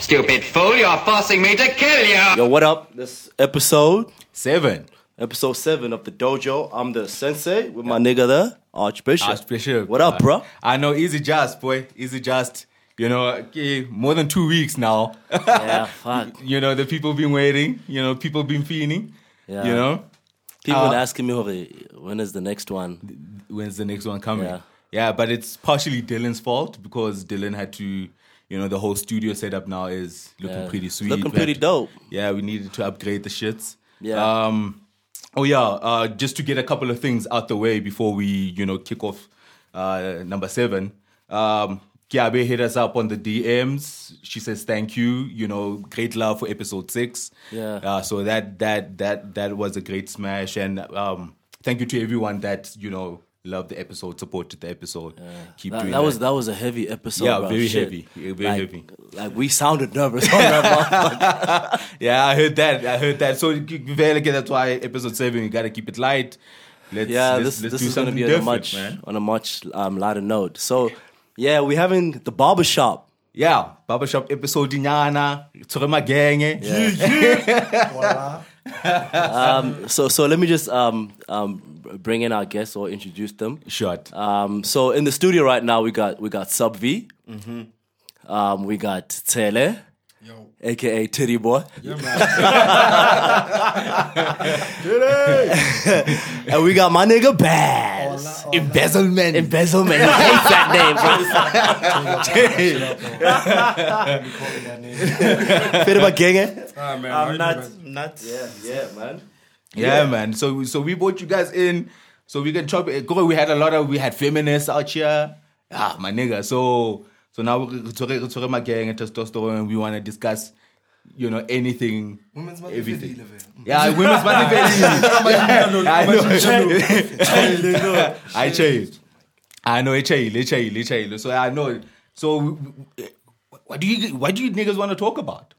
Stupid fool, you're forcing me to kill you! Yo, what up? This episode, Seven. episode seven of the dojo. I'm the sensei with my nigga there, Archbishop. Archbishop. What up, bro? Ah, I know Easy Just, boy. Easy Just. You know, okay, more than two weeks now. yeah, fuck. you know, the people been waiting. You know, people been feeling. Yeah. You know, People Uh, been asking me "Jorge, when is the next one. when's the next one coming? Yeah. Yeah. but it's partially Dylan's fault because Dylan had to, you know, the whole studio setup now is looking Yeah. pretty sweet. Looking We had pretty to- dope. Yeah, we needed to upgrade the shits. Yeah. Um, oh yeah, uh, just to get a couple of things out the way before we, you know, kick off uh, number seven. Um, Kiabe hit us up on the DMs. She says thank you. You know, great love for episode six. Yeah. Uh, so that that that that was a great smash, and um, thank you to everyone that you know loved the episode, supported the episode. Keep That, doing that was that was a heavy episode. Yeah, bro. very Shit. heavy. Yeah, very like, heavy. Like we sounded nervous on that one. Yeah, I heard that. I heard that. So very again, that's why episode seven, you gotta keep it light. Let's, Yeah, let's, this let's this do is gonna something be on a different, much man. on a much um, lighter note. So, yeah, we having the barber shop. Yeah, barbershop episode nyana. Torema gang. eh? So so let me just um um bring in our guests or introduce them. Short. Um, so in the studio right now, we got we got Sub V, um, we got Tele, aka Titty Boy, and we got my nigga Baz. Embezzlement. Embezzlement, he hates that name, bro. Fit about gang. eh? I'm not nuts. Yeah, man. yeah, man. So so we brought you guys in so we can chop it. Go, We had a lot of we had feminists out here. Ah, my nigga. So so now we Torema gang and testosterone. We wanna discuss, you know, anything. Women's month Everything. is really relevant. Yeah, women's money. I know. I changed. I know it changed, it changed, it changed. So I know. So w- w- what do you what do you niggas want to talk about?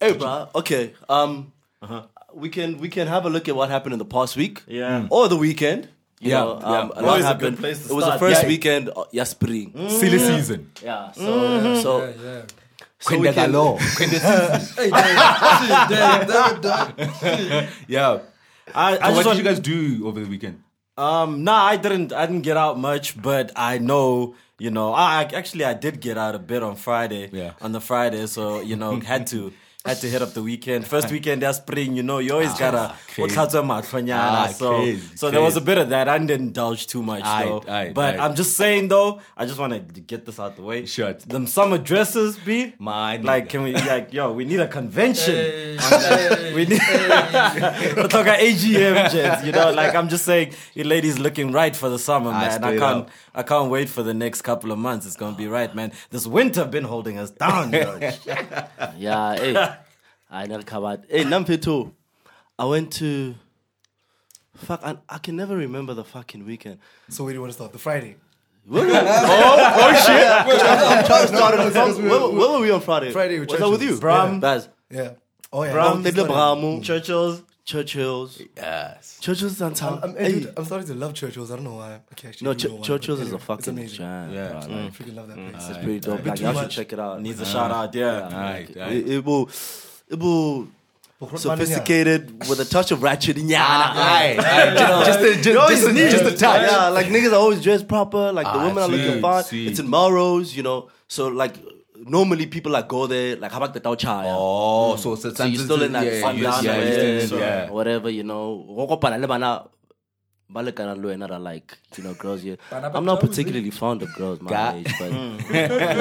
Bruh, okay. Um, Uh-huh. we can we can have a look at what happened in the past week. Mm. Yeah. Or the weekend. You Yeah, know, um, yeah. A lot Always a good happened. place to it was the start. Mm. first Yeah. weekend. Uh, yeah, spring. Silly season. Yeah. So so, Yeah. so we can, yeah. I, I So what did just want you guys do over the weekend? um nah I didn't I didn't get out much but I know you know I I- actually I did get out a bit on Friday Yeah. on the Friday so you know had to had to hit up the weekend first weekend that's spring you know you always gotta Ah, crazy. utlhatswe mahlonyana. Ah, so crazy, so there was a crazy. bit of that I didn't indulge too much Aight, though aight, but aight. I'm just saying though I just want to get this out the way Sure. them summer dresses be My like nigga. can we like yo we need a convention. Hey, We need to talk at AGM, gents. You know, like I'm just saying, your lady's looking right for the summer, Ah, man. I, straight can't, up. I can't wait for the next couple of months. It's gonna be right, man. This winter been holding us down. yo. yeah. Hey, I never come out. Hey, number two, I went to. Fuck, I, I can never remember the fucking weekend. so where do you want to start? The Friday. Oh, Where, where were we on Friday? Friday with was that with you? Churchill's. Bram. Yeah. Baz. Yeah. Oh yeah. Bram, I'm Little starting- Bramu, Churchillls. Churchill's, Yes. Churchill's downtown. I'm, hey, dude, I'm starting to love Churchill's. I don't know why. Okay, actually, no, I do Ch- know why, but Churchill's is anyway, a It's fucking amazing. giant. Yeah. bruh, I like, freaking love that place. It's pretty dope. Been Like, too y'all should much. check it out. Needs a shout out, All yeah. right. All It, right. it will, it will But sophisticated with a touch of ratchet. Yeah, Just a- just a- just a touch. yeah, like niggas are always dressed proper. Like the Ah, women are looking sweet, fine. sweet. It's in Melrose, you know. So like normally people like go there like how about the Tao Chai? Oh, so, so, So you're still in that yeah, fun you- down yeah, there, you still in- so yeah. whatever, you know. Wokopana le bana ba lekana le wena that like, you know, girls here. Bana ba eh? I'm not tau, particularly fond of girls my Ga- age, but no,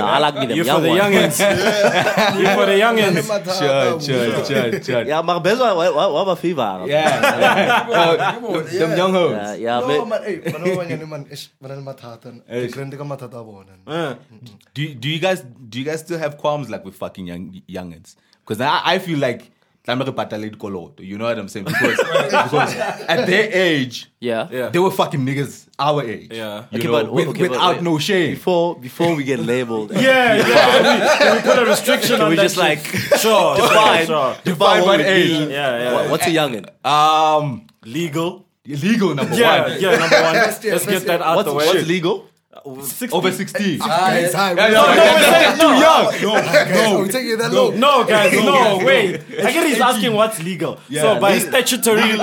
I like me them You young for the ones. youngins. You for the youngins. Sure, sure, sure, sure. Yeah, maar bezo wa wa wa ba fever. Yeah. Oh, Them young Yeah, hoes. yeah, No but- man, hey, manawanya naman ish, manan matatan. Different ka matata bonan. Do you, do you guys do you guys still have qualms like with fucking young youngins? Because I, I feel like I'm not about to let go low. You know what I'm saying? Because, because at their age, yeah. Yeah. they were fucking niggas our age. Yeah. You Okay, know, but- with, okay, but without wait. no shame. Before before we get labeled. Yeah, yeah. Can we, can we put a restriction on we that? just, shit? like, sure, sure, define- sure. Define what what we age. Yeah, yeah. Wha- What's a youngin? Um, legal. illegal number Yeah, one. yeah. Number one. First year, Let's first get that out What's the way. what's legal? over Uh, 60. Guys, hi. Yeah, yeah, we're- yeah, we're yeah, saying- too no, young. Guys, we taking it that low. No, guys, no, wait. I get he's asking what's legal. so by statutory,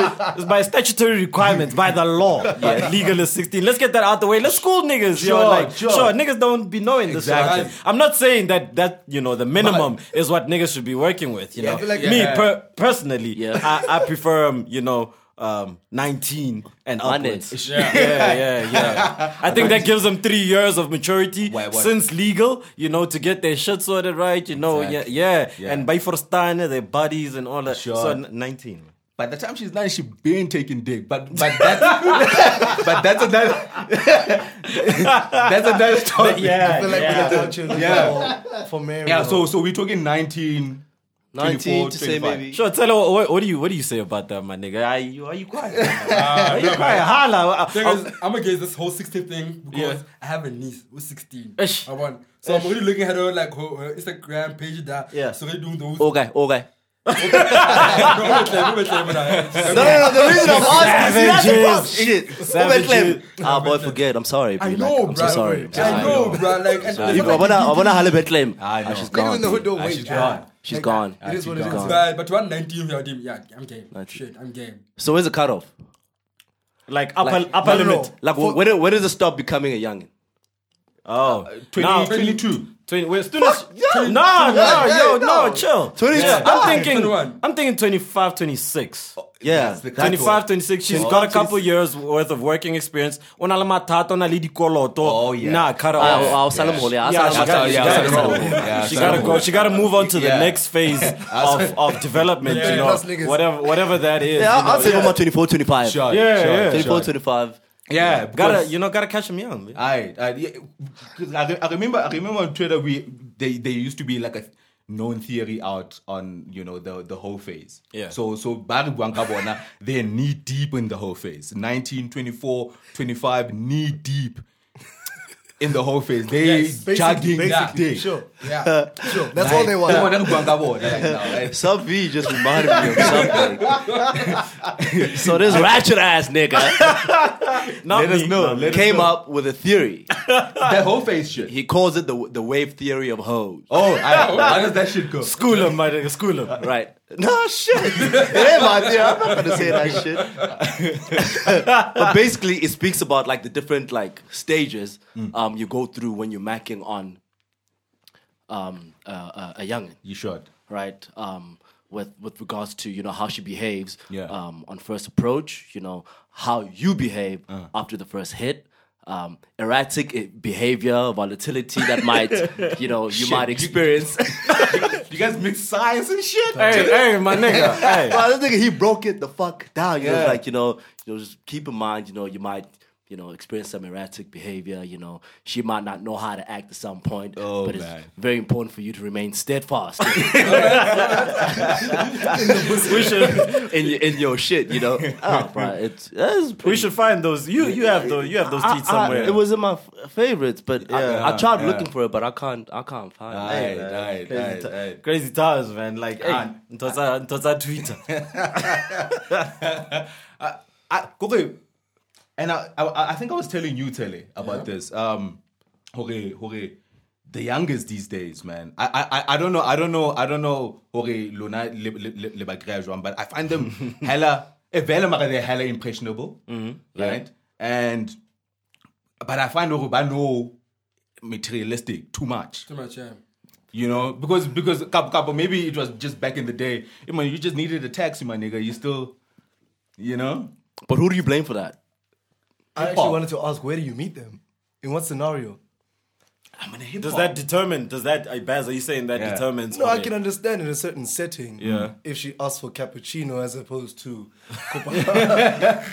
by statutory requirements, by the law, legal is 16. Let's get that out the way. Let's school niggas. Sure, Sure, like, sure. sure. niggas don't be knowing this. Exactly. Exactly. I'm not saying that that you know the minimum is what niggas should be working with. You Yeah, I know, feel like- me Yeah. per- personally, Yeah. I, I prefer um, you know. Um, 19 and One upwards. Yeah. yeah, yeah, yeah. I think that gives them three years of maturity Why, what? since legal, you know, to get their shit sorted right, you know, Exactly. yeah, yeah, Yeah. and by for Steiner, their bodies and all that. Sure. So n- 19. By the time she's nine, she been taking dick. But but that's but that's another that's another story. I feel like yeah. we're the children Yeah. for, for Mary. Yeah, bro. so so we're talking 19, 19 24, to say 25. maybe. Sure, tell her what, what do you what do you say about that, my nigga? Are you are you quiet? are you quiet? Holla! Uh, Thing is, I'm against this whole 60 thing because I have a niece who's 16. Ish. I want. So I'm already looking at her like her, her Instagram page that. Yeah. Oh. So they doing those. Okay, okay. no, wait, wait, wait, wait, wait, No, wait. no, no. The reason I'm asking Savages. is shit. Savages. Ah, boy, forget. I'm sorry. I B. know, like, I'm so bruh. sorry. I know, bro. Like, and, I wanna, I wanna Halle claim. I know. Ah, she's Even though we gone. don't Ah, wait, she's yeah. gone. She's gone. It is what it She's is. gone. but, but one 19 year team, yeah, I'm game. Shit, I'm game. So where's the cutoff? like upper upper no, no, limit. no. Like, wh- where, where does it stop becoming a youngin? Oh, 20, now, 22. 20, we're still no, no, yo, no, chill. 20 Yeah, I'm thinking, 21. I'm thinking 25, 26. Yeah. That's the cut. 25, 26. She's got a couple years worth of working experience. Ona le matata, ona le dikoloto. Oh, yeah. Nah, cut her Ah, off. ah, Salam Hole, yeah, Salam Yeah, she Hole. got- she Yeah, got- Salam Hole. Yeah, She Salam gotta go. Hole. She gotta move on to the Yeah. next phase of, of development. Yeah, you know, that's niggas. whatever whatever that is. Yeah, you know. I'll say about 24, 25. Sure, Yeah, sure, yeah. 24, sure. 25. Yeah, Gotta because- you know gotta catch them young. man. I, I, yeah, 'cause I, re- I remember I remember on Twitter we they they used to be like a known theory out on you know the the whole phase. Yeah. So so Barry Buankabona they're knee deep in the whole phase. 19, 24, 25, knee deep in the whole phase. They Yes, chugging that Basically, day. sure. Yeah. Sure. That's all they want. Sub V just reminded me of something. so this ratchet ass nigga Not Let us me, know. not me. Let us came know. up with a theory. that whole phase shit. He calls it the the wave theory of hoes. Oh, I, how does that shit go? School them, my nigga. School them. Right. No shit. It ain't my theory. I'm not gonna say that shit. but basically it speaks about like the different like stages um you go through when you're macking on um uh, uh, a youngin. You should. right? Um, with with regards to you know how she behaves Yeah. um, on first approach, you know how you behave after the first hit, um, erratic eh, behavior, volatility that might you know you might experience. You guys mix science and shit. Hey, hey, my nigga. Hey. Well, this nigga he broke it the fuck down. You know, like you know, you know, just keep in mind, you know, you might. You know, experience some erratic behavior. You know, she might not know how to act at some point, Oh, but man. it's very important for you to remain steadfast We should in your in your shit. You know, oh, bro, it's, it's we pretty should find those. You you have those you have those I- teeth I- somewhere. Ah, it was in my f- favorites, but I, I tried yeah. looking for it, but I can't. I can't find it. Right, right, right, right. Crazy times, man. Like, hey, ntoza ntoza Twitter. I, okay, and I, I, I think I was telling you, Tele, about this. Um, okay, okay, the youngest these days, man. I, I, I- I don't know, I don't know, I don't know. Okay, Luna, le, le, le, le ba kry-a jwang, but I find them hella, eh, vele mara they're hella impressionable, right? And but I find okay, ba no materialistic too much. Too much, yeah. You know, because because kapo kapo, maybe it was just back in the day. You know, you just needed a taxi, my nigga. You still, you know, But who do you blame for that? I actually Hip-hop. wanted to ask, where do you meet them? In what scenario? I'm gonna hip Does that determine? Does that, uh, Baz? Are you saying that Yeah. determines? No, I okay. can understand in a certain setting. Yeah. If she asks for cappuccino as opposed to Copa,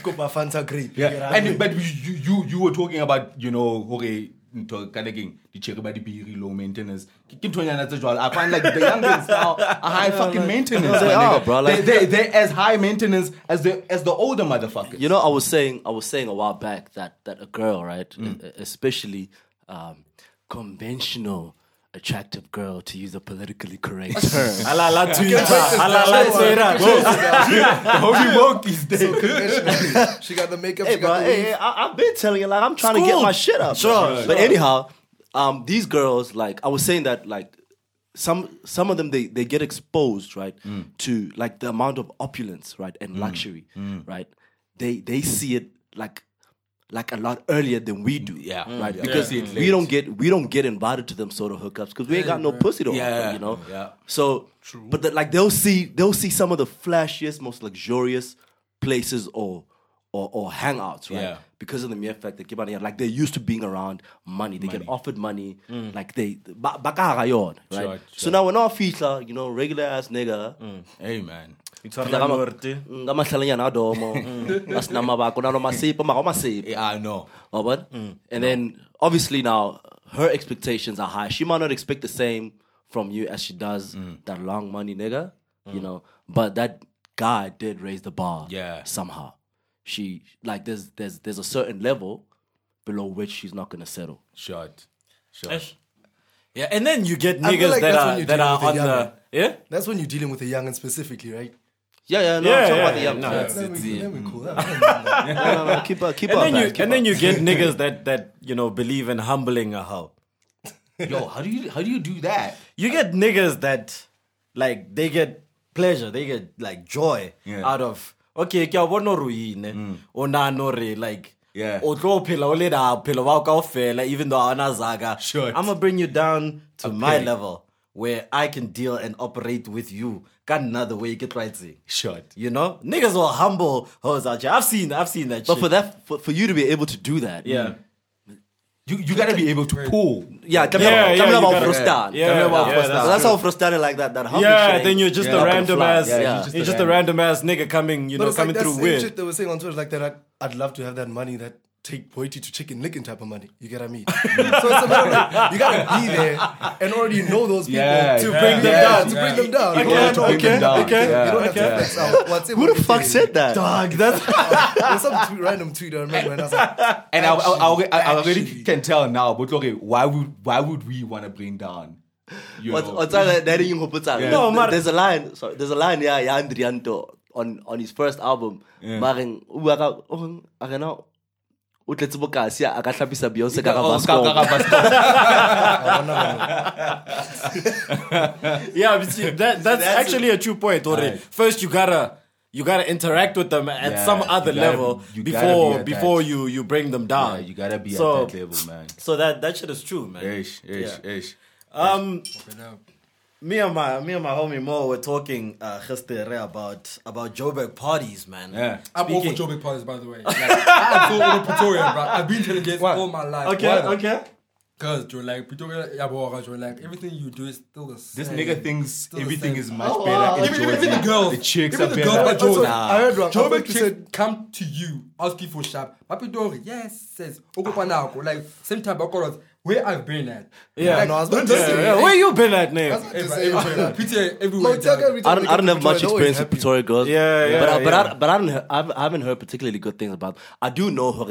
Copa Fanta grape. you know Yeah, what I and mean? but you you you were talking about you know okay into kaneging the check about the beery low maintenance. Keep talking that's as well. I find like the youngins now are high fucking maintenance. they my are, nigga. bro, like- they, they they're as high maintenance as the as the older motherfuckers. You know, I was saying, I was saying a while e, back that that a girl, right, e- especially um, conventional attractive girl, to use a politically correct term. Halala Twitter. Halala Twitter. Homie woke these days. So conventionally, she got the makeup. hey, she bro, got the hey, hey, I, I've been telling you, like, I'm trying to get my shit up. Sure. But anyhow, um, these girls, like, I was saying that, like, some some of them they, they get exposed right Mm. to like the amount of opulence right and luxury Mm. right they they see it like like a lot earlier than we do Yeah. Mm. right Yeah. because They see it we late. don't get we don't get invited to them sort of hookups because we ain't got no pussy to Yeah. offer you know Yeah. so but the, like they'll see they'll see some of the flashiest most luxurious places or or, or hangouts right Yeah. because of the mere fact that give money, like they're used to being around money. They get offered money, like they ba- baka yon, right? Mm. Sure, Mm. So now we're not feature, you know, regular ass nigga. mm, Hey man. ngamahlalenyana adomo Mm. asinama bakho nano masipho maka masipho Yeah, I know. Robert. Mm, And then obviously now her expectations are high. She might not expect the same from you as she does Mm. that long money nigga, you know. But that guy did raise the bar. Yeah. Somehow. She like there's there's there's a certain level below which she's not gonna settle. Short. Short. Eish. Yeah, and then you get I feel niggas like that that's when are you that deal are with the on the younger. yeah. That's when you're dealing with a young and specifically, right? Yeah, yeah, no, Yeah, I'm talking yeah, about the yeah, young. no, No, That's then we, then we cool. Mm. That's- no, no, keep up, keep And up. then you guys, keep and then up. you get niggas that that you know believe in humbling a hoe. Yo, how do you how do you do that? You get niggas that like they get pleasure, they get like joy Yeah. out of okay, ke a bona ro yine o nano re like Yeah. o tlo phela o le da phelo bao kaofela even though a ona zaga Sure. i'm gonna bring you down to my peg. level where i can deal and operate with you ka nna the way you get right thing Short. you know niggas will humble hoes out here i've seen i've seen that but shit for that for, for you to be able to do that, mm, yeah You you gotta be able to pull. Yeah, come Yeah, yeah, yeah, come you about gotta- Frustan. yeah, Come about yeah, Frustan. that's That's how Frustan like that that humble yeah, shit. then you're just Yeah, a like a random fly. ass. Yeah, Yeah. you're just, a, random ass nigga coming, you But know, it's like coming that through same shit weird. they were saying on Twitter, like that. I'd, I'd love to have that money that take Boiti to chicken licking type of money. You get what I mean? so it's a matter of like, you gotta be there and already know those people Yeah, to yeah, bring them yeah, down. To yeah. bring them down. You You have don't to have bring to- them down. Yeah. You don't have Okay. to flex out. What's it Who the fuck said that? Dog, that's There's some tweet, random tweet I remember, and I was like, And I, I, I, I, I already Actually. can tell now, but okay, why would why would we want to bring down? You What's know? what's that? That you hope No, No, maar- there's a line. Sorry, there's a line. Yeah, yeah, Andrianto on on his first album. Maring uaga oh agana utletse bokasi a ka tlhapisa Beyonce ka ka Oh, basket. ka- ka- ka- yeah, but see, that, that's actually a true point. Or Aye. first you gotta you gotta interact with them at Yeah, some you other gotta level be- you gotta be before at before that. you you bring them Yeah, down. you gotta be So- at that level, man. So that that shit is true, man. Ish, ish, Yeah. ish. Um, me and my me and my homie Mo were talking uh, yesterday about about Joburg parties, man. Yeah. I'm all for Speaking- Joburg parties, by the way. Like, I'm so over Pretoria, bro. I've been to the gates all my life. Okay, okay. Because, Joe, like, Pretoria, yeah, bro, Joe, like, everything you do is still the same. This nigga thinks Still the everything same. is much better. Even, even, enjoys even the it. girls. Oh, the chicks even are the better. girls like That's Joe. what I heard wrong. I thought Joburg you chicks said- come to you, ask you for sharp. Papi Dori, yes, says, Okopanako, like, same type of colors. Where I've been at. Yeah. Like, no, I was don't- not don't saying- say- Yeah, Where you been at, name? That's- Hey, Just bro, everywhere. everywhere. Pretoria, everywhere. No, tell dog. every I time don't, they I don't come have to much Joy, they're always experience with happy. Pretoria girls. Yeah, yeah, But I, but I, yeah. but I don't, ha- I've, I haven't heard particularly good things about. I do know hore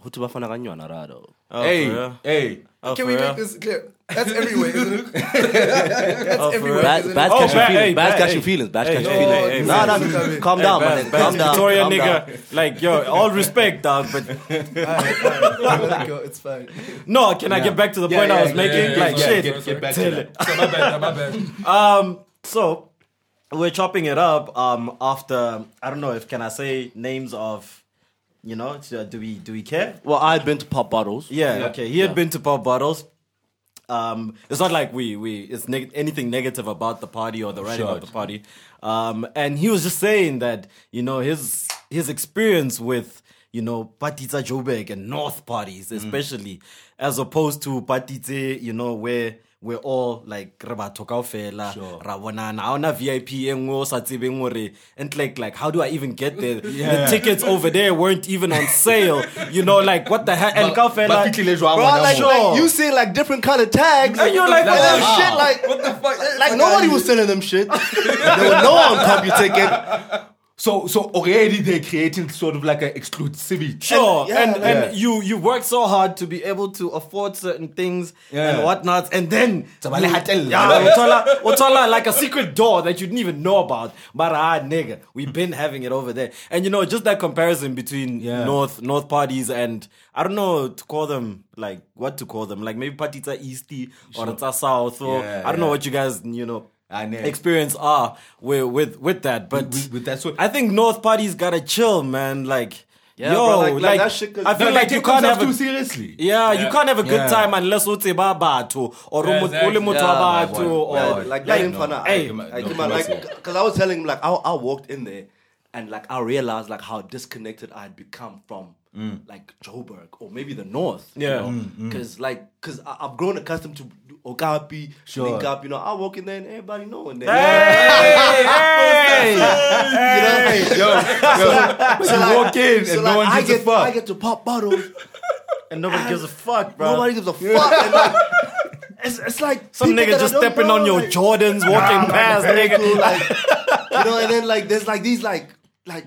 go thuba fana ka nyana ra though. Oh, hey, yeah. hey. Can we Oh, for make real? this clear? That's everywhere, isn't it? That's everywhere. Bad, isn't it? bad Oh, catch your bad- feelings. hey, Bad bad- catch your hey. feelings. Bad Hey, catch your hey, hey, feelings. hey, Nah, hey, nah, hey, calm down, Hey, man. Baz, Baz, Calm down. Pretoria calm down. nigga, like yo, all respect, dog. But Let it go, It's fine. no, can I get back to the Yeah, point I yeah, was yeah, making? yeah, yeah, like yeah, shit. Get, get back to Tell that. it. So, my bad, my bad. Um, so we're chopping it up. Um, after I don't know if can I say names of, you know, so do we do we care? Well, I'd been to pop bottles. Yeah, Yeah. okay. He had been to pop bottles. Um, it's not like we we it's neg- anything negative about the party or the running Sure. of the party. Um, and he was just saying that you know his his experience with you know Patita Joburg and North parties Mm. especially, as opposed to Patite, you know where. We're all like Rabato Kaufela, Sure. Rabonana, I e do VIP, engo, satsibeng hore, and like, like, how do I even get there? The tickets over there weren't even on sale. You know, like, what the hell? And Ba- Kaufela, ba fihlile jwang Bro, wena like, moo? Sure. like you see like different colored tags. And you're like, and then wow. shit like What the fuck? like nobody was selling them shit. there was no one copy ticket. So so already they're creating sort of like an exclusivity. Sure, and yeah, and, yeah. you you work so hard to be able to afford certain things Yeah. and whatnot, and then Tsamaya le hatella. yeah, uthola- uthola like a secret door that you didn't even know about. But ah, nigga, we've been having it over there, and you know just that comparison between Yeah. north north parties and I don't know to call them like what to call them, like maybe partita easty or it's south, or Yeah, I don't know yeah. what you guys you know. I know. Experience are with with with that, but With- with that sort- I think North Party's gotta chill, man. Like, yo, bro, like- like, like that shit could- I No, feel No, like you can't have too a, seriously. yeah, you can't have a good Yeah. time unless uthi batho or Yeah, umu- exactly. ule muthu Yeah, my wabatho boy, my or boy. like, Like, that in no, Fana. hey, I, no, come on, no, like, no. because I was telling him, like, I, I walked in there and, like, I realized, like, how disconnected I had become from, Mm. like, Joburg or maybe the North. Yeah. Mm, Because, like, because I've grown accustomed to Okapi, Sure. sure. Up, you know, I walk in there and everybody knowing that. hey, hey. Yo, yo, you walk in and So, no like, one I, gives a get, I fuck. get to pop bottles. and nobody gives a fuck, bro. Nobody gives a fuck. And, like, it's, it's like Some people that nigga I just don't stepping know, on your like- Jordans, walking past, nigga. cool, like, you know, and then like there's like these like like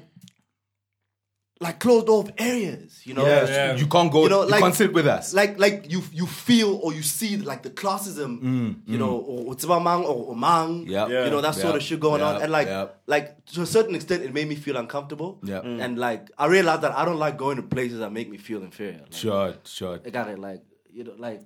like closed off areas, you know. Yeah, Yeah. You can't go. You know, you like- can't sit with us. Like like you you feel or you see like the classism, you know, or Tsibamang or Omang, Mm, Yep. you know that Yeah. sort of shit going on, Yep. and like Yep. like to a certain extent it made me feel uncomfortable, Yep. Mm. and like I realized that I don't like going to places that make me feel inferior. Like, sure, sure. I got it, like you know, like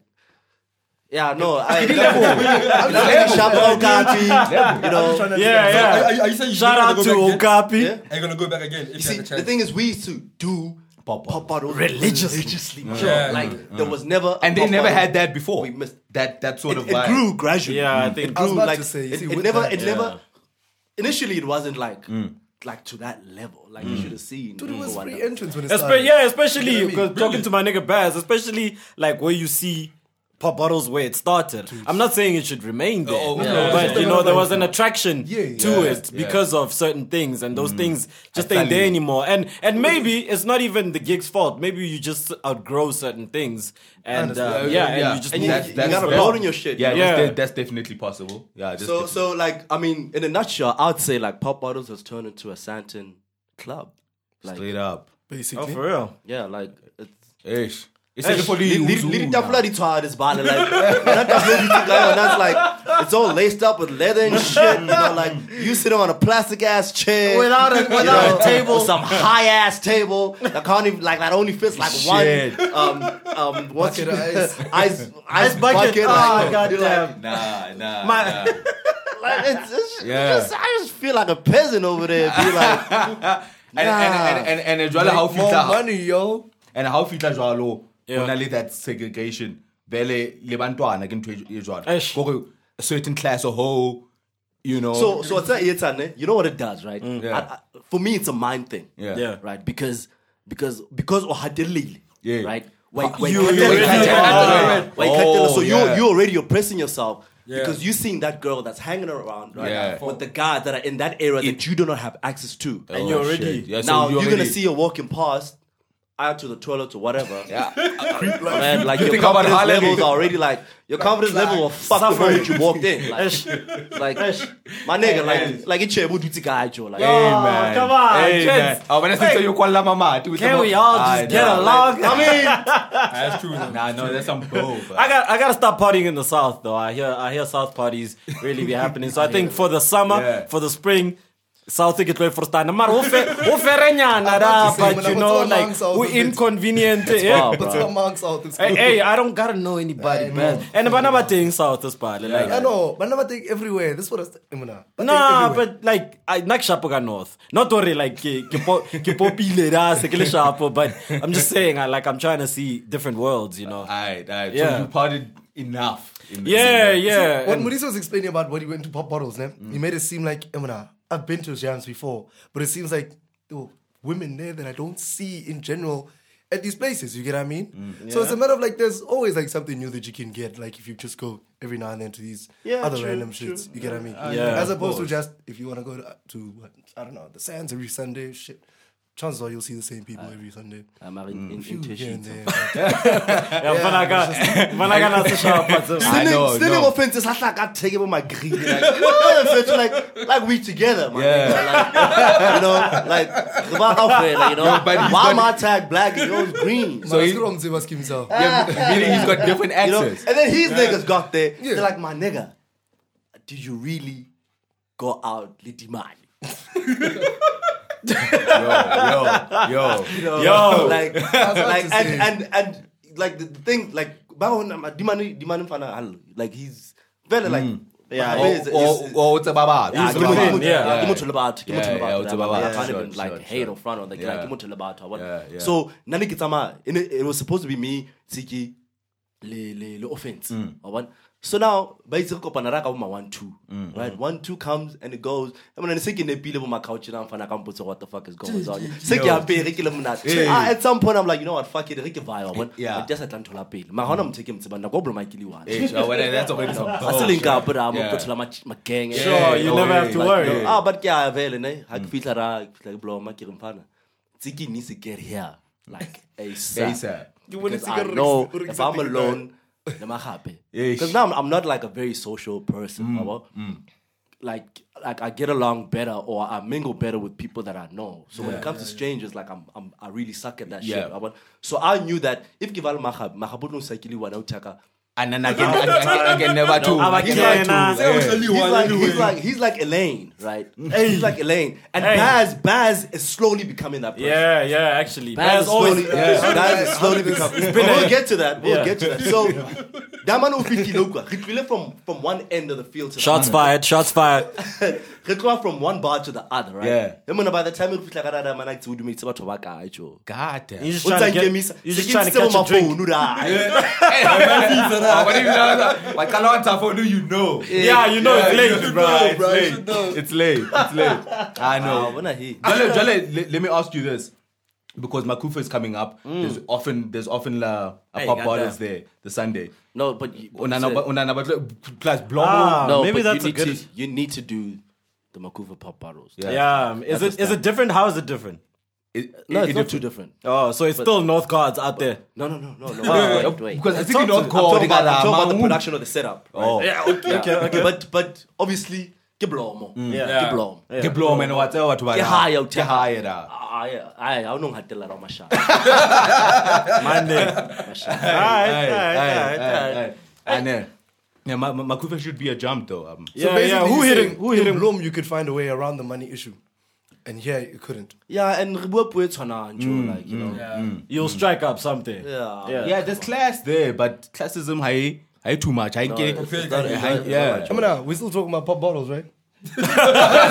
yeah, no, I I'm Chaperone County, you know, trying to understand. Yeah, yeah. Are, are, are you saying you Shout don't out wanna to go back again? Okapi. Yeah. Are you gonna go back again if You you, see, have the the chance? thing is, we used to do pop Pop-up. bottles Religiously. bro. Yeah. Like there was never, a And they pop never bottle. had that before. We missed- that that sort of It, vibe. it grew gradually. Yeah, I think it grew was about like to say, you it, see, it with never, that- it never. Initially, it wasn't like like to that level. Like you should have seen. Dude, it was Rwanda. free entrance when it Espe- started. yeah, especially because mean? talking to my nigga Baz, especially like where you see pop bottles where it started. I'm not saying it should remain there, Oh, no, yeah, but yeah. you know there was an attraction Yeah, to yeah, it yeah. because of certain things, and those things just ain't Absolutely. there anymore. And and maybe it's not even the gig's fault. Maybe you just outgrow certain things, and uh, yeah, and you just And you- move- you gotta move blow on. in your shit. Yeah, Yeah. That's, de- that's definitely possible. Yeah. That's So, definitely- so like, I mean, in a nutshell, I'd say like pop bottles has turned into a Santon club. Like, straight up. Oh, Basically. for real. yeah, like. It's, Ish. It's Hey, a for li- the li- li- tafula litshwaya this body, like, that tafula lithi guy, and that's like, it's all laced up with leather and shit. You know, like you sitting on a plastic ass chair Without a- you without a know, table. or some high ass table that can't even like that only fits like Shit. one um um what's Bucket of ice. ice ice Bucket. bucket. Ah, like, you're goddamn. Nah, nah. My- nah. like, it's, it's Yeah. just, I just feel like a peasant over there. Be like, And and and and and jwale ha o Make more fihla- money, yo. and how fitla jwalo Yeah. go na le that segregation vele le bantwana ke ntho e- e jwalo Eish. Kore a certain class of hoe you know so so it's not it's not, eh? You know what it does, right? Yeah. I- I- for me, it's a mind thing. Mm. yeah Yeah. right? Because because because uhadelile, Yeah. right? Wait, Ah, wait, you- wait, wait, you wait, already- Ah. wait, wait, wait, Oh, so yeah. you you already oppressing yourself because you're seeing that girl that's hanging around, right? Yeah. With the guys that are in that area that you do not have access to. Oh, And you already- shit. Yeah, so now you you're gonna already- see her walking past. Out to the toilet or whatever. Yeah. Man, like You your think about confidence Harlem. levels are already like your confidence level was fucked the moment you walked in. Like, Eish. like my nigga, like like it's chebu duty guy, Joe. Like, Hey, Oh, man. come on, Hey, gents. man. Oh, when I say Wait. so you call Lama Mati with Can the- we all Ah, just get nah. along? I mean, That's true. though. Nah, no, that's some dope. I got I gotta stop partying in the south though. I hear I hear south parties really be happening. So I think for the summer, Yeah. for the spring, south ticket wait for stand. Mara, ufe- uferenyana da, to say, but mina you know kutsiwa like mangsa we ukuthi- inconvenient. yeah. wild, But Bruh. still marks out. It's Hey, cool. hey, I don't gotta know anybody, man. And if I'm not dating south as part, like I know, but never take everywhere. This is what I st- Imuna. But Nah, take everywhere. but like I not sharp ka north. Not worry, like ke ke po- ke popile da se ke le sharpo, but I'm just saying I like I'm trying to see different worlds, you know. Alright, alright. Yeah. So you partied enough. in the- Yeah, in the- yeah. What and- Mauricio was explaining about when he went to pop bottles, ne? he made it seem like Imuna. I've been to jams before, but it seems like there were women there that I don't see in general at these places. You get what I mean? So it's a matter of like there's always like something new that you can get, like if you just go every now and then to these Yeah, other true, random true. shits. You get what I mean? yeah, As of uh, opposed to just if you want to go to, to what, I don't know the sands every Sunday shit. chances are you'll see the same people every Sunday. I'm in, in, in Here and Teshito. there. Yeah, Vanaka- Vanaka naso shapa, so- I Stealing, know, stealing no. offenses, that's like I take it with my green. Like, "Oh," so it's like, like we together, man. Yeah. Like, you know, like, about outfit, like, you know, but he's why got- my tag black and yours green? So he- he's wrong, Zima Skimza. Yeah, meaning he's got different you know, accents. and then his niggas got there. Yeah. They're like, my nigga, did you really go out litimani? Yo, yo, yo. Yo, like, like, to say. and, and and like the the thing, like, bawo na- dimani dimani mfana hal- like he's very like, yeah, Or, or, or it's a baba. Yeah, It's a give baba. him- yeah. give him to Labat, give him to Yeah, Labat, yeah, to whatever. Labat, Yeah, trying to sure, be, like sure, hate sure. in front of like, Yeah. like give him to Labat or what. Yeah, yeah. So nani kitama, and it, it was supposed to be me Tiki le le le offense Mm. or what. So now basically kopanaraka uma one two, Mm, right? One two comes and it goes. I mean, Siki ne pile my couch and I'm fana kampo so what the fuck is going on? Siki ape Ricky lemunat. Ah, At some point I'm like, you know what, fuck it, Ricky vibe. one. Yeah. Mm. I just atlantola pile. Mahona mtiki mtsibanda go blow my kili one. Hey, so whether that's already some I still ain't got, but I'm Oh, Yeah. gonna go to my gang. Sure, you Yeah, never yeah, have to like, worry. yeah. Ah, but yeah, vele ne. I feel ra, like blow my kirim pana. Ziggy needs to get here like ASAP. ASAP. You wouldn't Because see I the know risk- risk if I'm taking that. alone, I'm happy. Eish. Because now I'm, I'm not like a very social person. Hmm, yabo. Like like I get along better or I mingle better with people that I know. So when it comes to strangers, like I'm, I'm I really suck at that Yeah. shit. yabo. So I knew that if Gival Mahab, Mahabudu Sakili Wanautaka, And then I can, I can, I can never do. I'm like, He's yeah, like, nah. yeah. Only he's one like, anyway. he's like he's like Elaine, right? He's like Elaine, and Baz Baz is slowly becoming that person. Yeah, yeah, actually. Baz, Baz always. slowly, yeah. Baz is slowly becoming. But we'll get to that. We'll Yeah. get to that. So that man who fit Kilokwa, he really from from one end of the field to the Shots other. fired, shots fired. He really from one bar to the other, right? Yeah. Then when by the time he fit like that, man, I told you, it's about to work out, yo. God damn. You're just Once trying to, I get, get me, you're just trying to catch a my drink. phone, no, da. Oh, what do you know? Like, Kalanta, for do you know? Yeah, you know it's late, bro. It's late. It's late. It's late. Ah, I know. when I hear. Jale, Jale, le- let me ask you this. Because Makufa is coming up, there's often there's often la, a Hey, pop goddamn. bar is there the Sunday. No, but you, but Onana, you ba- said- onana, ba- plus Blobo. Ah. no, maybe but that's a you need good- to you need to do the Makuva pop bottles. Yeah. Yeah, is it is it different? How is it different? It- No, it- it's it not def- too different. Oh, so it's still North Guards out there. No, no, no, no, no. Wait, wait, wait. Because I think talk you to- don't I'm I'm call talking about, I'm talking about the Maung. production of the setup. Right? Oh. Yeah, okay, okay, But but obviously, ke blomo. Yeah. Ke blomo. Ke blow man what what what. Ke high out Ke high da. I I I don't have to let out my shot. Monday. My shot. Alright, Aye, alright, aye, alright, aye, alright. aye. I know. uh, Yeah, Ma- Ma- Makufa should be a jump though. Um, So Yeah, yeah. basically Who you're hit him? saying Who hit in him? Rome, you could find a way around the money issue. And here, you couldn't. yeah, and re bua puo e tshwanang, jo, like you know. You'll strike up something. mm. Yeah. Yeah, there's class there, but classism high high too much. I get it's- it's not- it's it. Yeah. I mean, uh, we're still talking about pop bottles, right?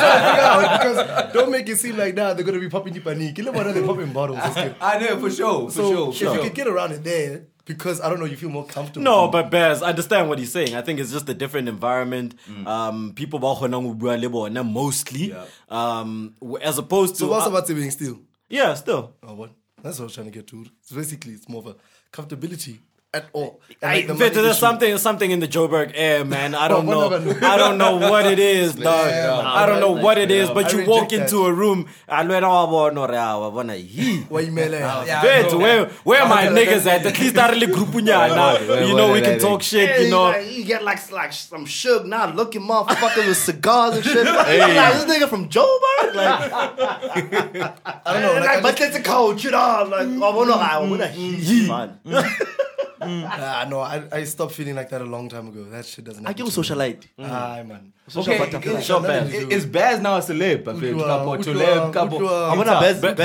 because don't make it seem like that they're gonna be popping you panic. You know what they're popping bottles. It's good. I know Ah, for sure, for So sure, if for sure. you could get around it there, because I don't know, you feel more comfortable. No, but Bears, I understand what he's saying. I think it's just a different environment. Um, people ba kgona ho bua le bona mostly, Yeah. um, w- as opposed to so what's uh, about saving still? yeah, still. Oh, what? That's what I was trying to get to. It's basically, it's more of a comfortability at all. And I, like the Victor, money there's issue. something something in the Joburg air, man. I don't know. Well, one of I don't know what it is, dog. I don't know what it is, I but you reject walk into that. a room. I don't know what it is. Why you melee? Yeah, I Wait, know. where where my Yeah. niggas at? At least I really group now. yeah, You know yeah, we yeah, can talk shit. You Yeah, know. like, you get like like some shug now looking motherfuckers with cigars and shit. I'm Like, this nigga from Joburg, like, I don't know. like, Mm, Like, I but it's a coach, you know. Like, I wanna, I wanna hear, man. Ah, no, I, I stopped feeling like that a long time ago. That shit doesn't. I give a socialite. Ah, man. Social butterfly. Sure, man. It's Baz now a celeb. I feel. Ujwa, Couple, ujwa, celeb, couple. ujwa. I wanna best, Be- best, best,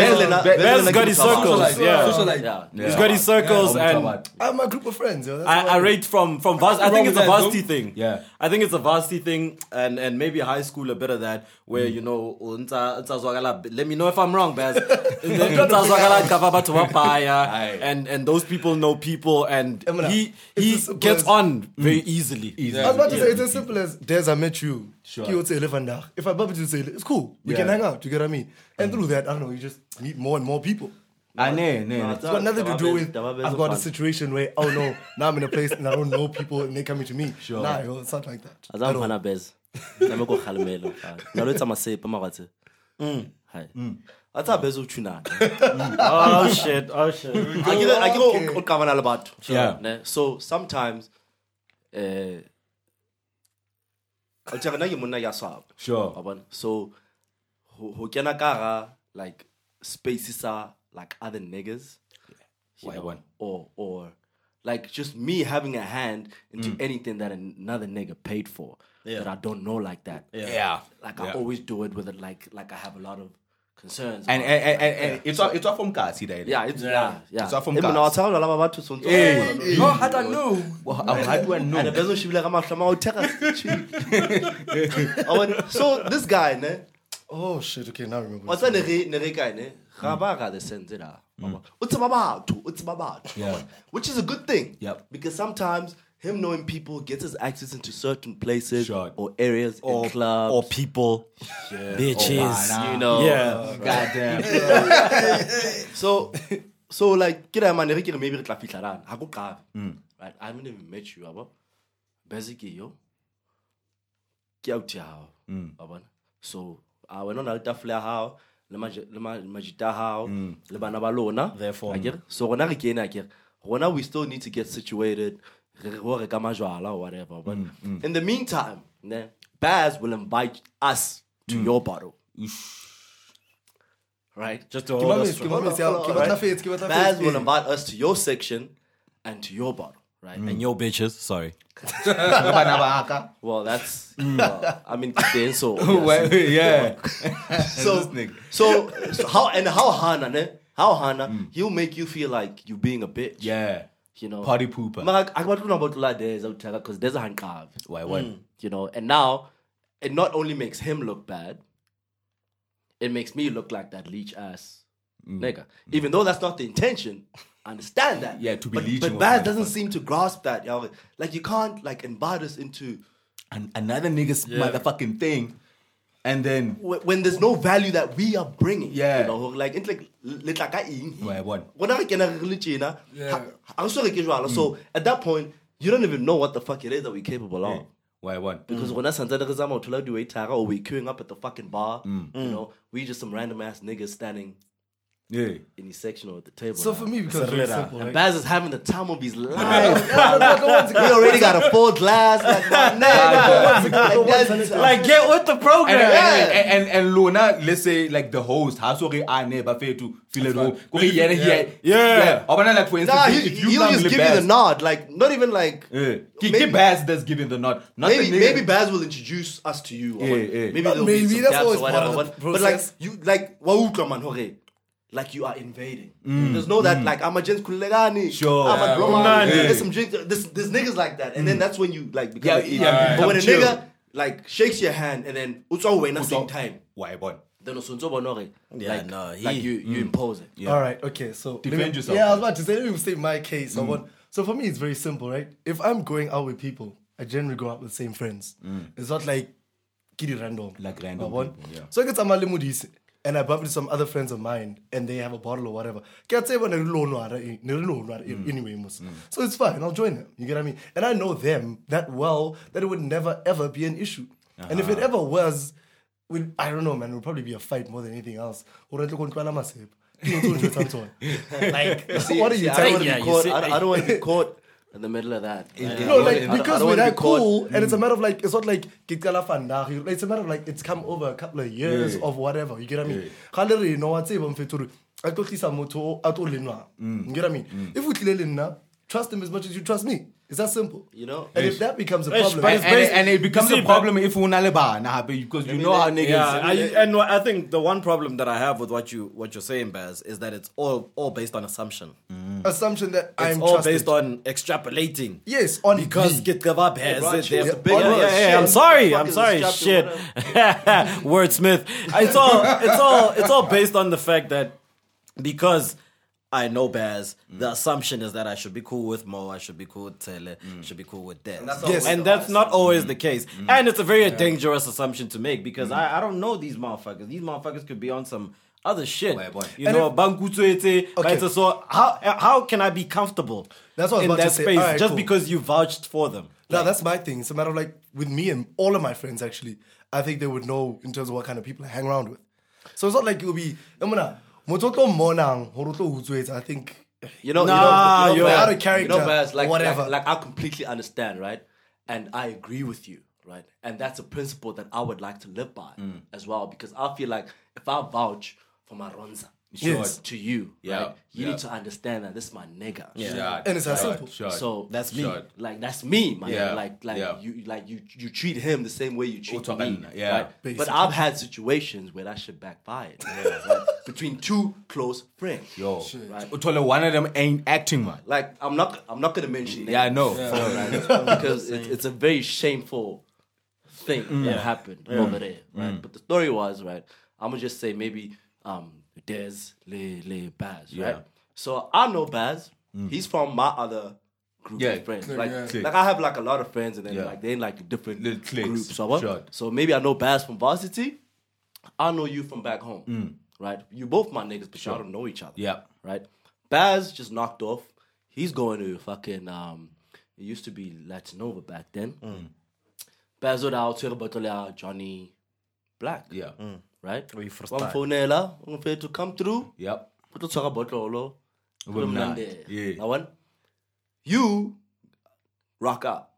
Bell's- Bell's got his circles. Socialite, Yeah, socialite. Yeah. he's got his circles and. I'm a group of friends. Yo. That's I, why- I rate from from vas- I wrong think it's a with that, varsity thing. Yeah. I think it's a varsity thing, and and maybe high school a bit of that, where Mm. you know, unta- untazwakala- let me know if I'm wrong, Baz. Untazwakala kava batho ba Aye. paya, and and those people know people, and Emela, he it's he as simple gets as- on very Mm. easily. I was about to say it's as simple as Des, I met you. Sure. If I bump into you, it's cool. We can Yeah. hang out. You get what I mean? And through that, I don't know. You just meet more and more people. I know, know. it's It's got nothing to do with. Dababezi- I've got a dababezi situation where oh no, now I'm in a place and I don't know people and they coming to me. Sure. Nah, yo, it's not like that. azamfana bes name ko kgalemelo nalo etsa masepa mabatse Hi. That's how Bezo Chuna. Oh shit! Oh shit! I get I get what Kavanala about. Yeah. Ne? So sometimes uh Alchana Yamuna Yaswab. Sure. Abone. So ho ho kena ka hara, like spaces are like other niggas. you Why know, one? Or or like just me having a hand into Mm. anything that another nigga paid for that I don't know like that. Yeah. Like I Yeah. always do it with it like like I have a lot of concerns. And about it. and, and, and, and it's all it's all from Kasi there. yeah, it's yeah, yeah. It's all from Eh, mina wa Kasi. tsaba laba batho so ntso- No, I don't know. Well, how, how do I And know? the person should be like, I'm a shaman, I'll take us. I went, Oh, so this guy, ne, Oh shit! Okay, now I remember. what's that nere nere guy, ne? Rabaga the sense da. Mm. What's about What's about Yeah. Which is a good thing. Yep. Because sometimes him knowing people gets us access into certain places Sure. or areas Or- and clubs. Or people, Oh, bitches. Nah, nah. you know. Yeah. Oh, Goddamn. So so like get out man, nere kere maybe tla fihla rana. Ha go qabe. Right? I haven't even met you, abo. Basically, yo. ke out hao wa bona so a wena o na le tafole ya hao le maje- le ma- le majita a hao le bana ba lona Therefore, akere so rona re kene akere rona we still need to get situated re re- ho reka majwala or whatever wa bona in the meantime ne baz will invite us to your bottle right just to Give hold me- us. give me- give me- give me the face, give me the baz face, will eh. invite us to your section and to your bottle right Mm. And your bitches, sorry. well that's Mm. well, i mean so Well, yeah. so, so, so how and how Hana, ne? How Hana, he'll make you feel like you being a bitch. Mm. Yeah. You know. Party pooper. Mark, I want to know about Lula Dez, I'll tell because there's a handcuff. Why what? You know, and now it not only makes him look bad, it makes me look like that leech ass Mm. nigga. Even though that's not the intention. I understand that. Yeah, to be but, leeching But was Baz not doesn't fun. seem to grasp that, y'all. Like you can't like invite us into An- another nigga's motherfucking thing. And then wh- when there's no value that we are bringing. Yeah. You know, like it's like let like I eat. Why what? rona re kena re le tjena Yeah. ha- ha re so re ke jwala Mm. so at that point you don't even know what the fuck it is that we're capable of Why what? because rona santsane re zama ho thola di-waiter-a or we're queuing up at the fucking bar you know we just some random ass niggas standing Yeah. in his section or at the table So for me, because it's very simple. Like, Baz is having the time of his life. we already got a full glass. Like, my nigga. Like, that's- Like, get with the And, program. and, and, and, and Luna, let's say like the host, how sorry I never fail to feel at home. Yeah. Yeah. yeah. Or when I, like for instance, nah, if- he, if he'll come just with give you the Baz- nod. Like, not even like. Yeah. Ki- Maybe- ki Baz that's giving the nod. Not maybe the nigga. maybe Baz will introduce us to you. or Yeah, what- yeah. Maybe But there'll be maybe some that's gaps or always whatever. part of but, the but like process. you like wautlwa man hore. Like you are invading. There's no that like I'm a gents kulegani. Mm. Sure. I'm a Yeah, blowman. Kumnandi. There's some drinks. There's, there's niggas like that, and then that's when you like become. Yeah, an idiot. yeah, you But when a become chill. nigga like shakes your hand and then utswa wena same time, Why what? then usunzo bonore. Yeah, like, no, he- like you you mm. impose it. Yeah. All right. Okay. So let Defend me- yourself. Mm. Yeah, I was about to say. Let me state my case. I want- so for me, it's very simple, right? If I'm going out with people, I generally go out with the same friends. Mm. It's not like kitty random. Like random I want- people, yeah. So I get some alimudis and I bump into some other friends of mine and they have a bottle or whatever. Can't say when they're low, no, I don't- they're low, no, I Mm. don't- anyway. mos. So it's fine. I'll join them. You get what I mean? And I know them that well that it would never ever be an issue. And if it Uh-huh. ever was, would I don't know, man. It would probably be a fight more than anything else. Or I'd look on Kuala Masip. like, what are you I don't telling want me? to Yeah, be you caught. see- I, don't- I don't want to be caught in the middle of that. Like, No, I like don't- I don't because we're wanna be that caught- cool, and it's a matter of like it's not like Kikala Fandahi. Like, it's a matter of like it's come over a couple of years Yeah. of whatever. You get what I mean? Khale re no wa tseba mfethu a tlo tlisa motho o- a tlo lenwa. You get what I mean? If we tlile lenna, trust him as much as you trust me. It's that simple. You know? And if that becomes a Eish, problem, but And, It's and, based- and it you becomes see, a problem if unaleba nah, because you know how niggas. Yeah, I, and what- I think the one problem that I have with what you what you're saying, Baz, is that it's all all based on assumption. assumption that It's Mm. I'm all trusted. based on extrapolating. yes, on Because me. Gitkebab has Right, it. They have it's to a pay- big yeah, word. yeah, yeah, I'm Shit. sorry. Fuck I'm is sorry. strapped to Shit. Wordsmith. It's all. It's all. It's all based on the fact that because I know Baz, the assumption is that I should be cool with Mo, I should be cool with Tele, should be cool with Dez. Mm. And that's, Yes. not always the case. Mm-hmm. And it's a very dangerous assumption to make because I, I don't know these motherfuckers. These motherfuckers could be on some other shit. Wait, boy. You know, Bangutsuete, Okay. okay. so how how can I be comfortable That's what I was in about that to say. space Alright, just cool. because you vouched for them? No, that's my thing. It's a matter of like with me and all of my friends actually. I think they would know in terms of what kind of people I hang around with. So it's not like you'll be, I'm gonna, mototo monang, horoto uzuet. I think, You know, Nah, you know, you know, you're out Baz, of character, You know, Baz, like, whatever. Like, like, I completely understand, right? And I agree with you, right? And that's a principle that I would like to live by Mm. as well, because I feel like if I vouch for my Ronza Yes. to you, Yeah, right? You yeah. need to understand that this is my nigga. Shot, And it's as shot, simple. shot, So That's me. shot. like that's me, man. Yeah. Like like Yeah. you like you you treat him the same way you treat me. Utokana, yeah. right? But I've had situations where that shit backfired right? between two close friends. Yo, Right. uthole one of them ain't acting man. Like I'm not I'm not gonna mention names, Yeah, I know. right? because it's, it's a very shameful thing Mm. that happened over there. Right. But the story was right. I'm gonna just say maybe um Des Le Le Baz. Yeah. Mm. Right. So I know Baz. He's from my other group Yeah, of friends. clique, Like, yeah. Clique. like I have like a lot of friends, and then Yeah. like they in like different Little cliques, groups or what. sure. So maybe I know Baz from varsity. I know you from back home, right? You both my niggas, but y'all don't know each other. Yeah. right. Baz just knocked off. He's going to fucking. Um, it used to be Latinova back then. Baz went out to Batola Johnny Black. Yeah. right. you first Wamfonela, wamfela to come through. Yep. Kutotsvaka bhotolo Ube mnandi. Yeah. yabona you rock up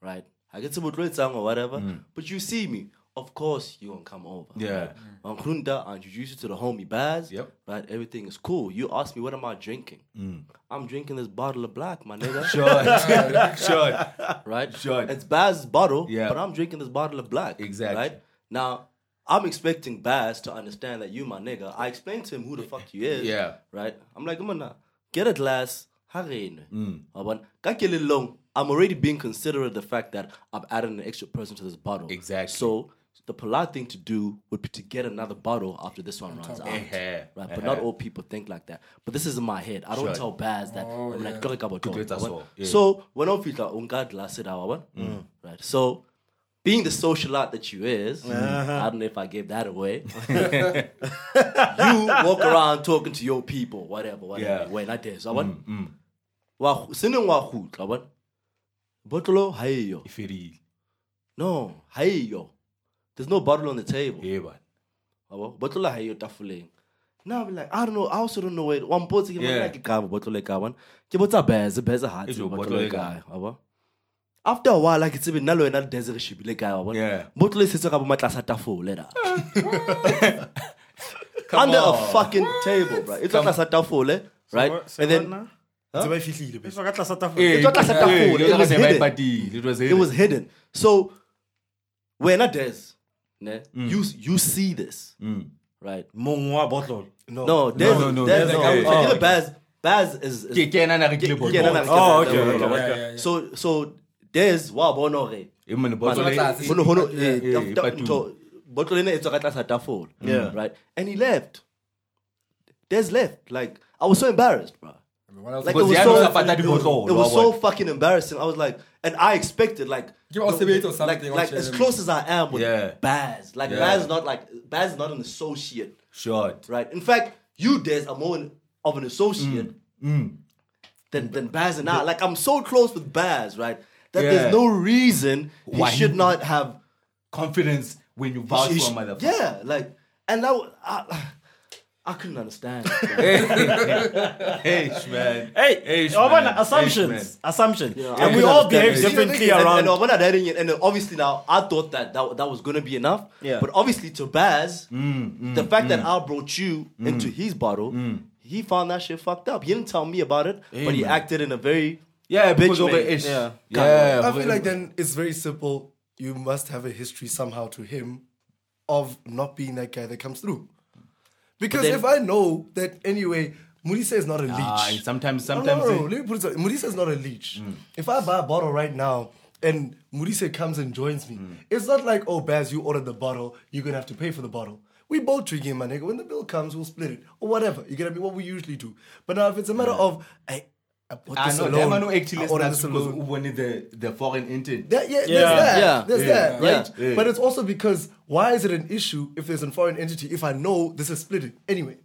right i get some song or whatever but you see me of course you gonna come over Mm. Yeah. on Krunda, I introduce you to the homie Baz. Yep. Mm. Right, everything is cool. You ask me, what am I drinking? I'm drinking this bottle of black, my nigga. Shot. shot. right? Sure. It's Baz's bottle, Yeah. but I'm drinking this bottle of black. Exactly. Right? Now, I'm expecting Baz to understand that you my nigga. I explained to him who the fuck you is. Yeah. Right? I'm like, I'm gonna get a glass. Mm. I'm already being considerate of the fact that I've added an extra person to this bottle. Exactly. So the polite thing to do would be to get another bottle after this one runs out. Eh-heh. Right. But Eh-heh. not all people think like that. But this is in my head. I don't Sure. tell Baz that I'm like, "Kore ka botolo," Kudwetsa yabona? so, yeah. Mm. So so when I filter on God last hour, one, right? So being the socialite that you is, I don't know if I gave that away. you walk around talking to your people, whatever, whatever. Yeah. Mm, When I did, so I went. Wa sinin wa hut, I went. Botolo hayo. If it is. No, hayo. There's no bottle on the table. Yeah, man. yabo botlola ga e yo tafoleng na be like i don't know i also don't know where wa mpotse ke Yeah. bona ke kae botlola e kae bona ke botsa beze beze ha Ejo, tse botolo botlola e e kae? kae yabo after a while ke tsebe nna le wena desert re shebile kae wa Yeah. bona botlola e setse ka bo matlasa tafole da under a on. fucking table bro e tlo tlasa tafole right and then It's about if you lead a bit. Eh, It was like a taffol. It was like a hidden. bad It was it was hidden hidden. so when i des ne Mm. you you see this right mong wa bottle no des Oh. no, no, des no Des- okay, Oh, I okay. think Baz Baz is is Ke- ke yena a na re kile Yeah, no, no, no, botolo. Oh, okay, no, okay, no, no. yeah, yeah, yeah. So, so there's wa bono re. Eh, man, the bottle, Bottle eh, class. Hono hono eh, yeah, taf- taf- patu. nto- bottle ena e tswa ka tlasa tafole. Right. And he left. There's left. Like I was so embarrassed, bro. Like it Because was he had so no sapata di it was- botolo, it was wa so fucking embarrassing. I was like, and I expected like Give us a bit or like, something, like I'll as share close as I am with Yeah. Baz. Like Yeah. Baz is not like Baz is not an associate Shot. right? In fact, you Des are more of an associate Mm. Than, than Baz and I. Like I'm so close with Baz, right? That Yeah. there's no reason he Why should he- not have. Confidence when you vouch he for a sh- motherfucker. yeah, like and that wa- I, I couldn't understand. Hey, man. Hey, Hey, oh, man. man, assumptions, assumptions, I and we could all understand behave it. differently and, around. and, and when I read it, and obviously now I thought that that, that was gonna be enough. Yeah. But obviously to Baz, Mm, the fact that I brought you into his bottle, he found that shit fucked up. He didn't tell me about it, but he man. acted in a very Yeah, because bitch of made. the ish. Yeah. Yeah. I feel like then it's very simple. You must have a history somehow to him of not being that guy that comes through. Because then- if I know that anyway, Murisa is not a leech. Ah, and sometimes, No, sometimes. Mm. no, no, it- let me put it so. Murisa is not a leech. If I buy a bottle right now and Murisa comes and joins me, Mm. it's not like, oh, Baz, you ordered the bottle, you're gonna have to pay for the bottle. We both drinking, my nigga. When the bill comes, we'll split it or whatever. You get me? What we usually do. But now, if it's a matter of, I, I bought I this know, alone. them I know actually I it's ordered not this because alone. Uber need the, the foreign intent. That, yeah, Yeah. there's that. Yeah. There's that, Yeah. right? Yeah. But it's also because why is it an issue if there's a foreign entity if I know this is splitting anyway?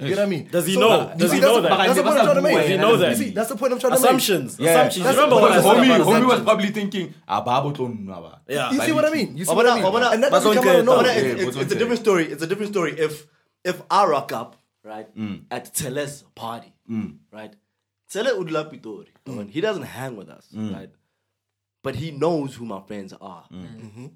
You get what I mean? Does he know? you Does see, he that's know the- that? That's the point I'm trying to make. Does he know that? You see, that's the point I'm trying to make. Assumptions. Yeah. Assumptions. That's- Remember what I but said homie- homie, about homie was assumptions? probably thinking, ah, babo don't know. Yeah. You see what I mean? You see what Wabona- I mean? wabona- And that doesn't come out bazonke of nowhere. But it's, Yeah, it's- what's it's a on different story. It's a different story. If if I rock up right at Tele's party, right? Tele would love Pitori. He doesn't hang with us, right? But he knows who my friends are, Mm-hmm.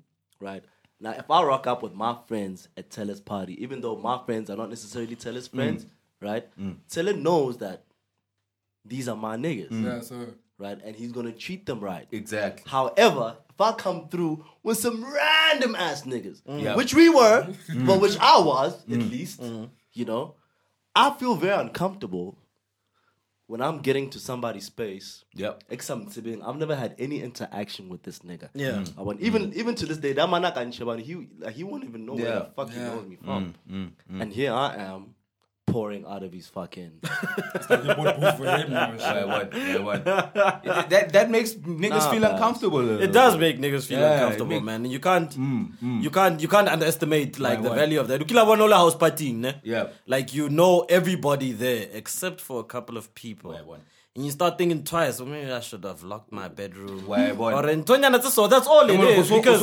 right? Now, if I rock up with my friends at Tele's party, even though my friends are not necessarily Tele's friends, right? Tele knows that these are my niggas, Yeah, so right? And he's gonna treat them right. Exactly. However, if I come through with some random ass niggas, Yeah. which we were, but which I was at least, you know, I feel very uncomfortable when I'm getting to somebody's space. Yep. Except Sibing, I've never had any interaction with this nigga. Yeah. Mm. I want, even even to this day, that manaka in Shabani, he like, he won't even know where the Yeah. fuck Yeah. he knows me from. And here I am pouring out of his fucking they bought booth for him now and shit. Yeah, what? Yeah, what? It- that, that makes niggas feel man. uncomfortable. It does make niggas feel Yeah, it uncomfortable, make- Mm, man. You can't, you can't, you can't underestimate like the word. value of that. Ukila wanola house partying, ne? Yeah. Like you know everybody there except for a couple of people. My word. And you start thinking twice. Well, maybe I should have locked my bedroom. My word. Or in Tonya so that's all it is because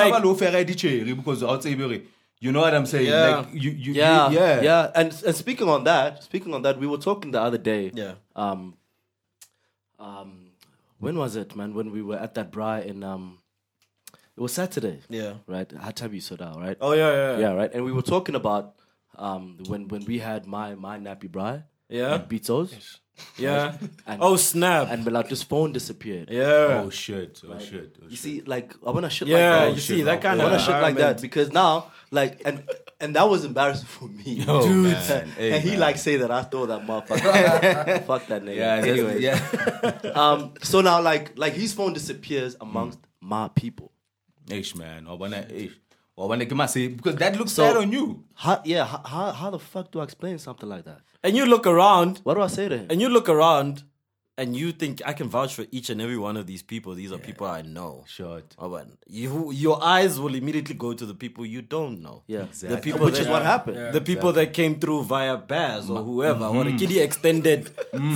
like, because I'll say, you know what I'm saying? Yeah. Like, you, you, yeah, you, yeah, yeah, And and speaking on that, speaking on that, we were talking the other day. Yeah. Um. Um. When was it, man? When we were at that bra in um, it was Saturday. Yeah. Right. Hatabi Soda. Right. oh yeah, yeah, yeah. Yeah. Right. And we were talking about um when when we had my my nappy bra. Yeah. At Beatos. Yeah. And- oh snap. And Melato's phone disappeared. yeah. Oh shit! Oh shit! Oh, You shit. see, like I wanna shit yeah. like that. you shit, oh, see that bro. kind I of wanna shit like that because now, like, and and that was embarrassing for me, dude. man. Hey, and he man. like say that I stole that motherfucker. Fuck that nigga. yeah, Anyways, anyway, yeah. um, so now like like his phone disappears amongst my people. Ish, man. I wanna, ish. I wanna give my say because that looks So- bad on you. How, yeah, how, how how the fuck do I explain something like that? And you look around What do I say to Mm. him? and you look around and you think I can vouch for each and every one of these people. These are people I know. Short. Oh, well, you, your eyes will immediately go to the people you don't know. Yeah. the people Which that- is what happened. The people that came through via Baz Mm. or whoever, or the kiddie extended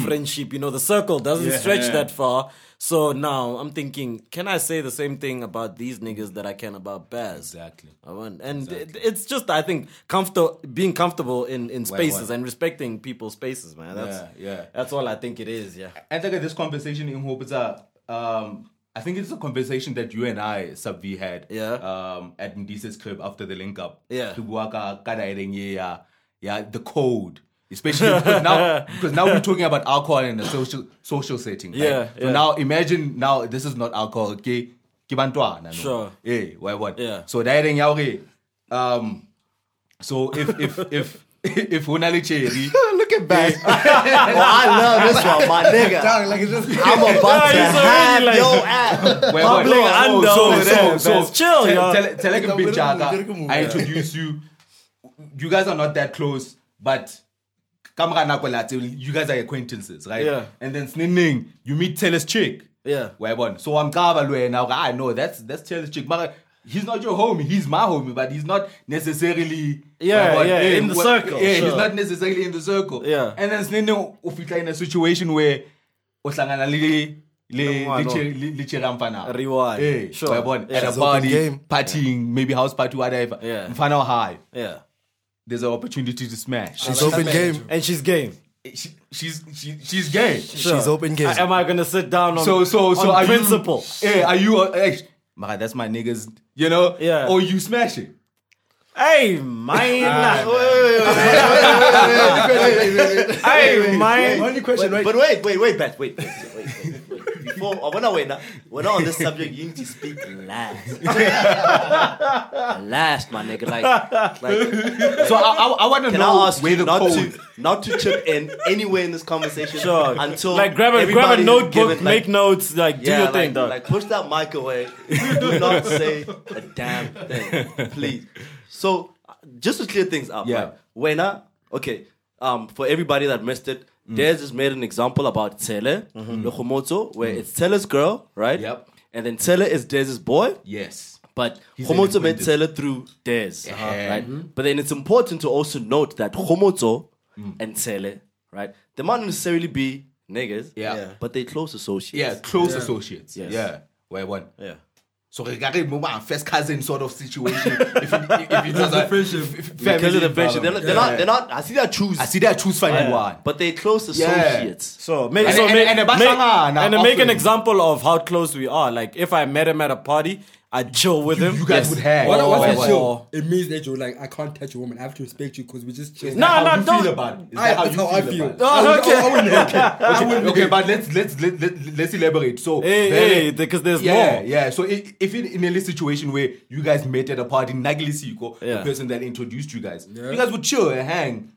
friendship. You know, the circle doesn't stretch that far. So now I'm thinking, can I say the same thing about these niggas that I can about Baz? Exactly. I want, and it- it's just I think comfortable being comfortable in, in spaces why? and respecting people's spaces, man. That's Yeah, yeah. That's all I think it is. Yeah. And look at this conversation in Hope. It's a, um, I think it's a conversation that you and I, Sub V, had Yeah. um, at Ndise's crib after the link up. Yeah. To Buaka, Kada Ereng, yeah, yeah, the code. Especially because now, because now we're talking about alcohol in a social social setting. right? Yeah, So yeah. now imagine now this is not alcohol, okay? Kibantwana. Sure. Eh, why what? Yeah. So that Ereng, yeah, okay. Um, so if if if if Hunali Cherry Look at back. I love this one, my nigga. Dog, like it's just. I'm about to Yeah, he's already have like- your ass. Wait, wait, Public oh, under so, over so, there, so, man. Chill, tell- y'all. tell- tell him, Like, Big we're gonna- Jaka, we're gonna move, I yeah. introduce you. You guys are not that close, but Kamra Nakolati, you guys are acquaintances, right? Yeah. And then Snining, you meet Teles Chick. Yeah. Webon. So I'm Kavalue now. I know that's that's Teles Chick. But he's not your homie. He's my homie, but he's not necessarily Yeah, Webon, yeah, eh, in the what- circle, Yeah, he's sure. not necessarily in the circle. Yeah. And then Snining, if you're in a situation where Osangana Lili. Le, le, Ngwana. che- le, le cheramfana Rewind. Hey, Sure. sure. Yeah. Eh, At a It's party, game. partying, maybe house party, whatever. Yeah. Mfana high. Yeah. There's an opportunity to Uh, smash. She's open game. And she's game. She, she's she, she's gay. Sure. She's open game. A- am I gonna sit down on So so so on are principle? You, hey, are you? Uh, hey, my, that's my niggas. You know. Yeah. Or you smash it. Hey, mine. hey, My mine. only question, right? But wait, wait, wait, back, wait, wait, wait, wait, wait, wait. Before, uh, when I wait, when I on this subject, you need to speak last. last, my nigga. Like, like So I I, I want to can know I ask where you the not code. to not to chip in anywhere in this conversation Sure. until like grab a grab everybody a has notebook, given, like, make notes, like do yeah, your like, thing, dog. like push that mic away. Do not say a damn thing, please. So, uh, just to clear things up, Yeah. right? When I okay, um, for everybody that missed it, Mm. Dez just made an example about Tele Lokomoto, where it's Tele's girl, right? Mm-hmm. Yep. And then Tele is Dez's boy, Yes. but He's Homoto an met acquaintance. Tele through Dez, Yeah. Mm-hmm. right? But then it's important to also note that Homoto Mm. and Tsele, right? They might not necessarily be niggas, Yeah. Yeah. but they close associates. Yeah, close associates. Yes. Yeah. Where one. yeah. So regarding my first cousin sort of situation. if it, if it was a friendship. Because of the friendship, they're, brother. they're not. They're not. I see that choose, I see that I choose find one. but they close Yeah. associates. So make And- so and- make, and a make- basangana and make an often. example of how close we are. Like if I met him at a party, I'd chill with him. You guys would hang. What, what's Oh. that chill? It means that you're like, I can't touch a woman. I have to respect you because we just chill. No, no, you don't- feel about it? Is I, that how that's you how I feel feel. about it? Oh, I would- okay. I wouldn't hate it. I wouldn't okay, hate but let's let's let, let, let's elaborate. So Hey, then- hey, because there's yeah, more. yeah. So i- if in, in a little situation where you guys met at a party, Nagli Siko, Yeah. the person that introduced you guys, you guys would chill and hang.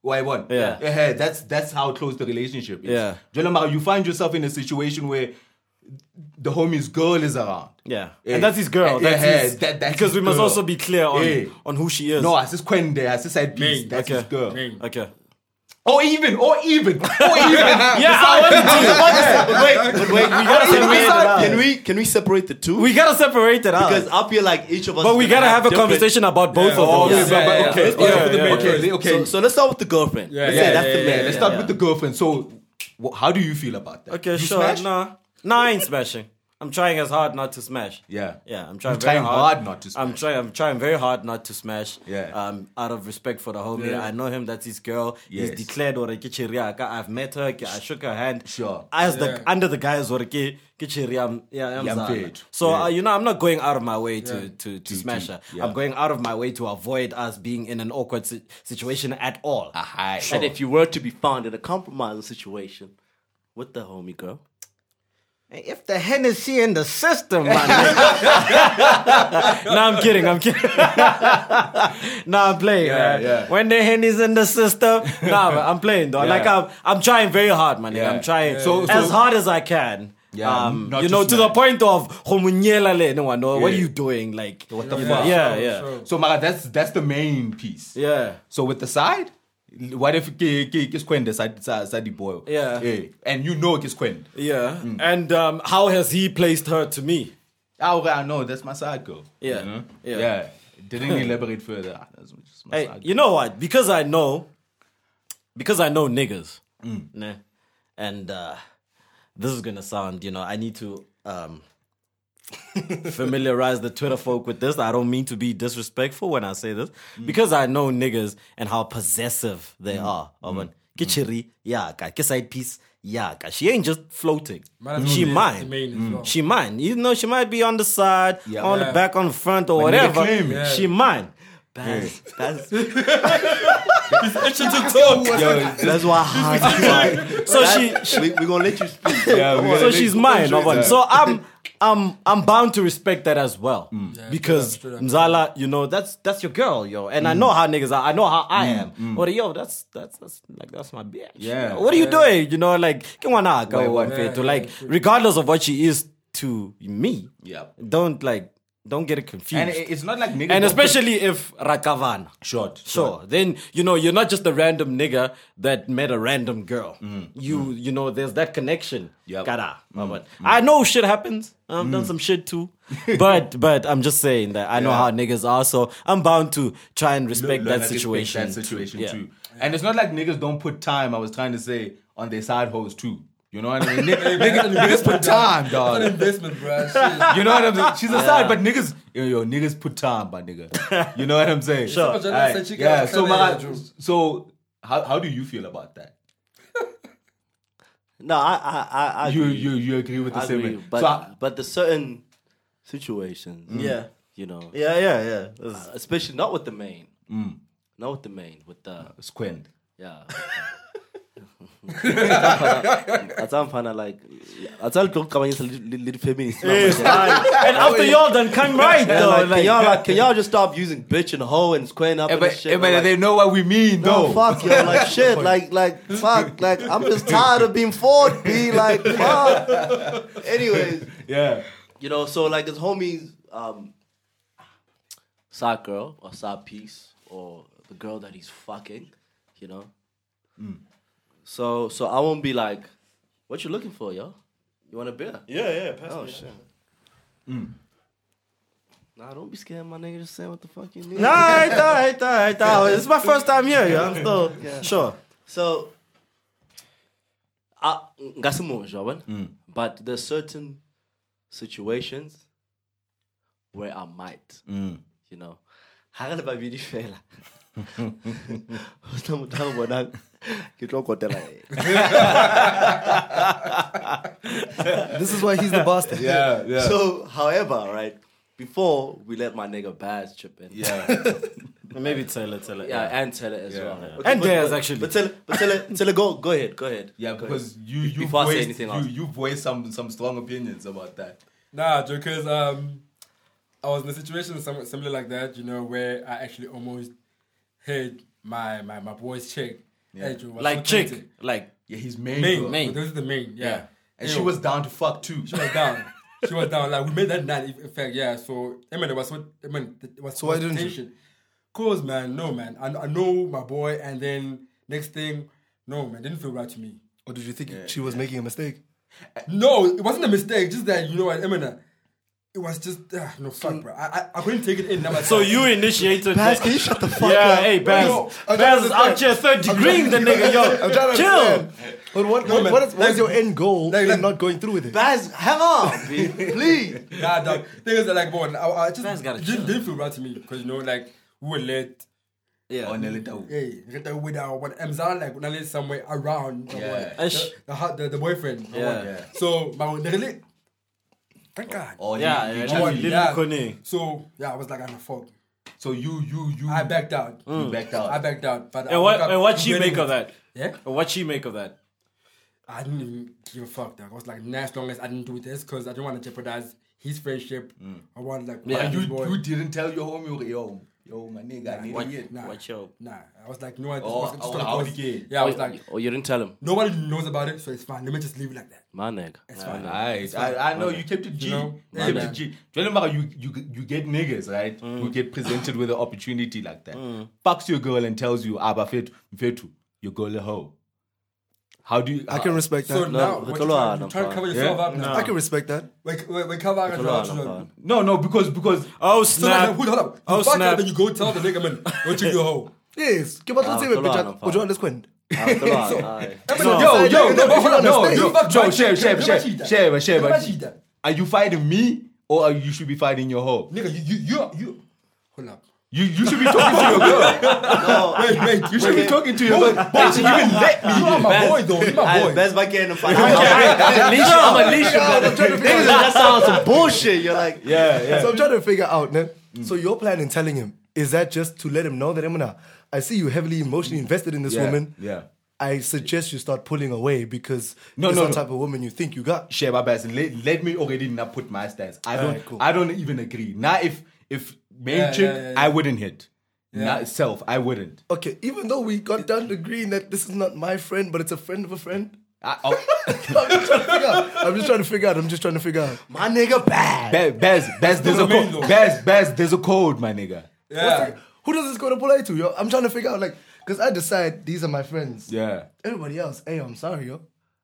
Why one? Yeah. Eh, that's that's how close the relationship is. Yeah. Jolama, you find yourself in a situation where the homie's girl is around. Yeah, Yeah. and that's his girl. Yeah, That's yeah, his, that- that's because his we must girl. also be clear on Yeah. on who she is. No, I just Quende, I just said beast. That's okay. his girl. Name. okay. Or even, or even, or even. Yeah, I wasn't Wait, but wait, we gotta Can we separate it start- out. Can we can we separate the two? We gotta separate it out. because I feel like each of us. but we is gonna gotta have a different- conversation about both Oh, of them. yeah, Yeah. but- yeah, okay, yeah. Let's go okay, with the man okay, first. okay. So, so let's start with the girlfriend. Yeah, let's yeah, say that's yeah, the man. Yeah, let's start with the girlfriend. So, wh- how do you feel about that? Okay, You sure. smash? Nah, nah, I ain't smashing. I'm trying as hard not to smash. Yeah. yeah. I'm trying You're very trying hard. hard not to I'm trying. I'm trying very hard not to smash. Yeah. Um, out of respect for the homie, Yeah. I know him. That's his girl. Yes. He's declared or I've met her. I shook her hand. Sure. As Yeah. the under the guise or ke- ke Chiriam- yeah, I'm Yeah, I'm Zana. paid. So Yeah. uh, you know, I'm not going out of my way to to, to, smash to- her. yeah. I'm going out of my way to avoid us being in an awkward si- situation at all. Hi. And if you were to be found in a compromising situation with the homie girl, If the Hennessy in the system, man. no, I'm kidding. I'm kidding. nah, I'm playing. Yeah, man. yeah. When the Henny's in the system, nah, man, I'm playing though. Like I'm, I'm trying very hard, man. Yeah. I'm trying So- as so- hard as I can. Yeah, um, not you to know, to the smash. point of "Homunyela le, no, no, what are Yeah. you doing? Like, what the fuck? Yeah, Sure, yeah, sure. so, Mara, that's that's the main piece. yeah. So, with the side, what if ke- ke- ke Squende side side side the boy? Yeah. Eh, And you know it's Squende. Yeah, Mm. and um, how has he placed her to me? Ah, okay, I know that's my side girl. Yeah, You know? yeah. yeah. Didn't elaborate further. Ah, That's just my Hey, side you know what? Because I know, because I know niggas, ne? and uh, this is gonna sound, you know, I need to um, familiarize the Twitter folk with this. I don't mean to be disrespectful when I say this, because I know niggas and how possessive they are. Of an kichiri yaka, kiside piece yaka. She ain't just floating. Man, she that's mine. Mm. the Mm. main as well. She mine. You know, she might be on the side, Yeah. on Yeah. the back, on the front, or nigga whatever. claim it. She mine. that's that's, girl. Yo, that's why. I So she, she, we, we're gonna let you speak. yeah, we so gotta she's make- mine. Yeah. Obon. So I'm I'm I'm bound to respect that as well. Mm. because straight up, straight Mzala, you know, that's that's your girl, yo. And I know Mm. how niggas are. I know how I am. But yo, that's that's that's like that's my bitch. Yeah. What are you doing? You know, like ke ngwana ka, Wait, wa wait. mfethu. like regardless of what she is to me. Yeah. Don't like don't get it confused. And And, it- it's not like niggas. don't- especially if Rakavana. Short. Sure. Then you know you're not just a random nigga that met a random girl. You you know there's that connection. Yep. Gotta. I know shit happens. I've done some shit too. but but I'm just saying that I know Yeah. how niggas are, so I'm bound to try and respect learn that and respect situation. that situation Yeah. too. And it's not like niggas don't put time. I was trying to say on their side hoes too. You know what I mean? Nigg- niggas, niggas put time, It's an dog. investment, bro. Shit. You know what I'm saying? She's a side, but niggas, yo, yo, niggas put time, my nigga. You know what I'm saying? Sure. All right. Said she Yeah. got So, kinda Mara, Andrew. so how how do you feel about that? No, I I I, I You agree. you you agree with the I Mm. agree. sentiment? But So, ah, I- but the certain situations, Yeah. you know, uh, Yeah, yeah, yeah. This- especially not with the main, not with the main, with the Squint. yeah. Atamfana like atal talk coming a little little feminist. and after y'all done come right Yeah, though. like, like- can y'all like, can y'all just stop using bitch and hoe and squaring up Eh, and but, this shit? eh, but Like, they know what we mean, no, though. fuck yo, like shit, like like fuck, like I'm just tired of being fought, be like fuck. Anyways, Yeah. you know, so like his homies, um, side girl or side piece or the girl that he's fucking, you know. So so I won't be like, what you looking Oh, for, yo? You want a beer? yeah, yeah. Oh shit. Nah, don't be scared, my nigga. Just say what the fuck you need. Nah, I thought, I thought, I thought. It's my first time here. Yeah, I'm still sure. So, uh, mm. but there's certain situations where I might, you know. Ha re le babedi fela. Ho sena motho a re bonang, ke tlo kotela ena. This is why he's the bastard. Yeah, yeah. So, however, right, before we let my nigga Baz chip in. yeah. Maybe Taylor, Taylor. Yeah, and Taylor as well. yeah. Okay, And but- Dez, but- actually. But Taylor, but Taylor, Taylor, go, go ahead, go ahead. Yeah, Go because ahead. you you Before I say voiced, anything you, else. you voiced some some strong opinions about that. Nah, because um, I was in a situation somewhat similar like that, you know, where I actually almost hit my my my boy's chick. Hey, Drew, I Like was chick, tempted. like Yeah, he's main. main, bro. main. This is the main, yeah. Yeah. And Ew. she was down to fuck too. she was down. She was down. Like we made that night. In fact, yeah. So I mean, it was what I mean. It was So why didn't you? temptation. Cause man, no man. I, I know my boy, and then next thing, no man, didn't feel right to me. Or did you think she was making a mistake? No, it wasn't a mistake. Just that you know what I mean. uh, It was just uh, no fuck, bro. I, I I couldn't take it in. Now So you initiated Baz, that. can you shut the fuck yeah, up? hey, Baz. Yo, I'm trying Baz to is out here third degreeing the nigga, yo. I'm trying to Chill. understand. But what, what, what is, what is your end goal Like- in like- not going through with it? Baz, hang on, B. please. nah, dog. Things are like, bro. I, I just Man's gotta didn't, chill. didn't feel right to me because you know, like we were late. Yeah. On a little. Hey, get that with our one. I'm sound like when I live somewhere around the, Yeah. boy, the, the, hu- the, the boyfriend. the Yeah. one. Yeah. So my one, really, thank God. Or Yeah, Oh, you- you yeah, just- My one, little Kone. So yeah, I was like, I'm a fuck. so you you you I backed out. you backed out. I backed out. But I Mm. And what woke up and what she regretting make of it. that? Yeah. And what she make of that? I didn't even give a fuck. Dog. I was like, nah, as long as I didn't do this, because I don't want to jeopardize his friendship. I want like, Yeah. yeah, Mm. you, this boy. you didn't tell your homie you were- yo yo my nigga I need What- to get. nah, Watch out. nah. I was like, no, I just, Oh, was- just I wanna wanna out cause- again. Yeah, I was like, or Oh, you didn't tell him, nobody knows about it, so it's fine. Let me just leave it like that. my nigga. It's fine. Nice. I, I know you kept it G. You know? you kept Yeah. it G. Do you remember how you, you, you get niggas, right? Who get presented with an opportunity like that. Fucks your girl and tells you, Abba Fetu, Fetu, your girl a hoe. How do you. uh, I can respect So that. the now, what you colour trying, I'm you trying to fine. cover yourself Yeah. up now. I can respect that. We, we, we cover our Hold on, control. hold on. No, no, because because Oh So like, snap. hold on, hold up. You Oh, fuck snap. up and you go tell the nigga, man, go check your hoe. Yes. Ke batla Ah, tsebe, tolo Peter. ano fa. O jwang le sekwende? Ah, come on, aye. No, yo, yo, no, no, but hold no, on, understand. yo, You fuck yo, my share, chick, share, you fuck share, my cheetah. share, share, You fuck my but- cheetah. Are you fighting me or are you, you should be fighting your hoe? Nigga, you, you, you, you. Hold up. You you should be talking to your girl. Wait, wait, You should be talking to your girl. Why should you even let me? You are my boy, though. You my Aye, boy. Baz, my kid, I'm fine. I'm a leash. I'm a leash. brother. Niggas, that sounds some bullshit. You're like, Yeah, yeah. So I'm trying to figure out, ne? Mm. So your plan in telling him is that just to let him know that Emuna, I see you heavily emotionally invested in this Yeah, woman. yeah. I suggest you start pulling away because No, this no, is the no. type of woman you think you got. share my best and let, let me already not put my stance. I don't Alright, cool. I don't even agree. Now if if main Yeah, chick, yeah, yeah, I wouldn't hit. Not self, I wouldn't. Okay, even though we got down to agreeing that this is not my friend, but it's a friend of a friend. I, oh, I'm just trying to figure out. I'm just trying to figure out. I'm just trying to figure out. my nigga, bad. Bez, Bez, Bez, there's a Doesn't mean code. though. Bez, Bez, there's a code, my nigga. Yeah. Who does this go to play to, yo? I'm trying to figure out, like, because I decide these are my friends. Yeah. Everybody else, hey, I'm sorry, yo.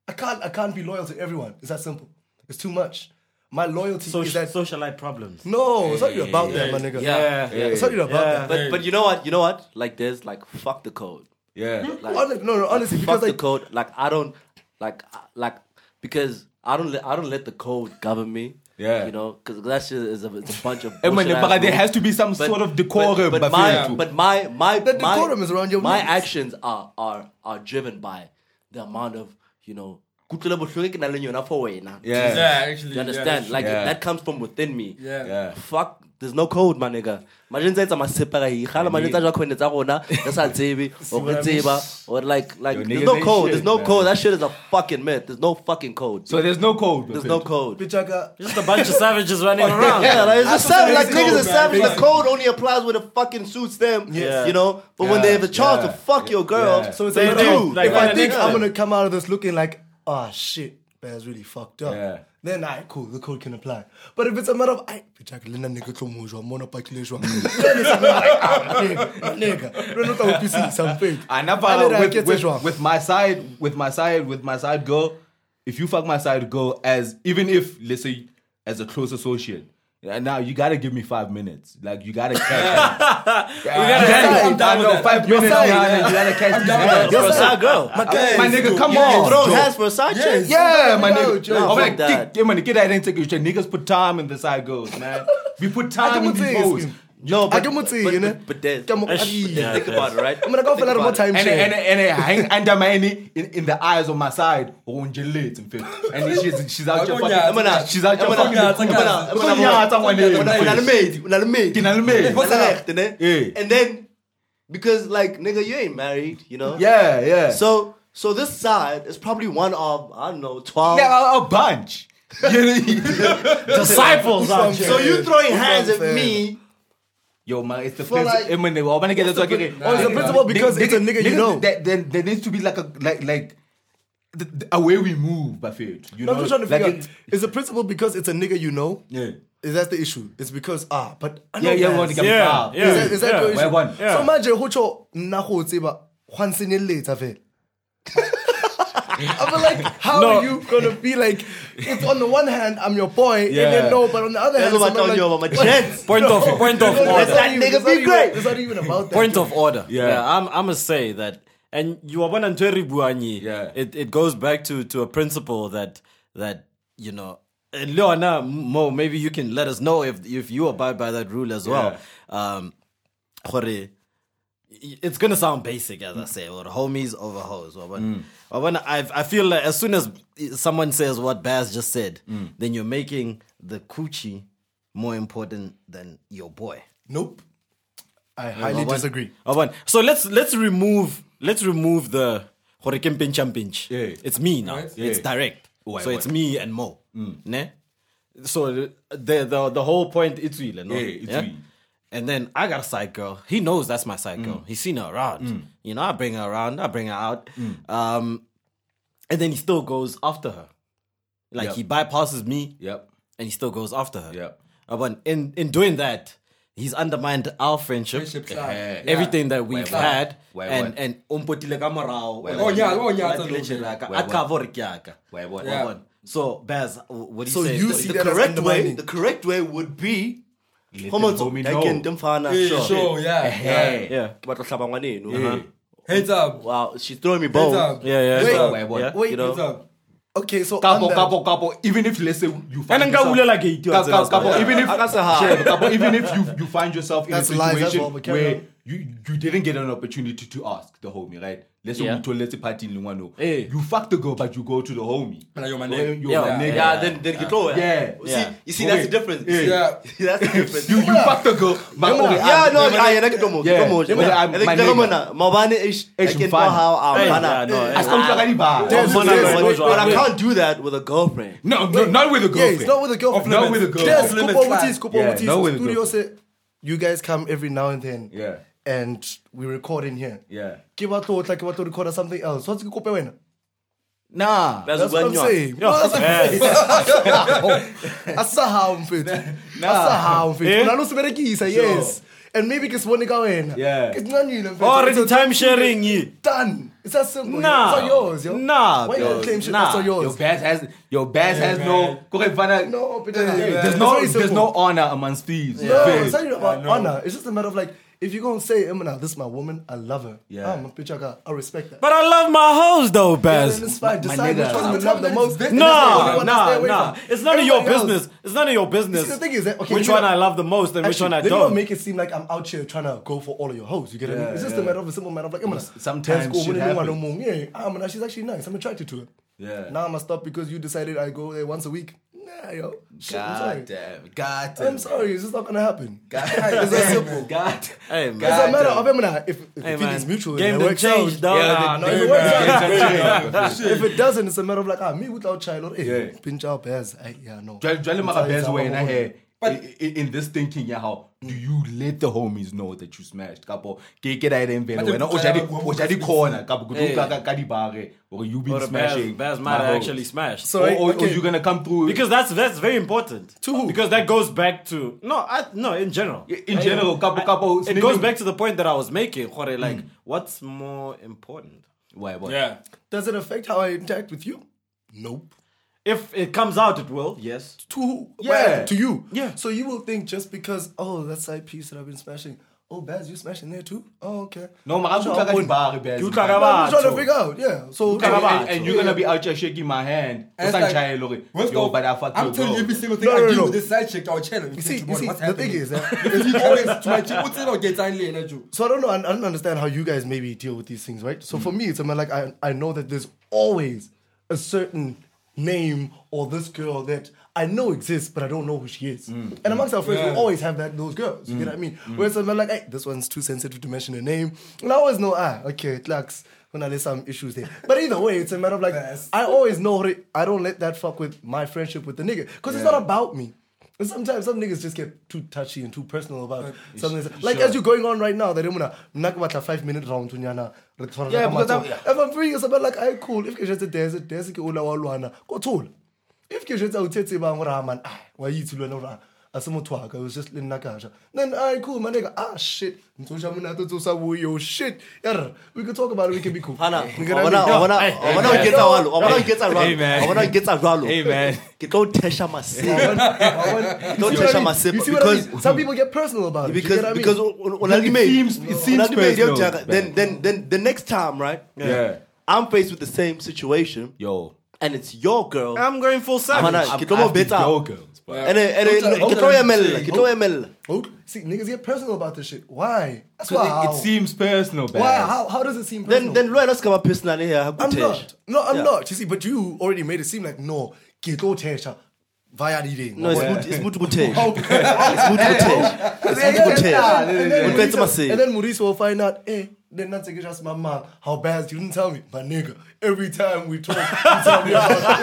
I can't, I can't be loyal to everyone. It's that simple. It's too much. My loyalty is Social, that. socialite problems. no, it's not even about that, my nigga. Yeah. Yeah. It's not even about that. But but you know what? You know what? Like, there's like, fuck the code. Yeah. Like, Honest- no, no, honestly, fuck because the like, code. Like, I don't, like, I- like, because. I don't let I don't let the code govern me. Yeah. you know, because that shit is a, it's a bunch of. And when bullshit but ass Eh, there rules. has to be some But- sort of decorum. But, but my, my, but my, my, The my- decorum is around your My knees. actions are are are driven by the amount of you know. kutlwelo bohloko e ke nang le yona for wena. yeah. Yeah, actually. You yeah, understand? that's like true. Yeah. that comes from within me. Yeah. Yeah. Fuck. There's no code, my nigga. Imagine that I'm a separator. Khala imagine that you're that's a tsebe or tseba or like like. Yo, There's niggas no ain't code. shit, There's no man. code. That shit is a fucking myth. There's no fucking code. So there's no code. There's Bafetu. no code. Pichaka, Just a bunch of savages running Oh, around. Yeah, like, it's just savage. Like it's niggas cold, are man. savage. The Basically. code only applies when it fucking suits them. Yeah. You know. But when Yeah, they have a chance yeah, to fuck your girl, yeah. So it's They a do. If Like, I yeah, think they I'm do. gonna come out of this looking like, ah shit, Bear's really fucked up. Yeah. Then I cool, the code can apply. But if it's a matter of I Jack Lena nigga to mojwa, mona pa kile jwa. Then it's a matter of like, ah, my nigga, my nigga. Run out of PC, something. I never Alera, I get with, it wrong. with, with my side, with my side, with my side girl. If you fuck my side girl, as even if let's say as a close associate, Yeah, Now you gotta give me five minutes. Like you gotta catch. We gotta- I'm I down with know that. five You're minutes. saying, now, yeah. You gotta catch. down these with hands. that. Yo, it's our girl. My guy, My nigga, come yeah, on. Throw Joe. hands for Sanchez. Yes. Yeah, man. No, nigga. Joe, I'm fuck like, that. get, yeah, man, get that integration. Niggas put time in this side goes, man. We put time in these Atamutsi is- goals. No, but, Atamutsi, but- Ah, you know? But, but there's, Atam- uh, Yeah, think about it, right? I'm gonna go for a little more time. And share. and and I hang under my knee in, in the eyes of my side. Oh, Njele, it's in fact. And she's she's out your Oh, yeah. fucking. Emma, She's out your Emma, fucking. Emma, recruit. Emma, Emma, yeah, someone is. Una- unalimedi, unalimedi. Unalimedi. Unalimedi, né? Yeah. And then, because like nigga, you ain't married, you know. Yeah, yeah. So, so this side is probably one of I don't know twelve. yeah, a, a bunch. disciples out here. So you throwing hands at unfair. me? Yo, man, it's the For principle. like- I mean, I want to get the talking. oh, it's the principle because it's a nigga you know. There, there, there needs to be like a like like the, the, a way we move, Buffett. You know, No, I'm just trying to like figure out. It's a principle because it's a nigga you know. Yeah. Is that the issue? It's because ah, but I Yeah, know yeah, we guys. want to get Yeah, foul. yeah. Is that, is that Yeah. your Where issue? one? So manje ho tsho nna go tseba hwa nsenyeletsa fela. I feel like, how No. are you gonna be like? It's on the one hand, I'm your boy, Yeah. and then no, but on the other That's hand, what I it's not told like, you about my chance. Point of point of No, no, order. that's That not you, nigga that's be not even- great. That's not even about that. Point of order. Yeah. I'm I'm gonna say that, and you are one and buanyi. Yeah. It it goes back to to a principle that that you know. And Leona Mo, maybe you can let us know if if you abide by that rule as well. Um, gore- it's gonna sound basic as I say, or homies over hoes. Or when, or when I, I feel like as soon as someone says what Baz just said, then you're making the coochie more important than your boy. Nope. I highly Wabona? disagree. Wabona? So let's let's remove let's remove the gore ke mpeng cha mpeng nje. Yeah. It's me now. Right. It's direct. Why, so why? Mm. it's me and Mo. Ne? So the the the whole point it's really no. Yeah, it's we. And then I got a side girl. He knows that's my side Mm. girl. He's seen her around. You know, I bring her around, I bring her out. Mm. Um, and then he still goes after her. Like Yep. he bypasses me Yep. and he still goes after her. Yep. But in in doing that, he's undermined our friendship, Friendship, yeah. Yeah. everything that we've Why, why? had, Why, and why? and umpotile ka morao. Why, Like, why? Oh, yeah, oh, yeah, like, it's a little bit. like, Why, a why? cover ke yaka. Why, why? Yeah. Wabona? So Baz, what do you So say? you So- see The that as correct way, undermining. the correct way would be. Let Homo the homie I know. can dumfana. Yeah, Sure. sure, yeah. yeah. Hey. yeah, Ke batla hlaba ngwaneno. Uh-huh. Heads up. Wow, she's throwing me Heads bones. up. yeah, yeah. Wait, Why, why? Yeah. Wait, You Heads know, up. okay, so on Kapo, that- kapo, kapo. Even if let's say you find And then yourself- Gawulela Gate, you Ka- are ka- saying kapo, that. even if Yeah. That's a hard. Shit, kapo, even if you you find yourself in That's a lies, that's situation what we carry where on. you you didn't get an opportunity to ask the homie, right? Let's say Yeah. we told let's say party in Luano. Eh. You fuck the girl, but you go to the homie. But you're my Well, nigga. you're Yeah. my nigga. Yeah, then then get over. Yeah. See, Yeah. you see, that's the Wait. difference. Yeah. that's the difference. You you fuck the girl, but okay, ah, Yeah, I- no, I- I like Domo. Yeah. Domo. Yeah, but I'm- my Like nigga. Domo na mabane is I Ish can know fun. how I'm Hey, bana. yeah, no, Yeah. hey. I come to any bar. There's- But there's- I- wait, but I wait, can't do that with a girlfriend. No, no, not with a Yeah, girlfriend. it's not with a girlfriend. Not with a girlfriend. There's Off-limits Kupo class. Mutis, Kupo Yeah, Mutis. not with a Studio say, you guys come every now and then. Yeah. And we record in here. Yeah. Ke batla ho tla, ke batla ho record something else. What's ke kope wena? Nah. That's what I'm saying. That's what I'm saying. Asa how mfethu. Asa how mfethu. Eh? Nalo siberekisa yes. And maybe ke sibone ka wena. Yeah. Oh, Ke sinqanyile mfethu. Already It's a- time sharing ye. done. It's that simple. Nah. It's not yours, yo. Nah, Why you bro. don't claim shit Nah. that's not Your yours? bass has your bass has no. Correct, Vanna- No, but There's no there's no honor amongst thieves. No, Fair. it's not even I about know. honor. It's just a matter of like, if you're gonna say, Emma, this is my woman, I love her. Yeah. I'm a bitch, I, got, I respect that. But I love my hoes though, And Baz. then it's fine. my Decide which nigga. one you I'm love the telling most. you, and that's the No, one I stay no, away no. from. It's none of your Everybody else- business. It's none of your business. See, the thing is that- okay, which you know- one I love the most and which Actually, one I let me not don't. make it seem like I'm out here trying to go for all of your hoes. You get what I mean? Yeah, It's just a yeah. matter of a simple matter of like, Emma, Sometimes let's go, shit woman, you want no happens. more. Yeah, I'm not- she's actually nice. I'm attracted to her. Yeah. Now I'm gonna stop because you decided I go there once a week. Nah, yo. Shit, I'm sorry. God damn. God damn. I'm sorry, it's just not gonna happen. God It's that damn. simple. God. Hey, man. It's a God matter damn. of I mean, if, if Hey, the man. feeling's mutual, Game then it done works changed, out. dog. Yeah, the- Nah, If no, it you- works Yeah, out, yeah, yeah, yeah. if it doesn't, it's a matter of like ah, me without child or eh, Yeah. pinch out bears. I, yeah, no. Jwale- jwale mara It's- it's Benz our wena own. here, i- i- in this thinking yeah how do you let the homies know that you smashed kapo ke ke da ire mvele But wena the- o ja di- uh, o ja di corner kapo go Yeah. ka ka- ka di bare or you been Or smashing Baz, Baz my might have hoes. actually smashed. So- or, Sorry, or, or okay. you gonna come through because that's that's very important. To who? Because that goes back to no, I, no, in general. in general kapo kapo It goes back to the point that I was making, Jorge, Hmm. like what's more important? why why Yeah. Does it affect how I interact with you? Nope. If it comes out, it will. Yes. to who? Yeah. Well, to you. Yeah. So you will think just because oh that side piece that I've been smashing. Oh, Baz, you smashing there too? Oh, okay. No, man, I'm So talking wouldn't- about Baz. You man. talk about- I'm just trying Bato. to figure out. Yeah. So And, and, about- and you're gonna be out here shaking my hand. And it's Usangichaye lori. what's Yo, the- but I fuck I'm your telling you girl. every single thing No, I no, do no. with this side chick, I'll challenge. You see, you see, what's the happening? thing is, eh? If you always to my chick, what's it or get angry and I do. So I don't know. I I don't understand how you guys maybe deal with these things, right? So for me, it's I'm like I I know that there's always a certain name or this girl that I know exists, but I don't know who she is. And amongst our friends, we Yeah. always have that those girls. You get what I mean? Mm. Whereas I'm like, hey, this one's too sensitive to mention a name, and I always know, ah, okay, it lacks. When I there's some issues there, but either way, it's a matter of like Yes. I always know that I don't let that fuck with my friendship with the nigga because it's not about me. And sometimes some niggas just get too touchy and too personal about Uh, something. Like as you're going on right now, that mna nakubatla five minute round unyana. Yeah, because I'm- if I'm free, it's about like I cool. If kejetse dance, dance ke ola walwana, go tool. If kejetse uthethe bang ora ah, man, ah, wa yithi lwana ora asimotho waka, it was just le nna kasha. Then I cool, my nigga, ah shit. Mtsoja mna to tsosa yo shit. Yarr, we could talk about it, we can be cool. Hana, You get what I I mean? wanna, I wanna get a ralo. I wanna get a Hey, ralo. man. I wanna get a ralo. Hey, man. Get don't tesha myself. I want- I Don't want- you see what touch I on my mean? sip, You see what I mean? because- Some people get personal about it. you because get what I mean? because o- o- on anime, seems- it seems personal, then then then the next time, right? Yeah. I'm faced with the same situation, Yo, and it's your girl. I'm going full I'm savage. not- I'm Ke tlo mo after betsa. your girls, bro. And then- and then- Don't tell- ke don't tlo tell me emella, to ke tlo emella. Oh, see, niggas get personal about this shit. Why? That's why. Because How? it- It seems personal, Baz. why? How, how does it seem Then personal? then Loya does come up personally here. ha ku I'm tesha. not. No, I'm Yeah. not. You see, but you already made it seem like no. Giggle Tesha via Oh, reading. No, it's mut- it's mut ku tesha. Okay. It's mut ku tesha. It's mut ku tesha. And Mut then betsa Mauricio- masela. and then Mauricio will find out, eh, then that's against just my mom. How bad you didn't tell me, my nigga. Every time we talk, you tell me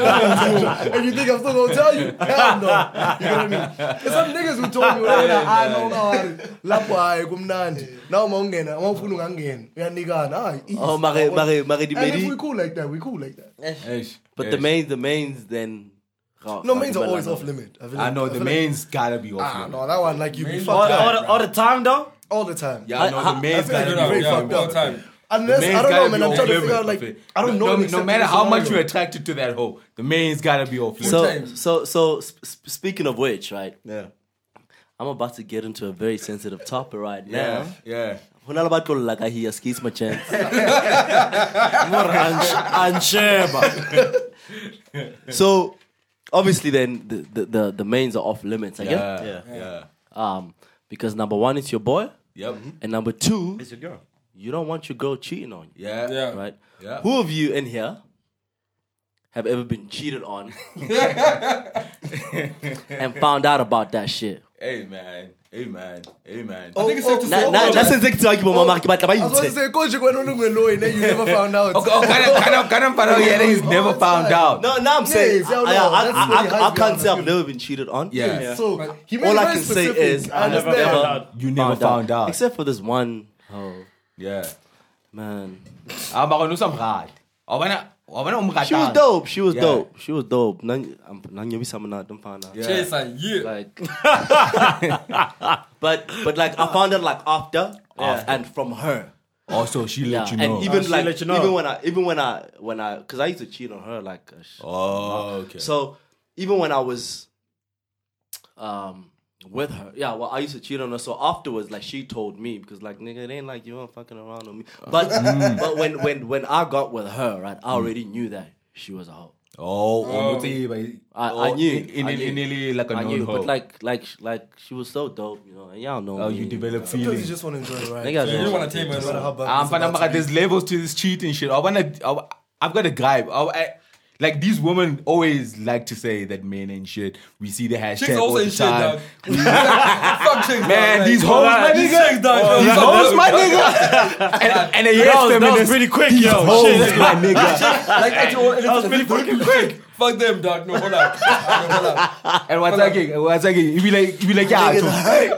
how And you think I'm still gonna tell you? Hell no. You know what I mean? There's some niggas who told me, whatever, I know how lapho hayi kumnandi na uma ungena uma ufuna ungangena uyanikana hayi easy. Oh, mare- mare- mare di and if medi- we cool like that we cool like that Eish, But the eish. mains, the mains, then. no mains are always off limit feel I like- know feel the like- main's gotta be off. ah limit. no that one like you be Mains- fucked all, up the, all the time, though. all the time Yeah, I know the main's feel like gotta you're be very off. fucked limit. up. all the time. Unless Man's I don't gotta know, man. be I'm off trying to figure limit, out I like feel. I don't No- know. No, the no matter how much you're scenario. attracted to that hoe, the main's gotta be off. limit. So, Sometimes. so, so, sp- sp- speaking of which, right? Yeah. I'm about to get into a very sensitive topic right now. yeah, yeah. Ho na le batho like I hear, excuse my chance. Ansheba. so, obviously, then the, the, the, the mains are off limits, I guess. Yeah, yeah. Um, because number one, it's your boy. Yep. Mm-hmm. And number two, your girl. you don't want your girl cheating on you, Yeah. Yeah. right? Yeah. Who of you in here have ever been cheated on and found out about that shit? Amen. Amen. Amen. Oh, think it's safe oh, to nah, say- nah, Na- na- that's- se ntse ke tseba ke bo mamang, ke batla ba I was about to intshe. say, coach, you went on a low and then you never found out. Okay, oh, kind of, kind of, kind of found out. Yeah, that he's never found out. No, no, I'm Yeah, saying yeah, no, I, I, that's I, really I- high I can't ground. say I've never been cheated on. Yeah. So he made All it I very can say specific. is I I never understand. ever You never found out. except for this one. Oh Yeah. Ah, man, I'm going to do some hard. I wanna, I wanna umgata. she was dope. She was Yeah. dope. She was dope. None, I'm- none you be someone out. Don't find out. Yeah. Chase, I yeah. Like, but but like I found out like after, uh, and from her. Also, Oh, she let Yeah, you know. and even she like let you know. even when I even when I when I because I used to cheat on her like uh, sh- oh, okay. So even when I was um with her, yeah, well, I used to cheat on her. So afterwards, like she told me because like nigga, it ain't like you weren't fucking around on me. Uh. But Mm. but when when when I got with her, right, I already knew that she was a hoe. oh, Um, umuthi, but- I- oh, I knew, In, in, I in, knew. nearly like a I known knew, hoe. but like like sh- like she was so dope, you know. And y'all know. oh, me. you develop Sometimes you feelings. just want to enjoy it, right? Niggas You know. don't want to tame her. No matter how no. bad I'm it's finding about out to there's levels to this cheating shit. I wanna, I, I've got a gripe. I, I, like these women always like to say that men and shit. We see the hashtag Chicks all also the in shit, time. dog. Fuck chicks, dog, Man, like, these hoes, my These nigga. chicks, dog. These Fuck hoes, them. Oh, my nigga. and, and a yes That was, that was feminist. pretty quick, yo. hoes, Shit. my nigga. Like, actually, all- That was pretty fucking quick. Fuck them, dog. No, hold up. No, hold up. And what's that gig? What's that gig? You be like, you be like, yeah. so-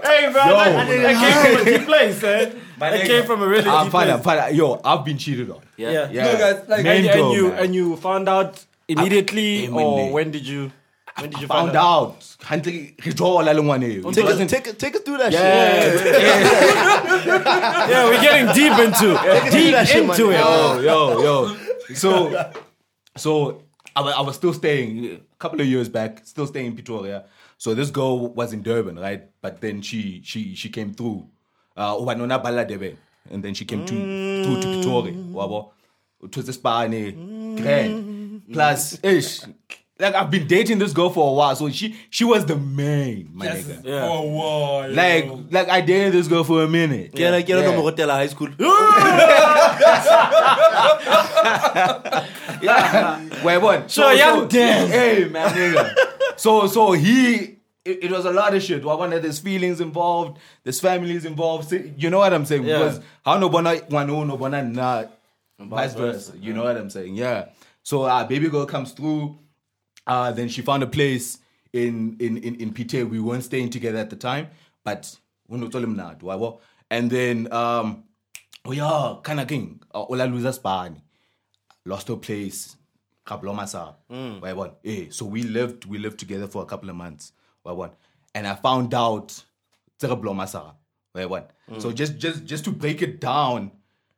Hey, bro, that, that came from a deep place, eh? That came from a really Ah, deep father, place. father, yo, I've been cheated on. Yeah. Yeah. No, guys, like, Man, And, Bingo, and you man. and you found out immediately, Immediately. or when did you? When did you Found out. Handle control along Oh, Take us, take, us- take us through that shit. Yeah, we're getting deep into deep that shit, into man. it. Yo, yo, yo. So, so I, wa- I was still staying. couple of years back, still staying in Pretoria. So this girl was in Durban, right? But then she she she came through. Uh Wanona Bala Durban. And then she came to through to Pretoria. Wabo. It was a spa and a grand. Plus ish. Like I've been dating this girl for a while. So she she was the main, my Yes. nigga. Oh, wow. yo. Like like I dated this girl for a minute. Ke re- ke re Yeah. ka mo rotela high school. Wayabon. Sure, yeah, I'm dead. Hey, man, nigga. so, so he, it, it was a lot of shit. Wabon, there's feelings involved, there's families involved. See, you know what I'm saying? Yeah. Because how no bona, one no bona, nah, vice versa. You know what I'm saying? Yeah. So, uh, baby girl comes through. Uh, then she found a place in in in, in Pite. We weren't staying together at the time, but when told him now, do I walk? And then um, oh yeah, kind of king. Uh, Ola loses Spani, lost her place. Couple of months up. Mm. Why one? Eh, so we lived we lived together for a couple of months. Why one? And I found out Tsereblomasa. Why one? Mm. So just just just to break it down,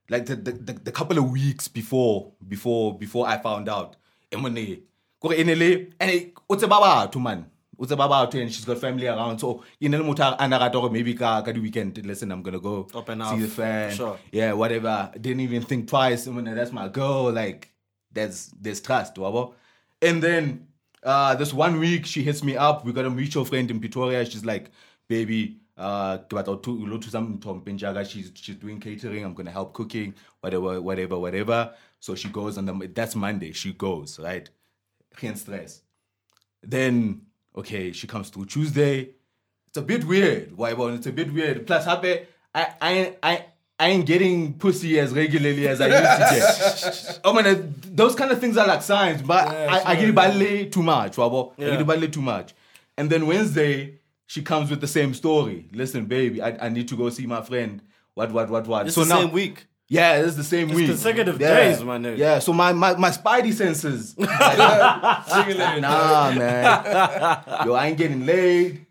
like the the, the, the couple of weeks before before before I found out, Emone, kore e ne le and o tseba batho man o tseba batho and she's got family around so e ne le motho a- a ne rata gore maybe ka ka di-weekend listen i'm gonna go Open see up, the fan sure. yeah whatever didn't even think twice I mean, that's my girl like there's there's trust wabo and then uh this one week she hits me up we got a mutual friend in pretoria she's like baby uh ke batla ho thu- ho lo thusa mthompe njaka. she's she's doing catering i'm gonna help cooking whatever whatever whatever so she goes on the that's monday she goes right geen stress. Then, okay, she comes through Tuesday. It's a bit weird. Why? Well, it's a bit weird. Plus, Hape, I, I, I, I ain't getting pussy as regularly as I used to get. I mean, uh, those kind of things are like signs, but I, I get badly too much. Wabo. I get badly too much. And then Wednesday, she comes with the same story. Listen, baby, I, I need to go see my friend. What, what, what, what. It's the same week. Yeah, it's the same week. consecutive yeah. days, my nigga. Yeah, so my, my, my spidey senses Singular. Nah, man. Yo, I ain't getting laid.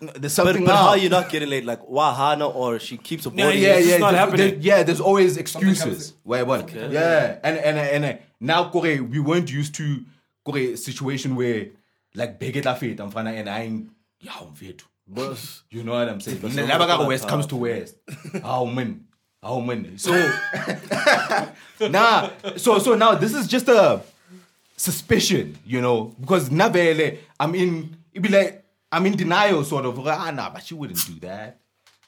There's But, something but how up. are you not getting laid? Like Wahana or she keeps avoiding Yeah, yeah, you? It's yeah, not there- happening. there- yeah, there's always excuses. comes- Wait, what? Yeah, and and and, and now Kore, we weren't used to Kore situation where like big la fit, I'm fine, and I ain't yeah, I'm fit. You know what I'm saying? Never got uh, West comes to West. How man? How man? So nah. So so now this is just a suspicion, you know, because Nabele, I'm in. It'd be like I'm in denial, sort of. Ah, nah, but she wouldn't do that.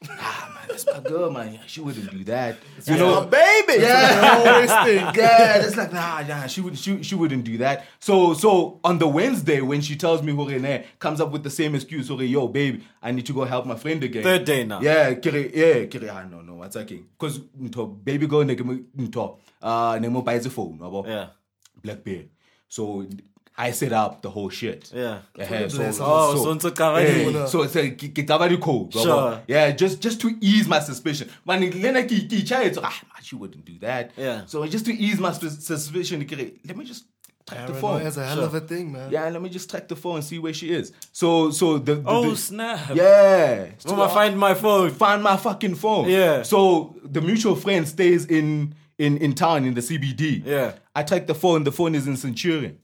Ah, man, that's my girl, man. She wouldn't do that. You know, baby. "Oh, yeah, always think. Yeah, it's like nah, nah. She would, she, she wouldn't do that. So, so on the Wednesday when she tells me Horene comes up with the same excuse, Hore, yo, babe, I need to go help my friend again. Third day now. Yeah, kere, yeah, kere. Ah, no, no, what's okay? Cause nto, baby girl, nigga, nto, uh, nemo buys a phone, abo. Yeah. Black bear. So I set up the whole shit. Yeah. Eh, so, Bless Oh, so ntse Hey, kagadi. so it's a ke- ke taba dikhoto, Sure. yabo. yeah just just to ease my suspicion Man, lena ke ke ichaya, it's, ah man, she wouldn't do that Yeah. so just to ease my sus- suspicion ke re, let me just track the phone Paranoia is a hell of a thing, man. yeah let me just track the phone and see where she is so so the, the Oh the- snap! yeah Where am I find my phone? find my fucking phone. Yeah. So the mutual friend stays in in in town in the CBD. Yeah. I track the phone. The phone is in Centurion.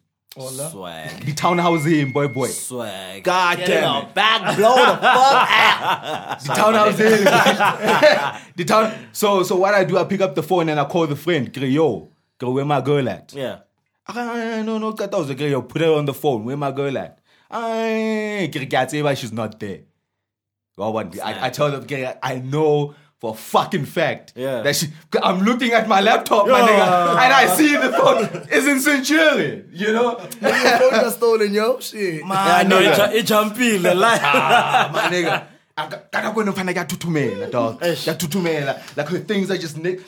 Swag, The townhouse is in boy boy. swag. God damn it. Back blow the fuck out. The townhouse is the town. So so what I do? I pick up the phone and I call the friend. Kere, Yo, kere, where my girl at? Yeah. Ah, no no, that was a girl. Yo, put her on the phone. Where my girl at? Ah, kere, ke a tseba she's not there. Well, one, I, I tell them, okay, I know for a fucking fact Yeah. that she, I'm looking at my laptop, my nigga, and I see the phone is in Centurion, you know? Your phone got stolen, yo. Shit. I know it jumping like Ah, my nigga. I got to go and got tutumela, dog. Got tutumela. Like her things are just, ni-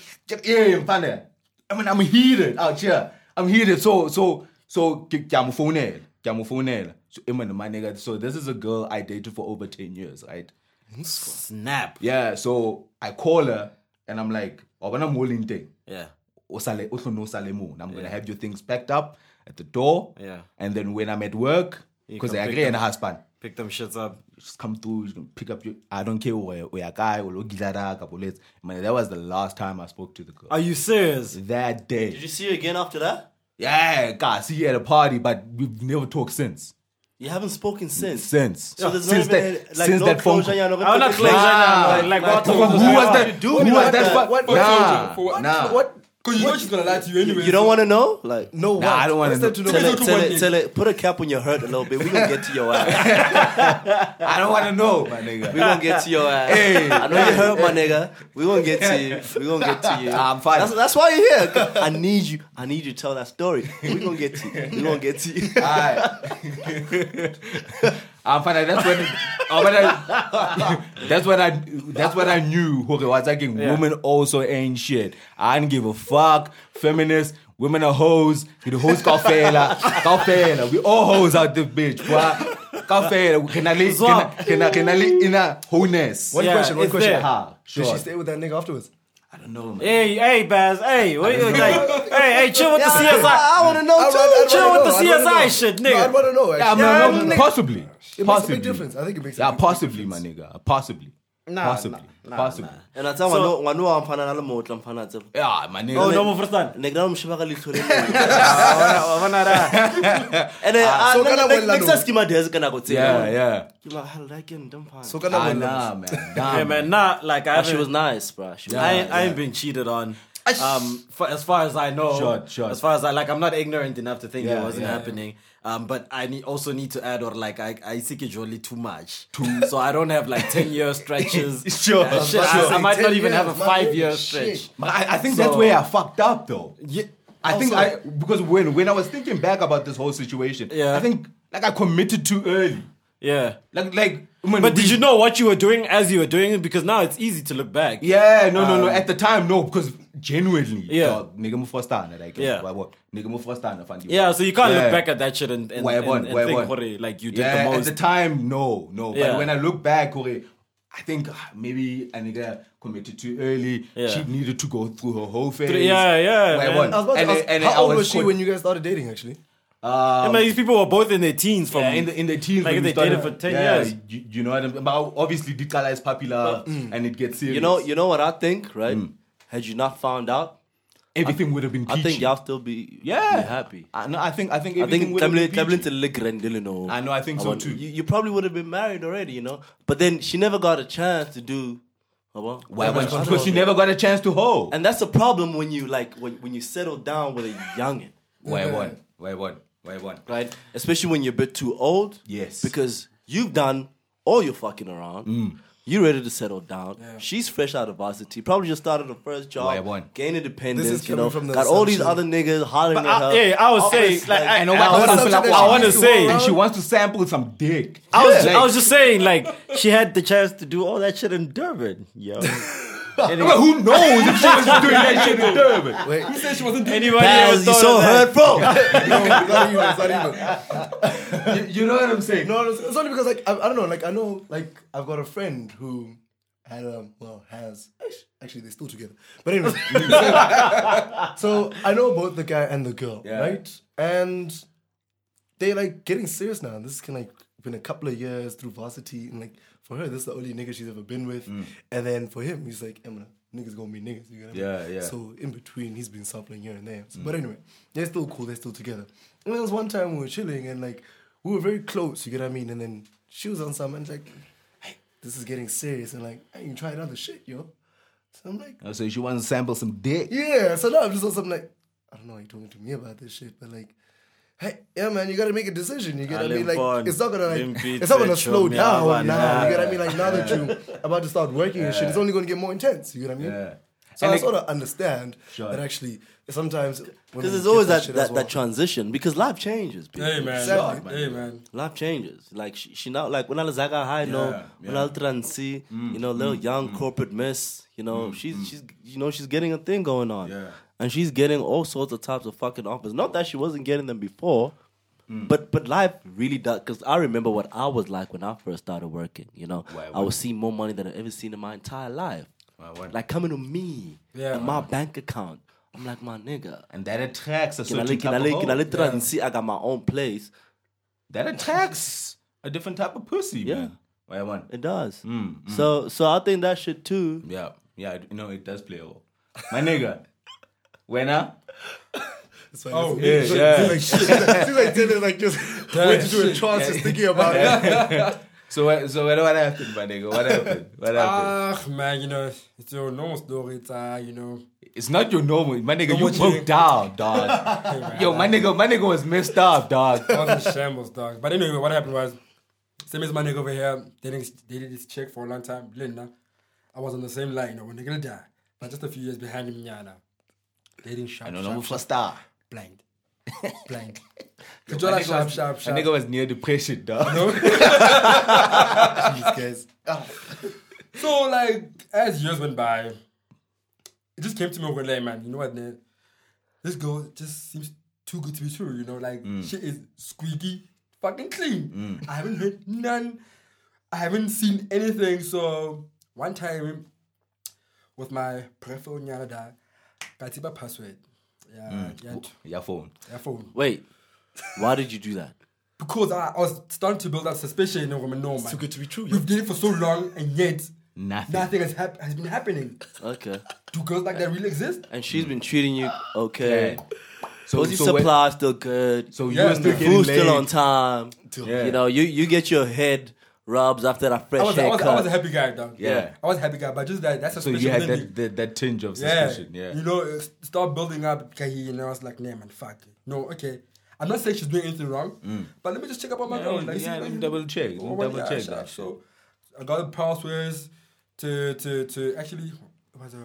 yeah, mfana. I mean, I'm heated out here. I'm heated. So, so, so, ke- ke a mo founela, ke a mo founela. So, I mean, my nigga, so this is a girl I dated for over 10 years, right? snap. Yeah, so I call her and I'm like, oh, when I'm holding thing, Yeah. o sale- o tlo no sale moon. I'm gonna have your things packed up at the door. Yeah. And then when I'm at work, because can I pick agree and a husband, Pick them shits up. just come through, you can pick up your I don't care where where guy or kapolet. Man, that was the last time I spoke to the girl. Are you serious? that day. Did you see her again after that? yeah, God, see you at a party, but we've never talked since. You haven't spoken since. Since. So there's since not even any- like since no that phone closure. call. You're not I gonna wanna put the close closure. right now, like, Like, like, who what- was that? do Who with was that? that? What- fu- what Nah. For what? Nah. What? Because you know she's gonna lie to you anyway. You don't want to know? Like No, what? I don't wanna What's there know. to know? Tell Maybe it, go to tell one it, day. tell it. Put a cap on your hurt a little bit. We're gonna get to your ass. I don't want to know, my We're nigga. gonna get to your ass. I know you hurt, my nigga. We're gonna get to you. We're gonna get to you. I'm fine. That's, that's why you're here. 'Cause I need you. I need you to tell that story. We're gonna get to you. We're gonna get to you. Alright. I'm fine. That's when, when I, that's when I that's when I knew okay, was like women also ain't shit. I didn't give a fuck. Feminist, women are hoes. You the hoes kafela. Kafela. We all hoes out this bitch. bruh. Kafela. Can I live can I can I can I live in a wholeness? One Yeah, question, one it's question. there. Ha, Did sure. she stay with that nigga afterwards? I don't know, man. Hey, hey, Baz. Hey, what you like? Hey, hey, chill with the I, CSI. want to know I'd too. rather- I'd Chill rather with the know, I'd rather CSI know. shit, No, I'd nigga. want to know. Yeah, actually. man, Yeah, no, nigga. possibly. It makes a possibly. big difference. I think it makes a Yeah, big difference. possibly, my nigga. Possibly. possibly. possibly. And I tell my no, my no, I'm fine. I'm more. I'm fine. Yeah, Ah, my nigga. Oh, no more first time. Nigga, I'm shibaga little. I wanna die. And uh, ah, then Ah, I so so kana next wena next no? ask him a desk and I go tell Yeah, him. yeah. You're like, hell, like him, dumb fine. So can Ah, I nah, man. Nah, Yeah, man. Nah, like I But Ah, she haven't- was nice, bro. She was I, nice. ain't- I ain't been cheated on. Um, for, as far as I know, Short, short. as far as I like, I'm not ignorant enough to think Yeah, it wasn't yeah, yeah. happening. Um, but I need, also need to add, or like, I, I seek it really too much, so I don't have like ten year stretches. Sure, Uh, shit, sure. I, I might not 10 even have a years, my five year nigga, shit. stretch. But I, I think So- that's where I fucked up though. Yeah, I think also- I because when when I was thinking back about this whole situation, Yeah. I think like I committed too early. yeah. Like like when But we- did you know what you were doing as you were doing it? Because now it's easy to look back. Yeah, no, no, no. At the time, no, because genuinely, Um, Yeah. dog, nigga move first down, like Yeah. why what? Nigga move first down, I find you. Yeah, so you can't Yeah. look back at that shit and, and, Why I and, won, and why I think, won. "Hore, like you did Yeah, the at most. the time, no, no. Yeah. But when I look back, okay, I think ah, maybe a nigga committed too early. Yeah. She needed to go through her whole phase. yeah, yeah, Why I man. won. I was about to And ask, then- and then I how old was she caught- when you guys started dating, actually? Um, I mean, these people were both in their teens from Yeah, in the in the teens, Like when if we they dated started- for 10 yeah, years. mm. You, you know what I mean? But obviously, Dikala is popular and it gets serious. You know, you know what I think, right? Had you not found out, everything would have been. I Hmm. Peachy. think y'all still be Yeah. be happy. I, no, I think. I think. I think would have been. peachy. Tamlin to lick Rendilino. I know, I think so too. You, you probably would have been married already, you know. But then she never got a chance to do. uh, Why? Why won't you- because she never got a chance to hold. And that's the problem when you like when, when you settle down with a youngin, Why one? Why one? Why one? right? Especially when you're a bit too old. Yes. Mm. Because you've done all your fucking around. You're ready to settle down. She's fresh out of varsity. Probably just started her first Why job. one? Gained independence. This is you coming know, from the got all these other assumption- niggas hollering at I, her. yeah, I would say, Obviously, like, Oh, like- I, I know, but I was- want to something that she wanna needs to say, work and out. she wants to sample some dick. I was, Like- I was just saying, like, she had the chance to do all that shit in Durban, yo. But who knows if she was doing that shit in Durban? Wait, Who said she wasn't doing Anybody ever Baz, you thought so of that? hurtful. no, it's not even. It's not even. You, you know what I'm saying? No, it's, it's only because like I, I don't know. Like I know, like I've got a friend who had um well has actually they're still together. But anyway, so I know both the guy and the girl, right? And they're like getting serious now. This can like been a couple of years through varsity, and like for her, this is the only nigga she's ever been with. Mm. And then for him, he's like, Emma, niggas gonna be niggas. You know what I mean? Yeah, Mm. yeah. So in between, he's been sampling here and there. But anyway, they're still cool. They're still together. And there was one time we were chilling, and like we were very close. You get what I mean? And then she was on some, and like, hey, this is getting serious. And like, hey, you can try another shit, yo. So I'm like, So she wants to sample some dick. yeah, so now I'm just on something like, I don't know why you're talking to me about this shit, but like, hey, yeah, man, you gotta make a decision. You gotta be like, Alimpon, it's not gonna like, Limpid, it's not gonna Pecho, slow Miaba, down now. nah. You gotta mean like now that you about to start working and shit, it's only gonna get more intense. You know what I mean? Yeah. So And I it- sort of understand Sure. that actually sometimes because Because there's always that, that, that transition because life changes. People. Hey man. Exactly. Hey man. Life changes. Like she, she now like when I was like high no, Yeah, Mm, when I was transi, you know, little young corporate miss, you know, she's she's you know, she's getting a thing going on. Yeah. And she's getting all sorts of types of fucking offers. Not that she wasn't getting them before, Mm. but but life really does because I remember what I was like when I first started working, you know. I was seeing more money than I've ever seen in my entire life. what? Like coming to me Yeah. and my bank account. I'm like, my nigga. And that attracts a Can I, certain can type I, of can I hoe. literally see I got my own place? That attracts a different type of pussy, Yeah. man. Why I want? It does. So so I think that shit too. Yeah, yeah, you know, it does play a role. My nigga, when I, That's why Oh, that's- yeah, yeah. Since I- since I did it, like just went into a trance just thinking about it. So what? So what, what happened, my nigga? What happened? What happened? Ah, man, you know, it's your normal story. It's, uh, you know, it's not your normal, my nigga. You Normal broke chick. down, dog. Yo, my nigga, my nigga was messed up, dog. I was in shambles, dog. But anyway, what happened was, same as my nigga over here, dating, dated this chick for a long time, Linda. I was on the same line, you know, when nigga die. But just a few years behind him, Nyana. Dating sharp, No, no, sharp, for sharp, star. blind. blind. My Kajola nigga sharp, was- sharp, my sharp. nigga was near depression, dog. These guys. Ah. So like as years went by, it just came to me over like, man, you know what, man? This girl just seems too good to be true, you know, like Mm. she is squeaky fucking clean. I haven't heard none. I haven't seen anything. So one time with my peripheral nyada, Katiba password. Yeah, Mm. yeah, t- Your phone. yeah, phone. Wait, why did you do that? Because I, I was starting to build up suspicion over my normal. Too good to be true. yeah. We've dated for so long and yet Nothing. nothing has, hap- has been happening. Okay. Do girls like that really exist? And she's been treating you okay. Yeah. So, your when- supply still good. So you Yeah, were still man. getting food's still laid. on time. Yeah. You know, you, you get your head rubs after that fresh I was, I was, haircut. I was a happy guy, dog. Yeah. I was a happy guy, but just that that's So suspicion. you had within that, that that tinge of me. yeah. suspicion, yeah. You know, it start building up. Okay, you know, I was like, nah, man, fuck. No, okay. I'm not saying she's doing anything wrong, but let me just check up on my Mm. Yeah, girl. Like, yeah, see, let me like, double check, let me oh, well, double yeah, check sure, that So I got the passwords to to to actually it was uh,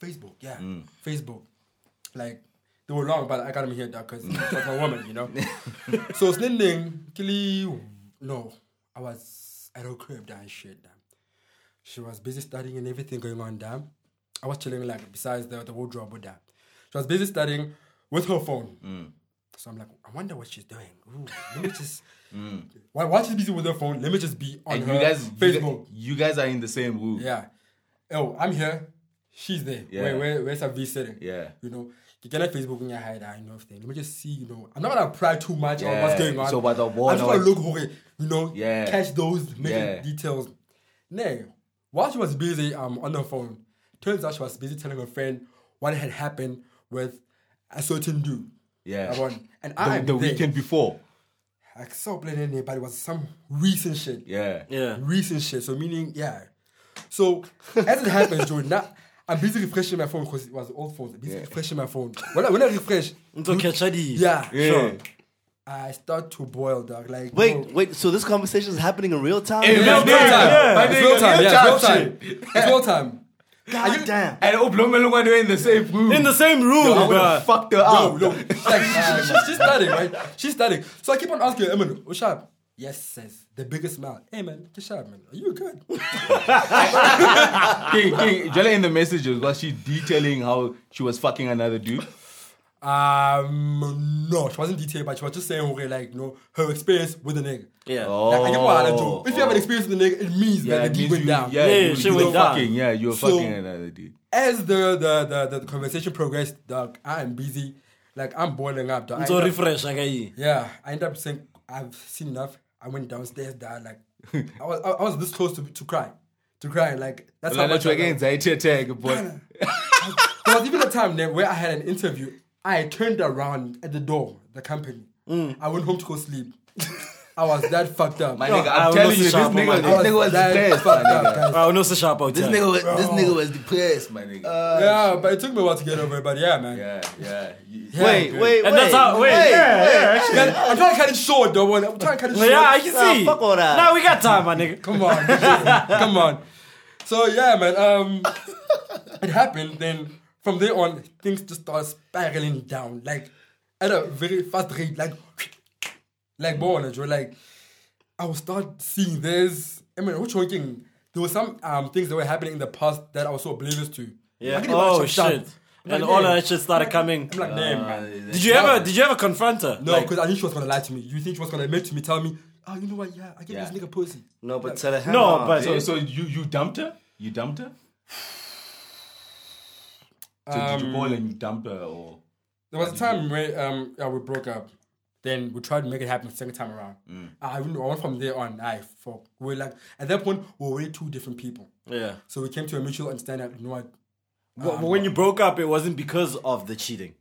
Facebook. Yeah, Mm. Facebook. Like they were long, but I got them here, dog, because Mm. was my woman, you know. so Sninding, Kili, no, I was at her crib, that shit, damn. She was busy studying and everything going on, damn. I was chilling, like, besides the, the wardrobe with that. She was busy studying with her phone. Mm. So I'm like, I wonder what she's doing. Ooh, let me just. While, while she's busy with her phone, let me just be on Mm. and her you guys, Facebook. You, guys are in the same room. Yeah. Oh, I'm here. She's there. Yeah. Where, where, where's her V sitting? Yeah. You know, you get on Facebook and you hide, I know thing. Let me just see, you know. I'm not gonna pry too much on what's Yeah. going on. So, but the I one just wanna was- look okay, you know, Yeah. catch those major Yeah. details. Nay, while she was busy um on her phone, turns out she was busy telling her friend what had happened with a certain dude. Yeah. Yabon. And The, I the weekend before. I saw playing in there, but it was some recent shit Yeah. yeah. recent shit. So meaning, yeah. So as it happens, Jordan, that I'm busy refreshing my phone because it was old phone. Busy refreshing my phone. When I, when I refresh, It's okay, Shadi. yeah, Yeah. I start to boil, dog. Like Wait, bro. wait. So this conversation is happening in real time. Hey, Yeah, man. it's real time. Yeah. My It's nigga, real time. real Yeah, it's real time time. It's real time. God damn. And Oblongelungwa, they were in the same room. In the same room, I would bruh. have fucked her No, up. no. She's like, she- she- she's studying, right? She's studying. So I keep on asking her, Emma, Oshab. Yes, says the biggest smile. Hey man, Kishab, man, are you good? King, King, Jella in the messages, was she detailing how she was fucking another dude? Um, no, she wasn't detailed, but she was just saying, okay, like, you know, her experience with the nigga. Yeah. Like, I get what I Oh, do. If you have an experience with the nigga, it means Yeah, that the it dick means went you- down. Yeah, Yeah, you, she you went were down. Fucking, yeah, you were So- fucking another dude. As the, the, the, the conversation progressed, dog, I am busy. Like, I'm boiling up, dog. I So end up- refresh, okay. yeah, I ended up saying, I've seen enough. I went downstairs, dog. Like, I was, I, I was this close to, to cry. To cry, like, that's Well, how that's much why I again, again. anxiety attack, but There was even a time there where I had an interview. I turned around at the door, the company. I went home to go sleep. I was that fucked up. Mm. my Yo, nigga, I I'm will telling not you, this sharp on my nigga, I this was nigga was that depressed, my fucked up, nigga. guys. Bro, no se sharp out This here. nigga was this nigga was depressed, my nigga. Yeah, but it took me a while to get over it, but yeah, man. yeah, yeah. You- Wait, wait, And wait. that's how. Wait, wait, yeah, wait. yeah, actually. Yeah, I'm trying to cut it short, though. man. I'm trying to cut it short. Yeah, I can Nah, see. fuck all that. Nah, we got time, my nigga. Come on, come on. So yeah, man. Um, it happened. Then from there on, things just started spiraling down, like at a very fast rate, like like born. Like I will start seeing this. I mean, which one thing? There were some um things that were happening in the past that I was so oblivious to. Yeah. Like, it was Oh shut down. shit. And like, all yeah. that shit started coming. I'm like, damn, man. Did you ever? Did you ever confront her? No, Like, because I knew she was gonna lie to me. You think she was gonna admit to me, tell me, oh, you know what? Yeah, I give Yeah. this nigga pussy. No, but tell her. hang no, on. but So, so you you dumped her? You dumped her? So did you call and you dumped her or? There was a time where um yeah, we broke up. Then we tried to make it happen second time around. Mm. Ah, I even I went from there on. I fuck. We're like at that point we were already two different people. yeah. So we came to a mutual understanding. that, You know what? But but when you broke up, it wasn't because of the cheating.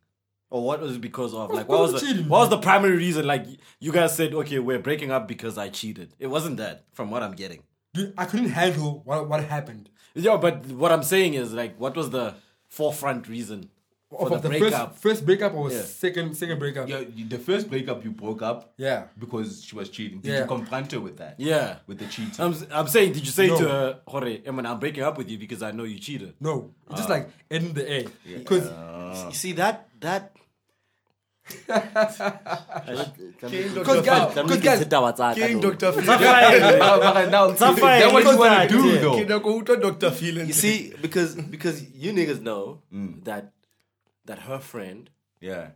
Or what was it because of? Like, what What was was the, cheating? what was the primary reason? Like, you guys said, okay, we're breaking up because I cheated. It wasn't that, from what I'm getting. Dude, I couldn't handle what what happened. Yeah, but what I'm saying is, like, what was the forefront reason for the, Of breakup? First, first breakup or Yeah. second second breakup? Yeah, you- the first breakup you broke up. Yeah. Because she was cheating. Did Yeah. you confront her with that? Yeah. With the cheating. I'm, I'm saying, did you say No. to her, Hore, I mean, I'm breaking up with you because I know you cheated? No, it's Ah. just like in the air. Because You see that that. Because guys, because guys, King Dr. Phil. Safari, Safari, That's what you want inside, to do, yeah. though. King Dr. Dr. Phil. and- You see, because because you niggas know Mm. that that her friend Yeah.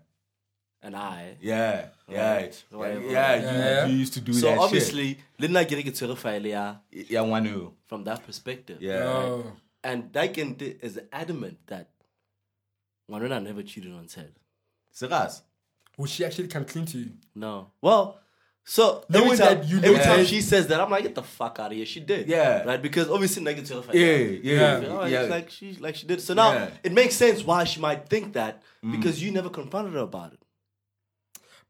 and I. Yeah. Yeah. Yeah. Whatever. yeah, You, you used to do So that. obviously, Linda Gerige Tserefailia shit. yeah, one who. from that perspective. Yeah. Oh, And Dyken di- is adamant that Manona never cheated on Ted. Siras. well, she actually can cling to you. No. Well, so Knowing every time, that you every know time Ted- she says that, I'm like, get the fuck out of here. She did. Yeah. Right? Because obviously, Dyken Tserefailia. Yeah. Yeah. Yeah. You know, Yeah. Oh, it's yeah. like she like she did. So now Yeah. Mm. it makes sense why she might think that because you never confronted her about it.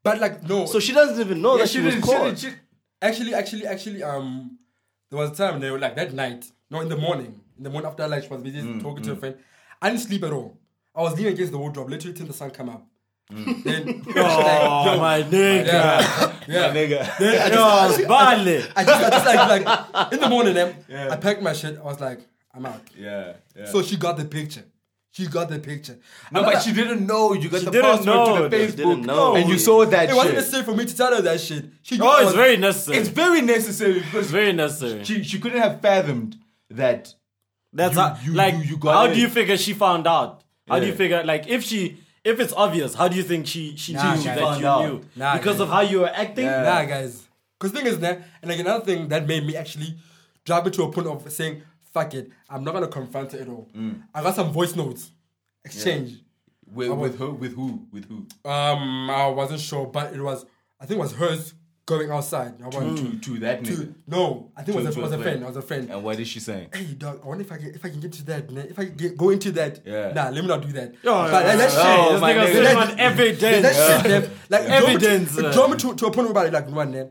But like no, So she doesn't even know Oh, Yeah, that she, was didn't- caught. didn't- she- actually, actually, actually, um, there was a time they were like that night. No, in the morning, in the morning after lunch, she was busy Mm, talking to a friend. I didn't sleep at all. I was leaning against the wardrobe, literally till the sun come up. Mm. Then, Oh, my nigga. yeah, yeah. Nigga. Yo, Bali. I just, I just like, like in the morning, eh, I packed my shit. I was like, I'm out. Yeah. yeah. So she got the picture. She got the picture. no, I'm but not- she didn't know. You got the didn't password know. to the She Facebook. didn't know. And you saw that It wasn't shit. necessary for me to tell her that shit. She knew I Oh, it's was- very necessary. It's It's very necessary because very necessary. she, she couldn't have fathomed that. That's You- how, you- like, you- you got how it. do you figure she found out? How do you Yeah. figure, like, if she, if it's obvious, how do you think she, she Nah, knew guys. that Found you out. knew? Nah, because guys. of how you were acting? Yeah. Nah, guys. Because thing is, nah, and like another thing that made me actually drive it to a point of saying, fuck it, I'm not going to confront her at all. Mm. I got some voice notes exchange. With, with who? With who? With who? Um, I wasn't sure, but it was, I think it was hers going outside. I want To, to that nigga. no, I think it was, To- a, to was a her friend. It was a friend. And what is she saying? Hey, dog, I wonder if I can, if I can get to that. nah, If I can get, go into that. Yeah. Nah, let me not do that. Yo, But that- that yo, shit- yo, this Oh, my nigga nigga. sitting That- on every day. That shit, Dev, like Evidence, evidence. It uh. drove me to, to a point where I'd be like, no, man,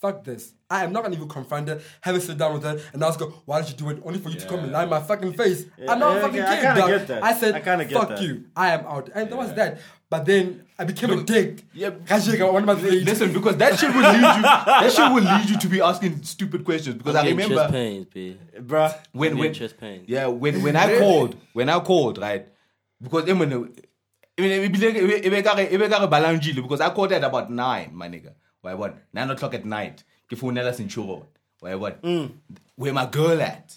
fuck this. I am not gonna even confront her, have her sit down with her, and ask her, why did you do it? Only for you to come and lie in my fucking face. I'm not yeah, a fucking okay, I kid, kinda dog. get that. I said, I kinda get fuck that. you. I am out. And that was that. But then I became a dick. yeah. Kajika, one of my Listen, because that shit will lead you. That shit will lead you to be asking stupid questions. Because i I'm getting chest remember pains, B. bruh. when I'm when getting chest pains. yeah when when I called when I called right because e I mean I mean, it be like- it e be- it be like- it be like a balangile, because I called at about nine, my nigga. Why what? Nine o'clock at night. Kifunela Sinchuro. Why what? Where my girl at?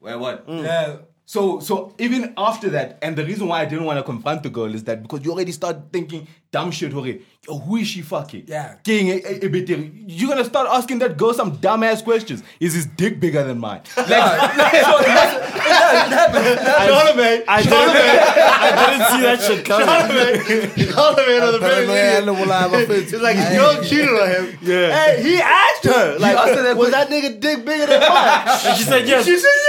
Where what? Yeah. So so even after that, and the reason why I didn't want to confront the girl is that because you already start thinking dumb shit, okay, yo, who is she fucking? Yeah. King eh, eh, eh, bit- eh, You're gonna start asking that girl some dumb ass questions. Is his dick bigger than mine? Like, I, I, didn't, I didn't see that shit coming. it's like his girl cheated on him. Yeah. Hey, he asked her. Like, asked her that was that nigga dick bigger than mine? And she said yes. she said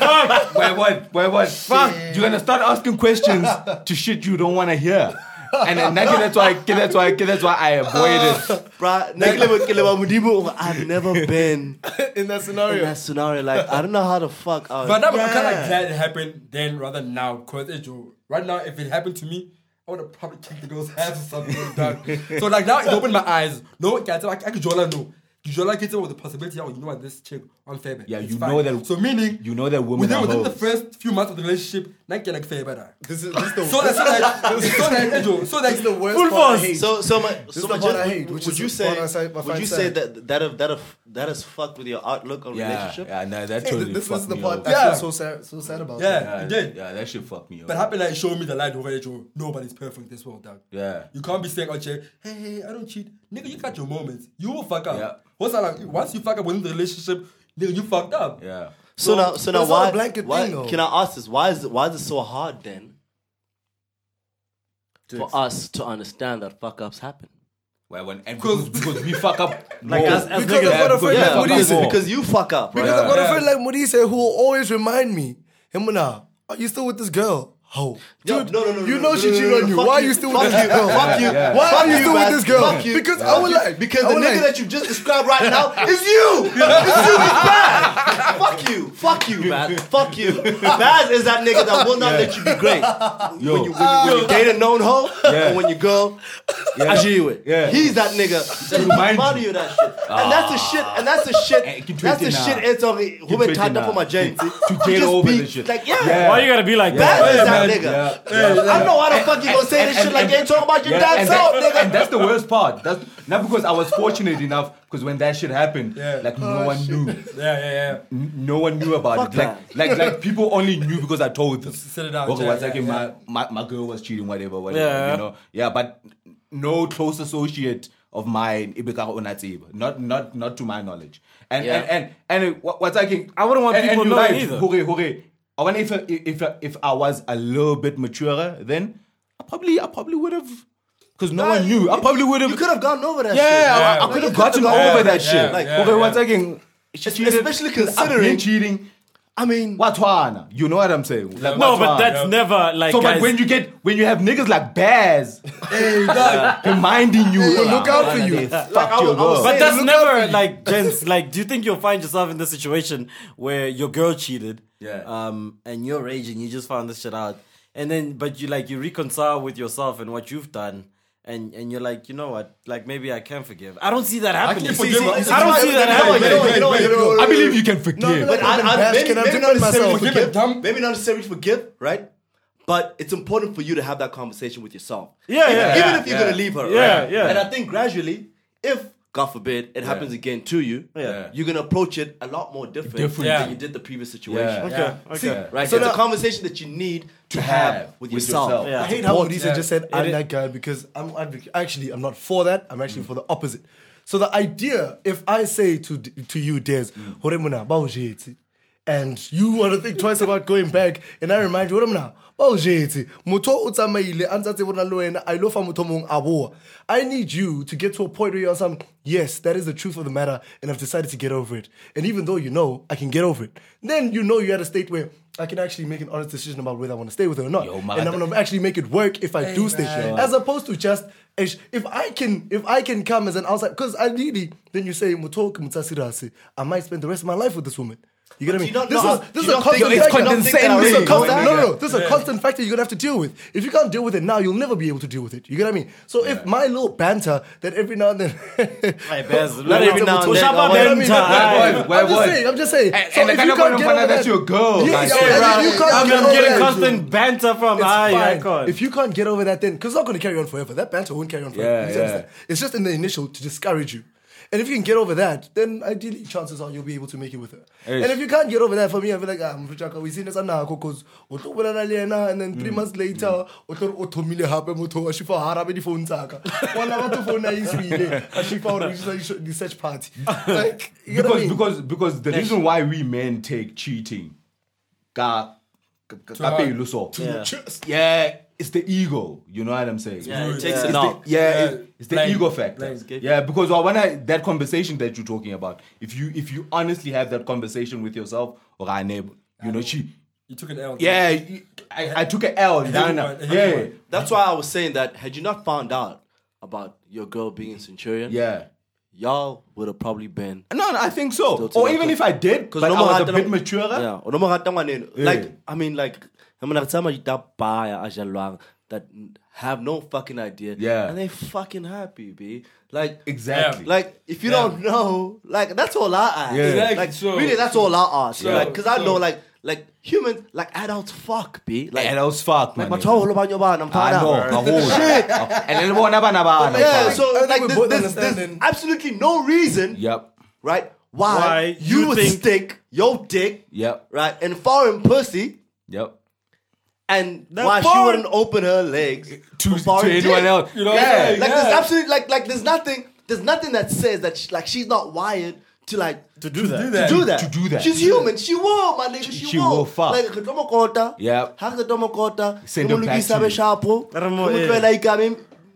yeah. why what? Why what? Fuck. You're gonna start asking questions to shit you don't wanna hear. And then that- that's why that's why that's why I avoided. Bruh, nigga, le- ke le ba modimo, I've never been In in that scenario. that scenario. Like, I don't know how the fuck. I was, But now I'm kind of glad it happened then rather now, cause it will- right now if it happened to me, I would have probably kicked the girl's ass or something. dog. so like now it opened my eyes. No, guys, I, I could jola no. You jola gets with the possibility. Oh, you know what? This chick unfair. Yeah, you know that- So meaning you know that women within, are within the hoes. first few months of the relationship, not get like fair better. This is, this is the So that's so that so that eh, Joe, so That's the that worst Full part I force. hate. So, so my, is so my the part gen- I hate, would, which is you the say part I say- my would you friend say said. that that have, that have, that has fucked with your outlook on Yeah, relationship? yeah, no, that Hey, totally this fucked is the me part up. that Yeah. I feel so sad, so sad about. Yeah. yeah, it did. yeah, that shit fucked me up. But happened like showed me the light over Joe. Nobody's perfect in this world, dog. Yeah. You can't be saying, oh, Jay, hey, hey, I don't cheat. Nigga, you got your moments. You will fuck up. Yeah. What's that like? Once you fuck up within the relationship, nigga, you fucked up. Yeah. So Well, now, so now, that's not a why? blanket why thing, though. can I ask this? Why is it- why is it so hard then for us to understand that fuck ups happen? Why when and because, because we fuck up Like more. us- us Because niggas. I've got a friend Yeah, like fuck Woody up because, said. more. because you fuck up, right? Because I've got Yeah. a friend like Modise who will always remind me, Himuna, are you still with this girl? hoe. No, Dude, no, no, no, you no, know no, she no, no, cheated no, on you. fuck Why are you still with fuck this you, girl? Fuck you. Why fuck are you still with man, this girl? Fuck you. Because Fuck I would you. like- Because I the would nigga like- that you just described right now is you. It's you. It's bad. Fuck you. Fuck you, man. Fuck you. Baz is that nigga that will not let you be great. When you when you, when you date a known hoe Yeah. or when you go, Yeah. I you it. Yeah. He's that nigga. Just Remind remind you that shit. And that's the shit. And that's the Eh, keep shit. That's the tweeting shit. now. It's on the who been tweeting tied up now. on my James. To get over this shit. Like yeah. Yeah. Why you gotta be like That that? is that man, nigga. yeah, I know how the fuck you gonna say this shit like you ain't talking about your Yeah, dad's and, out, that- nigga. and that's the worst part. That's not because I was fortunate enough. Because when that shit happened, Yeah. like no one knew, Yeah, yeah, yeah. N- no one knew about Oh, Fuck it. Like, like, like people only knew because I told them. Set it out, Okay, yeah, one second, yeah, my, my my girl was cheating, whatever, whatever. Yeah. You know, yeah, but no close associate of mine, e Ibeka Onatsiba. Not not not to my knowledge. And Yeah. and and and what, what's I can, I wouldn't want and, people and you're knowing right, either. Hooray, hooray. I wonder if if if I was a little bit maturer, then I probably I probably would have. Because no one knew. I probably would have. You could have gotten over that Yeah, shit. I- I, Yeah. could have Yeah. gotten Yeah. over that Yeah. shit. Like, Yeah. okay, Yeah. one second. Especially I've been considering, cheating. I mean, What one? You know what I'm saying? Like, No, what but one? that's Yeah. never like So, guys, but when you get when you have niggas like bears Hey, dog. reminding you, Hey, look out for man, you. they fucked I your was- I was girl. But Hey, that's look out never like gents. Like, do you think you'll find yourself in this situation where your girl cheated? Yeah. Um, and you're raging. You just found this shit out, and then but you like you reconcile with yourself and what you've done. And, and you're like, you know what? Like maybe I can forgive. I don't see that happening. forgive her. I don't It's see not- that it's not- happening. wait, wait, wait, wait, wait. I believe you can forgive. no, but I, I, Bash, maybe, can I maybe do not it myself? necessarily Forgive forgive, it, dumb. maybe not necessarily forgive, right? But it's important for you to have that conversation with yourself. Yeah, even, yeah, even yeah, if you're yeah. gonna leave her. Yeah, right? yeah. And I think gradually, if God forbid it happens again to you, Yeah. you're gonna approach it a lot more different, Different. Yeah. than you did the previous situation. Yeah. Okay, okay. Right? So So it's now- a conversation that you need to have have with with yourself. yourself. I Yeah. hate how Odisa Yeah. just said I'm that guy because I'm advocate. Actually, I'm not for that. I'm actually for the opposite. So the idea, if I say to to you, Des, "Horemuna, bawujeti," and you want to think twice about going back, and I remind you, "Horemuna, bawujeti, mutho utsamaile, antsatse bona le wena, I lo fa motho o mong a boa." I need you to get to a point where you're some, yes, that is the truth of the matter, and I've decided to get over it. And even though you know I can get over it, then you know you're at a state where I can actually make an honest decision about whether I want to stay with her or not. Yo, and man, I'm gonna actually make it work if I do stay. As opposed to just ish, if I can if I can come as an outside because ideally then you say "Mutoki mutasirasi." I might spend the rest of my life with this woman. You get what I But mean? you don't This know is how- this you is a don't think- constant you don't factor. think that This is a already constant, going no, no, there. no. This is a constant factor you're gonna have to deal with. If you can't deal with it now, you'll never be able to deal with it. You get what I mean? So if my little banter that every now and then, Hey, Bez, Not every now and then, Shut up, I You know what I want- mean? Benta. Why, why? Aye. Where I'm just was- saying. I'm just saying. And- So and if I you kinda can't wanna get find out over that's that- your girl, Yeah, like, yeah, hey, and if you can't I'm get over getting that- constant banter from it's I. fine. icon. If you can't get over that, then because it's not going to carry on forever. That banter won't carry on forever. Yeah, You yeah. understand? It's just in the initial to discourage you. And if you can get over that, then ideally chances are you'll be able to make it with her. And if you can't get over that, for me, I'll be like, ah, Mfuchaka, we seen this on because and then three months later, utlore o thomile hape motho, a shifa harabe di-phone tsaka. Wala batho phone a e swile, a shifa hore o research- research party. Like, you know what I because mean? because because the reason why we men take cheating, ka, ka, ka, ka hard. pelo so. Yeah. yeah, it's the ego. You know what I'm saying? Yeah, it Dude, takes yeah. it out. Yeah, Yeah, it- it's the blame. ego factor. Blame. Yeah, because well, when I that conversation that you're talking about, if you if you honestly have that conversation with yourself, or I never, you know, she, You took an L. yeah, you- I, I took an L. Nah, nah. one, heavy Yeah, one. That's why I was saying that had you not found out about your girl being in Centurion, yeah. y'all would have probably been No, no, I think so. Still Or together. even if I did, Because but I no more was a had- bit no- maturer. Yeah, o no mo ratang ngwaneno. Yeah. Like, I mean, like, I'm gonna tell my that buyer a jalwang that have no fucking idea. Yeah. And they fucking happy, B. Like, Exactly. like if you don't know, like that's all I ask. Yeah. Exactly, Like so- really, that's all I ask. so- Like, cause I so- know, like, like humans, like adults, fuck, B. Like, And I was fucked, like man. my told about your man, I'm I tired know. of. I was. And then one abana bana. Yeah, so I think like we there's, both there's, understand there's then. absolutely no reason, Yep. right? Why, Why you, you would think- stick your dick, Yep. right, in foreign pussy Yep. and That why she foreign- wouldn't open her legs To, for foreign to anyone dick. else. You know what I'm yeah. saying? Like Yeah. there's absolutely like like there's nothing there's nothing that says that she, like she's not wired to like to do that. that. to do that. To do that. She's human. She will, my nigga. She, She will. will fuck. Like the domo kota. Yep. Hak the domo kota. Send them back to you. shapo. Let 'em know, yeah.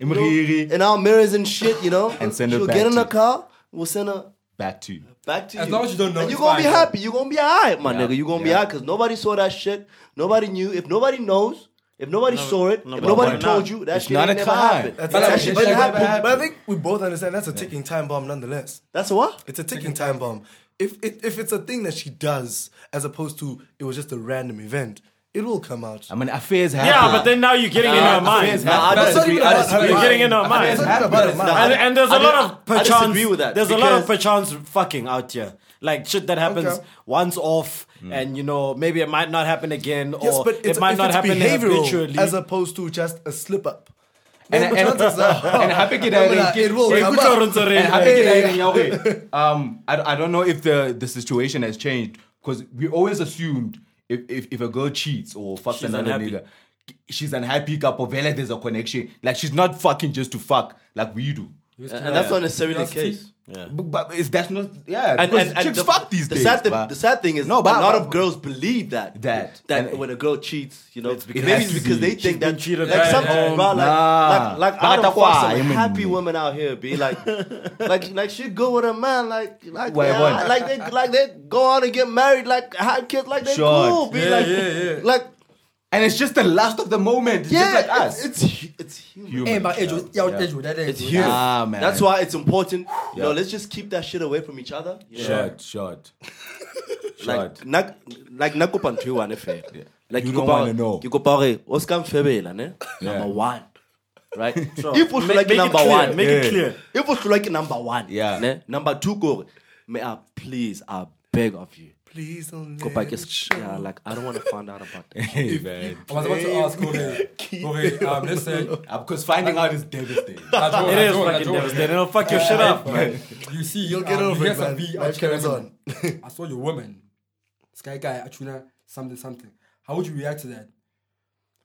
Imriri. In our mirrors and shit, you know. And send her She'll back get in to a you. car. We'll send her Back to you. back to As you. long as you don't know, And it's you're gonna be fine. happy. You're gonna be alright, my Yeah. nigga. You're gonna be Yeah. alright because nobody saw that shit. Nobody knew. If nobody knows, If nobody saw it, if nobody told you, that It's shit not ain't a never crime. happened. That's But that I- shit but never I- happened. but I But I think we both understand that's a ticking time bomb nonetheless. That's a what? It's a ticking time bomb. If, if if it's a thing that she does, as opposed to it was just a random event, it will come out. I mean, affairs happen. Yeah, but then now you're getting in her mind. Nah, I You're don't agree. I disagree. getting in her mind. It's not about a man. And, and there's a I di- lot of I perchance. disagree with that, There's a lot of because- perchance fucking out here. Like shit that happens Okay. once off, and you know maybe it might not happen again, or Yes, but it's, it might if not it's happen behavioral habitually. as opposed to just a slip up. and and and happy ke No, direng but uh, ke- it will Eh, come kutlwa up. hore ntse re- Eh, and happy ke eh, direng ya hore, um, I I don't know if the the situation has changed because we always assumed if if if a girl cheats or fucks She's another unhappy. nigga, she's unhappy. Couple vele, there's a connection. Like she's not fucking just to fuck like we do. And that's not necessarily the Curiosity. case. But, but is that's not yeah. And, because and, and chicks the, fuck these the days. Sad, the, bruh. the sad thing is, No, no, but- a lot but- of girls believe that That. that And- when a girl cheats, you know, because- maybe Has it's to because be. they think been that cheated like by some her own- bruh, like, Nah. like like Nah, I don't takwa, fuck some I mean- happy women out here, be like like like she go with a man like like Wait, yeah, what? like they like they go out and get married like have kids like they Sure. cool, be Yeah, like yeah, yeah. like and it's just the last of the moment. It's yeah, just like us. it's it's hu- it's human. Human. Eh, but age was- yeah, Yeah. age was- that age It's was- human. Ah, man. That's why it's important. You know, Yeah. let's just keep that shit away from each other. you know? Short, short, short. like na like nakopa ntho e one fela like You ke don't kopa- wanna know. ke kopa hore o ska mfebela ne Yeah. number one right Sure. if o hlolwa Make- ke make it number clear, one make it Yeah. clear. if o hlolwa ke number one Yeah. ne number two ke hore may I please I beg of you Please don't let kopa it ke s- yeah like I don't want to find out about that Hey, man. I was about to ask Jorge. Jorge, um, let's say. Uh, because finding out is devastating. it is fucking devastating. It'll fuck your shit up, man. You see, You'll get um, over you it, hear some man. beat, Life okay, carries women. I saw your woman, Sky Guy, Achuna, something, something. How would you react to that?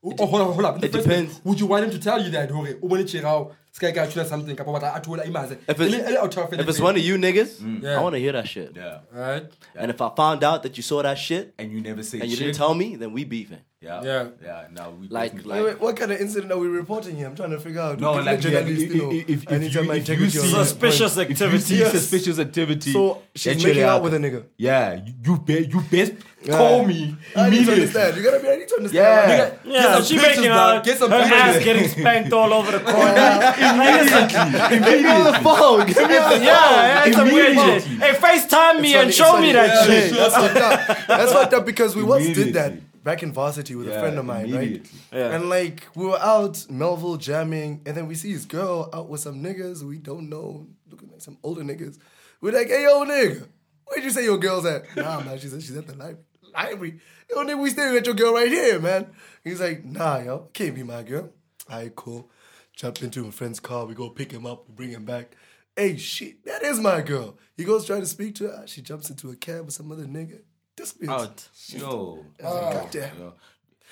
Oh, oh, hold up, hold up. In the it first place, depends. Would you want him to tell you that, Jorge? Oh, when it's out, Sky Guy, Achuna, something. Kapa wata, Achuna, imaze. if Ele- ele out of it's, it, if it's eh. one of you niggas Yeah. Mm. I want to hear that shit Yeah. Right? and if I found out that you saw that shit And you never say and you shit. didn't tell me then we beefing yeah. Yeah. Yeah. Now we Like- definitely- Wait, wait, what kind of incident are we reporting here? I'm trying to figure out. no, Give me like the yeah, journalist, if, you know, if, if, I need if to have you, my if you integrity see on that. Suspicious if you see activity. suspicious activity. So she's that shit making out happened. with a nigga. Yeah, you you, be, you best call me I need to immediately. understand. You gotta be. I need to understand. Yeah. Yeah, some she pictures, making dog. out, Get her some ass pictures. getting spanked all over the corner. Like, it's a- give me on the phone give me on the yeah, it's a weird shit. Immediately. Hey, FaceTime me and It's show funny, it's me that funny. shit. Yeah, That's fucked up. That's fucked up because we once did Immediately. that back in varsity with Yeah, a friend of mine, right? immediately. And like we were out Melville jamming, and then we see this girl out with some niggas we don't know, looking like some older niggas. We're like, "Hey, yo, nigga, where'd you say your girl's at?" Nah, man, she said she's at the library. Library. Yo, nigga, we staring at your girl right here, man. He's like, "Nah, yo, can't be my girl." Alright, cool. Jump into a friend's car. We go pick him up. We bring him back. Hey, shit, that is my girl. He goes trying to speak to her. She jumps into a cab with some other nigga. Disappears. Out. Yo. I Oh. was like, God damn. Yeah.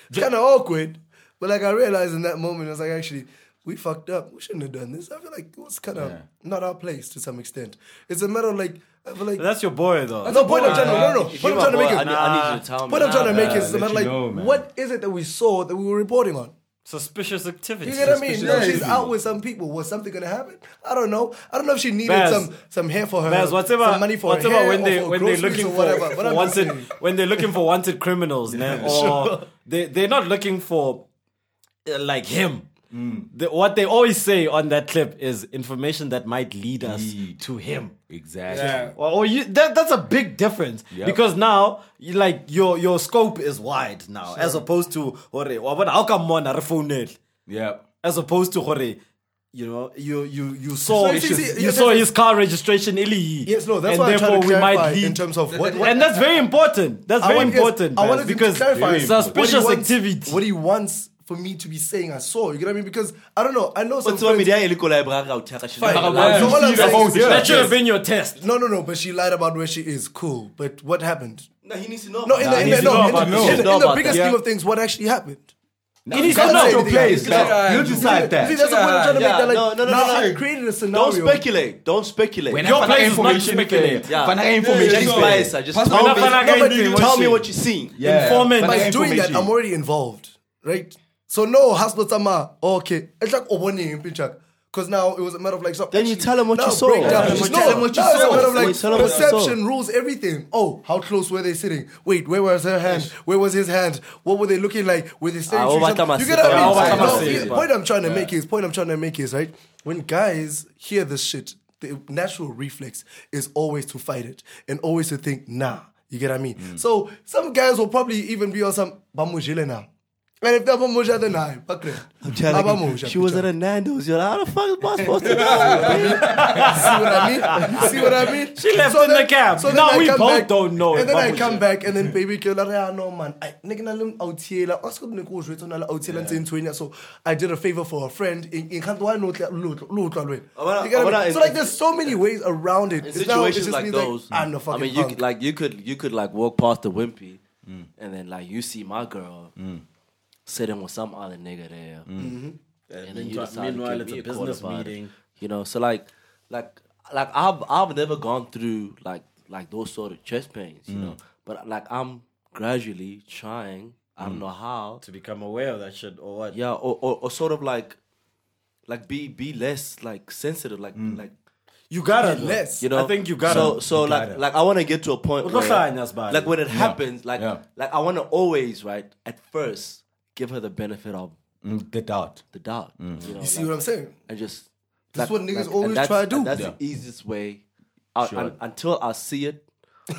It's kind of awkward. But like I realized in that moment, I was like, actually, we fucked up. We shouldn't have done this. I feel like it was kind of Yeah. not our place to some extent. It's a matter of like, I feel like. That's your boy, though. no, point I'm trying to no, no, no. If Point you I'm my trying to boy, make I it. need, I need you to tell me Point I'm trying to now. make Yeah, is the let matter you like, know, man. what is it that we saw that we were reporting on? Suspicious activity. You get what I mean? No, Suspicious. she's out with some people. Was something gonna happen? I don't know. I don't know if she needed Baz. some some hair for her, Baz, what's about some money for what's her about hair, when or they for when they're groceries looking or for, whatever. for But I'm just wanted saying. when they're looking for wanted criminals, man, or they they're not looking for uh, like him. Mm. The- what they always say on that clip is information that might lead us Lead. to him. Exactly. Yeah. Or, or you, that, that's a big difference Yep. because now, you, like your your scope is wide now, as opposed to "Hore, wabona, how come mona re founela?" Yeah. as opposed to Hore, you know, you you you saw So, see, see, you yeah, saw that's- his car registration illy. Yes, no, that's what I'm trying to clarify in terms of what, what and that's very important. That's I very want- yes, important I Baz, wanted to because clarify Very important. suspicious what he wants- activity. What he wants for me to be saying, I saw. You get what I mean? Because I don't know. I know some What's wrong with that? friends- You look like Braga out here, she's Fine. like- Yeah. So all I'm saying is- that should have been your test. No, no, no. But she lied about where she is. Cool. But what happened? No, he needs to know. No, in the, in needs the, to no, know in the- about in this. the- He needs to in know the about bigger that. scheme Yeah. of things, what actually happened? It is can't not say your anything. place. Yeah. like, You decide that. See, that's the point I'm trying to Yeah, make. That, like, no, no, no, now no, no. I created a scenario. Don't speculate. Don't speculate. When Your I find place is not to information speculate. fair. Yeah. Find out Don't information be fair. biased. I Just When I tell me. find out Nobody anything, knew. what Tell me shit. what you seen. Yeah. Informant. Find out By doing that, information. I'm oh, already involved, right? So no, hospital sama. Okay, it's like obone in picture. Because now it was a matter of like, stop. Then you tell 'em what now you saw. break down. Tell 'em No, what- tell 'em what you now it's saw. a matter of Wait, like tell 'em what you saw. perception rules everything. Oh, how close were they sitting? Wait, where was her hand? Where was his hand? What were they looking like? Were they staring? Ah, to each overcome other? a You get what sit- I mean? yeah, overcome a No, sit- the point I'm trying to make is point I'm trying to make is right when guys hear this shit, the natural reflex is always to fight it and always to think, nah. You get what I mean? So some guys will probably even be on some bamujile now. And if they're bamujile, then I fuck it. Abamujile, she was bitch. at a Nando's. You're like, how the fuck am I supposed to know? See what I mean? You See what I mean? She left in the cab. Now we both don't know And then if I Babu come back and then baby girl, like, ah, no man, I nigga na lim out here, like, ask me go straight on out here and saying twenty. So I did a favor for a friend. In in can't why not loot loot loot. wanna- I wanna- So like, there's so many ways around it. It's now- it's Situations just like me those. I'm the fucking. I mean, you punk. could, like you could you could like walk past the wimpy, Mm. and then like you see my girl sitting with some other nigga there, Mm. and then you Meanwhile- decide meanwhile, to it's give a me call business about it. meeting. You know, so like like like I've I've never gone through like like those sort of chest pains, Mm. you know. But like I'm gradually trying. I Mm. don't know how to become aware of that shit or what? yeah or, or, or sort of like like be be less like sensitive like like You gotta Yeah, less. you know Mm. I think you gotta. so so You like gotta. like i want to get to a point Uzohlanya where, sibali. like when it happens like Yeah. like i want to always right at first give her the benefit of Mm, Get out. the doubt Mm. you know You see like, what I'm saying? and just That's what niggas and always that's- try to do. and that's Yeah. the easiest way out un- until i see it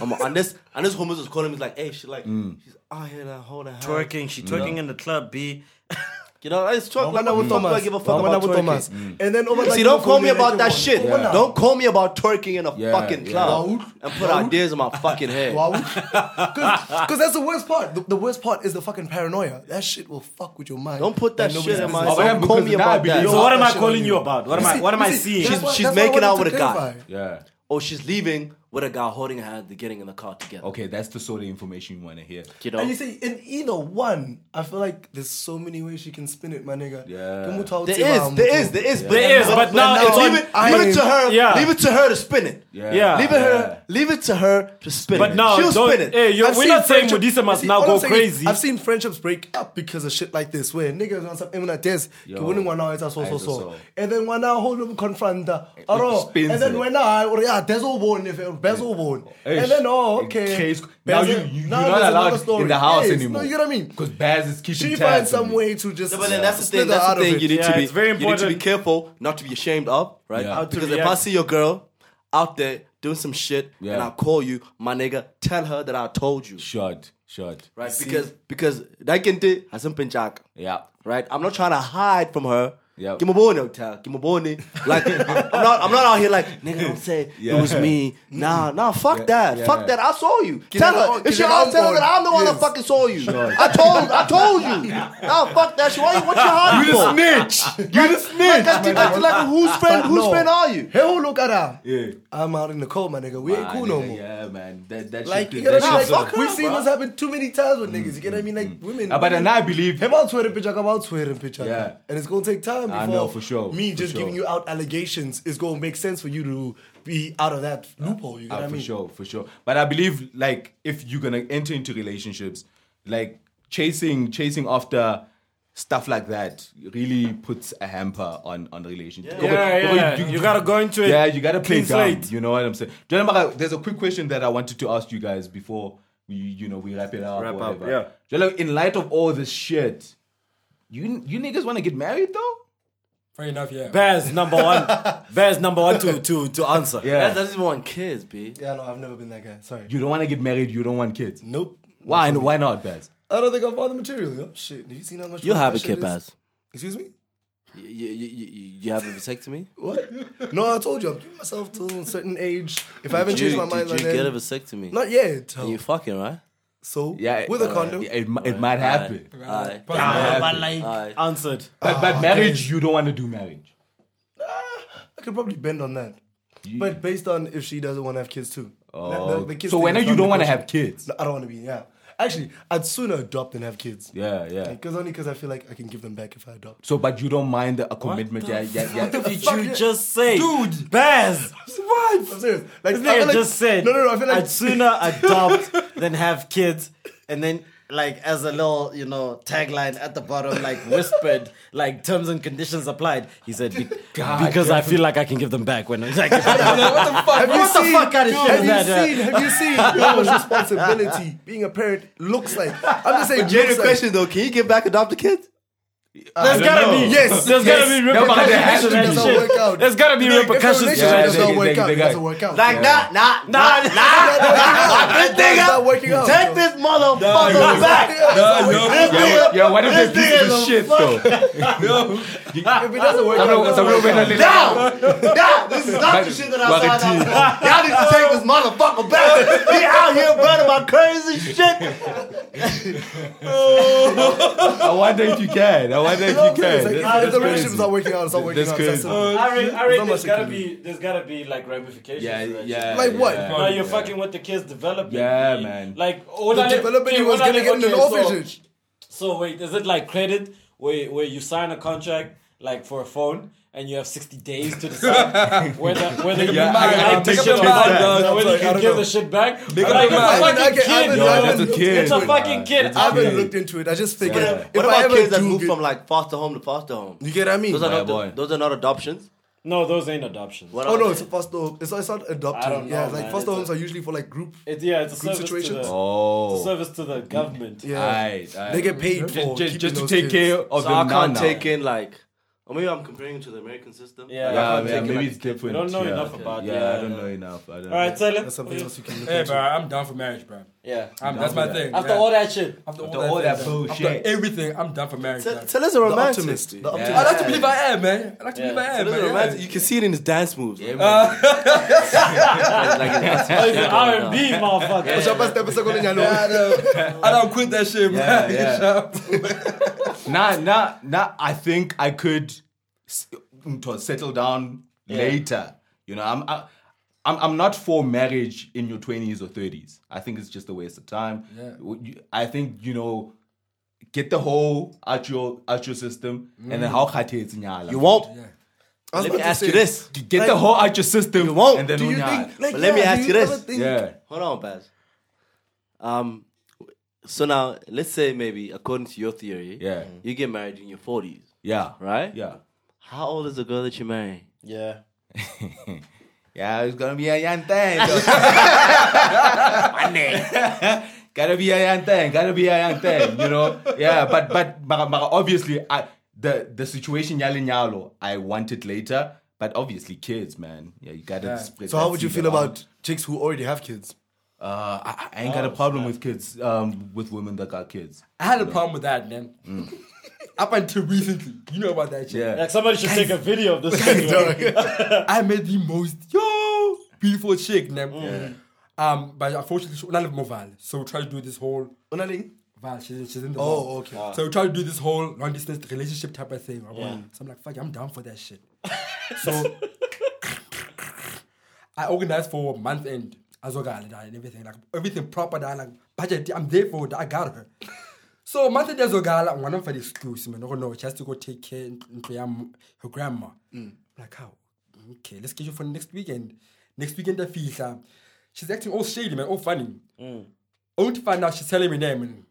I'm, unless unless homies is calling me like hey she like Mm. she's out here like, holding her hand. twerking. She twerking in the club. B. you know it's talk like what the fuck do i give a fuck Wabona about with twerking Thomas. And then over See, don't call me about that shit. Yeah. Don't call me about twerking in a Yeah, fucking yeah. club Wow. and put ideas in my fucking head. Because that's the worst part. The, the worst part is the fucking paranoia. That shit will fuck with your mind. Don't put that And nobody's shit in my business. Oh, yeah, Don't call me because now I about believe- that. So what am I Shit on calling you. you about? What am I? See, What am I see, seeing? that's She's- why- she's that's why I making out wanted with a to guy. clarify. Yeah. Or Oh, she's leaving with a guy holding her hand, they're getting in the car together. Okay, that's the sort of information you want to hear. You know? And you say in either one, I feel like there's so many ways she can spin it, my nigga. Yeah. Kumutau There Tiba, is, there is, Mutu. there is, but- There is, but now now it's I'm- leave on. it, leave it to her. Yeah. Leave it to her to spin it. Yeah. Yeah. Leave it her. Leave it to her to spin But it. now, she'll don't- spin it. hey, you're- I've we're seen not saying friendship- Modisa must See, now all go I'm saying is, crazy. I've seen friendships break up because of shit like this, where niggas on some imminent desk, Yo. you wouldn't want now it's a so I so just so, saw. and then when I hold them confront her, oh, spins and then it. when I or yeah, bezel bone if bezel bone, and then oh okay, Case, now you, Bezel- you, you're now not there's another allowed in story. the house Yes, anymore. No, you know what I mean. Because Baz is keeping She tabs finds on some you. way to just. Yeah, but then that's the split thing. her That's out the of thing. it. You need Yeah, to be it's very You need to important. be careful not to be ashamed of, right? Yeah. How to Because if I react. see your girl out there doing some shit and Yeah. I call you, my nigga, tell her that I told you, Shut, shut. right? Because because that can do hasn't been jack. Yeah. Right, I'm not trying to hide from her. Yeah. Give me bone, yo, tell. Give me bone. Like, I'm not, I'm not out here like, nigga, don't say Yeah. it was me. Nah, nah, fuck that. yeah. Fuck that. I saw you. it tell on- her. get If she it out, on tell her board. that I'm the one that Yes. fucking saw you. I told, I told you. Nah, fuck that shit. Why you, what you hiding for? snitch. You the Like, snitch. that's the- that's like, whose friend, But whose no. friend are you? Hey, who look at her? Yeah. I'm out in the cold, my nigga. We ain't Ah, cool no nigga, more. Yeah, man. That, that Like, shit, you know, that like shit's fuck so- we've her, seen bro. what's happened too many times with niggas. You get what I mean? Like women. Ah, But then I believe Him out Twitter, bitch. I'm out Twitter, bitch. Yeah. And it's gonna take time before I know, for sure, me for just sure. giving you out allegations is gonna make sense for you to be out of that loophole. You get Ah, what I for mean? sure, for sure. But I believe like if you're gonna enter into relationships, like chasing chasing after stuff like that really puts a hamper on on the relationship. Yeah, yeah. You gotta go into it Yeah, you gotta play clean down. slate. You know what I'm saying? Do you remember, like, There's a quick question that I wanted to ask you guys before we you know we wrap it up. Wrap or up, whatever. yeah. Do you know, in light of all this shit, you you niggas wanna get married though? Fair enough, yeah. Bears number one. Bears number one to to to answer. That doesn't want kids, b. Yeah, no, I've never been that guy. Sorry. You don't wanna get married, you don't want kids. nope. Why why not, Baz? I don't think I've bought the material. Yo. Shit. Have you seen how much? You'll work have a that shit kid, is? Baz. Excuse me. You, you, you, you- you have a vasectomy? What? no, I told you. I'm giving myself to a certain age. If I haven't Did changed you- my mind, Did by you get a then, vasectomy? not yet. And you fucking, right? So Yeah, with a uh, condom. It, it, it might happen. Uh, Aye. But- Yeah, but but- like Aye. answered. But, Ah, but marriage, you don't want to do marriage. I could probably bend on that. But based on if she doesn't want to have kids too. The- the- the kids so thing whenever is you not don't want to negotiable. have kids. No, I don't want to be, yeah. Actually, I'd sooner adopt than have kids. Yeah, yeah. Because only because I feel like I can give them back if I adopt. So, but you don't mind a commitment. Yeah, yeah, yeah. Did fuck you yeah. just say, Dude. Bears. I'm serious. Like, This I feel nigga like- just said. No, no, no. I feel like I'd sooner adopt than have kids, and then like as a little, you know, tagline at the bottom, like whispered, like terms and conditions applied. He said, "Be- because I feel like I can give them back when I'm like, what the fuck? Have you What the seen, fuck kind of dude, shit have is you that, seen? Have you seen how much responsibility being a parent looks like? I'm just saying, Jada looks like. question though, can you give back adopt a kid? there's gotta be, Yes, there's gotta yes. be No, but there has to repercussions. be. Doesn't for that shit. work out. There's gotta be Yeah, if a repercussions. relationship yeah, doesn't they- they- work out, they it got- doesn't work out. Like that, nah, nah, nah, nah. This It's not nigga, working out, take bro. this motherfucker back. No, no, Yeah, yeah, what if This nigga they pieces is of a shit though? no. If it doesn't work Some out, of- some of them are like- Down, down. This is not the shit that I signed up for. Y'all need to take this motherfucker back. He out here burning about currency shit. I wonder if you can. I wonder if you can. It's like, That's- if that's the relationship's crazy. not working out, it's not working That's out. It's that crazy. simple. I reckon, I reckon much there's it gotta can be, there's gotta be like ramifications. Yeah, for that yeah. Like what? yeah. Now you're fucking with the kids developing. Yeah, you- man. Like The development he was gonna get in an orphanage. So wait, is it like credit where where you sign a contract like for a phone and you have sixty days to decide whether whether you Yeah, I- I like the make up shit my or mind, not, dog. whether you Sorry, I can don't give know. the shit back? up Like, your it's a mind. fucking Okay, I kid, haven't- yo. I haven't That's a kid. It's a fucking man. kid. That's a I haven't kid. looked into it. I just figured if What I about ever kids that do move get- from like foster home to foster home? You get what I mean? Those are Yeah, not boy. the- those are not adoptions. No, those ain't adoptions. What Oh are no, they? it's a foster. It's not, it's not adopted. I don't yeah, know, it's like man. foster It's homes a- are usually for like group. It's yeah, it's a Group service to situations. the Oh. service to the government. Yeah, Aight, aight. they get Ju- ju- paid for just, keeping to those take kids. care So of them I Oh, now. can't now. take in like, or maybe I'm comparing it to the American system. Yeah. Like, I Yeah, can't yeah take in, maybe like- it's different. don't know yeah. enough about- Yeah, yeah, I don't yeah. know enough. I don't. All right, That's Taylor. something else you can look Hey, into. bro, I'm down for marriage, bro. Yeah. I'm, that's my thing. After yeah. all that shit. after After all that thing, bro. bullshit. after everything, I'm down for marriage. Tell, bro. tell us a The romantic. optimist. The optimist. I like to believe I am, man. I like to Yeah. believe I am, Tell us man. a Yeah. romantic. You can see it in his dance moves. Yeah, man. Oh, he's an R&B motherfucker. What's up, step aside, go to nyalo. I don't, I don't quit that shit, Yeah, man. yeah. nah, nah, nah. I think I could s- to settle down later. You know, I'm. I, I'm, I'm not for marriage in your 20s or 30s. I think it's just a waste of time. Yeah. W- you- I think, you know, get the whole out your out your system and Mm. then how khate it's nyala. You won't. I was Let about me to ask say, you this. Get the whole out your system won't. and then Do you unyala. think? Like, But let me yeah, ask do you ever this. think- Yeah. Hold on, Baz. Um, so now let's say maybe according to your theory, Yeah. you get married in your forties, Yeah. right? Yeah. How old is the girl that you marry? Yeah. Yeah, it's gonna be a young thing. gotta be a young thing. Gotta be a young thing. You know. Yeah, but but but, but obviously, I the the situation yale nyalo. I want it later, but obviously, kids, man. Yeah, you gotta. Spread So that how would you seed feel around. about chicks who already have kids? Uh, I, I ain't got a Oh, problem with kids. Um, with women that got kids. I had a problem with that, man. Up until recently, you know about that shit. Mm. Yeah. Like somebody should take a video of this. video. I met the most yo beautiful chick, man. Um, but unfortunately, she- none of them are vile. So we try to do this whole Unali? vile. She's, she's in the Oh, world. okay. So we try to do this whole long distance relationship type of thing. I'm like, so I'm like, fuck, it, I'm down for that shit. so I organized for a month end as well and everything like everything proper. That like budget. I'm there for it. I got her. So month end as well, one of her excuse man. No, no, she has to go take care of her grandma. Mm. Like how? Okay, let's get you for next weekend. Next weekend, I feel uh, she's acting all shady man, all funny. Mm. Only to find out she's telling me name and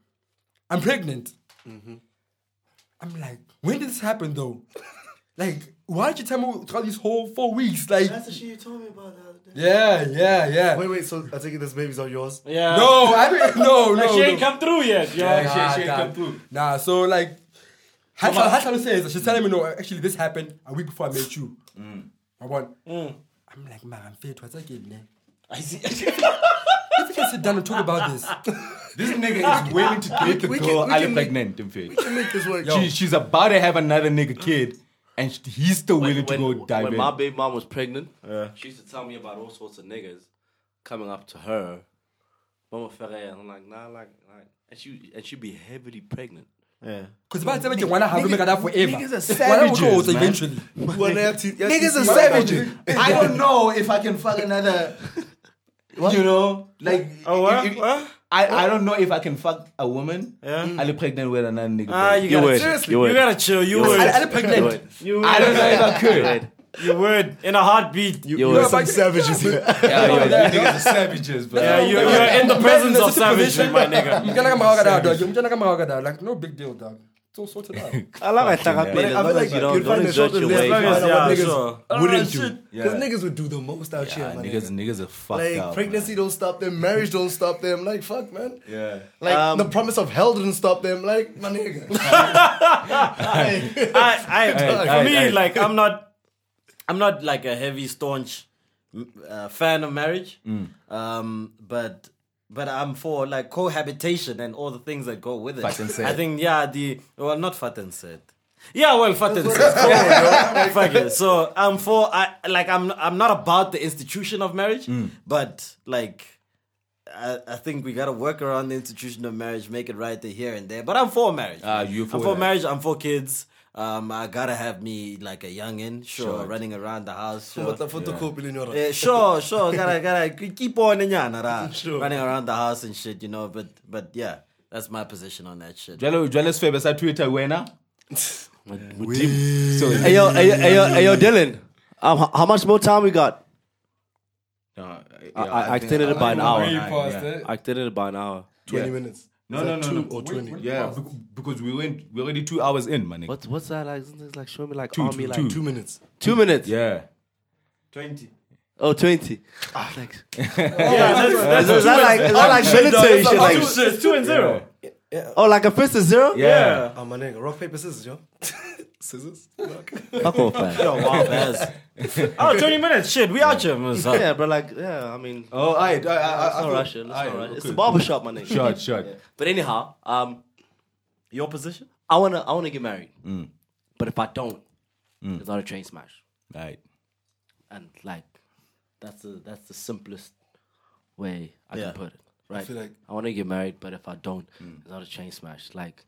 I'm pregnant. Mm-hmm. I'm like, when did this happen though? like, why did you tell me throughout these whole four weeks? Like, the shit you told me about the other day. yeah, yeah, yeah. Wait, wait. So I take it this baby's not yours. yeah. No, I mean, no, Like no. she ain't no. come through yet, yo. Nah, she ain't nah. come through. Nah, so like, how Hatsalu says, she's telling me, no, actually, this happened a week before I met you. I want, I'm like, man, I'm fit. What's again, man? I see. If we can sit down and talk about this. This nigga is willing to date the we can- girl. we I can look make- pregnant. in fact. We can make this work. She, she's about to have another nigga kid, and sh- he's still willing when, to go dive when in. my baby mom was pregnant, she used to tell me about all sorts of niggas coming up to her. Mama Ferrer, and I'm like, nah, like, like, and she and she'd be heavily pregnant. Because by the time you want to have to make that forever. niggas are Whatever savages, goes man. eventually. Well, they have to- they have to Niggas see are what savages. happens. I don't know if I can fuck another. You know, like what? if- if- What? I, I don't know if I can fuck a woman. I'll be pregnant with another nigga. Ah, baby. you gotta would, chill. you would. gotta chill. You would. I, I'm pregnant. Right. You would. I don't know if I could. You would in a heartbeat. You, Yo, Yeah, Some but- savages here. Yeah, yo, yeah. you niggas are savages, bro. yeah, you, Yeah, you're in the man, presence in of such a savagery, position, my nigga. You can like a Mahaga dog, dog. You can like a Mahaga dog. Like, no big deal, dog. It's all sorted out. I like that. I But I feel like you don't, you'd don't find a exert shorter your list. way. As long man. man. as what niggas Yeah, sure. wouldn't Ah, do. shit. Because niggas would do the most out here, man. niggas, niggas are fucked Like up. pregnancy don't stop them, marriage don't stop them. Like fuck, man. man. Like Um, the promise of hell didn't stop them. Like my nigga. Like, I, I, for aye, me, aye. like I'm not, I'm not like a heavy staunch m- uh, fan of marriage, Mm. um, but but I'm for like cohabitation and all the things that go with it. Fatten said. I think yeah, the well not Fatten said. Yeah, well, Fatten said. Fuck it. So I'm for I like I'm I'm not about the institution of marriage, Mm. but like. I, I think we gotta work around the institution of marriage, make it right here and there. But I'm for marriage. Ah, you for I'm for that. marriage. I'm for kids. Um, I gotta have me like a youngin, sure, running around the house. Sure. what the photocopy in your Eh, sure, sure, gotta gotta keep on in yana, ra. running around the house and shit, you know. But but yeah, that's my position on that shit. Jalo, Jalo Sfebe, sa Twitter wena. So, Hey yo, hey yo, hey yo, hey yo, Dylan. Um, h- how much more time we got? no, I- I extended it by an hour. Way past Yeah. it. I extended it by an hour. twenty Yeah. minutes. No, Is no, that no, two no. or Wait, twenty. Yeah, bec- because we went, we're already two hours in, man. What's what's that like? Something like show me like Two, army two, like two. Two minutes. two minutes. Yeah. Oh, 20. Ah, thanks. Yeah, Is that- is that like is that like military shit? Like it's two and zero. oh, like a fist is zero? Yeah. Oh my nigga, rock paper scissors, yo. scissors. Rock. Fuck off, man. Oh, wow, that's- oh, 20 minutes. Shit, we out here. man. Yeah, but like, yeah, I mean, it's Oh, all right. I, I, I, not Russian. It's not Russian. It's a barber shop, my nigga. Shot, shot. But anyhow, um, Your position? I wanna, I wanna get married. But if I don't, it's not a train smash. All right. And like, that's the that's the simplest way I Yeah. can put it. Right. I, feel like- wanna get married, but if I don't, it's not a train smash. Like,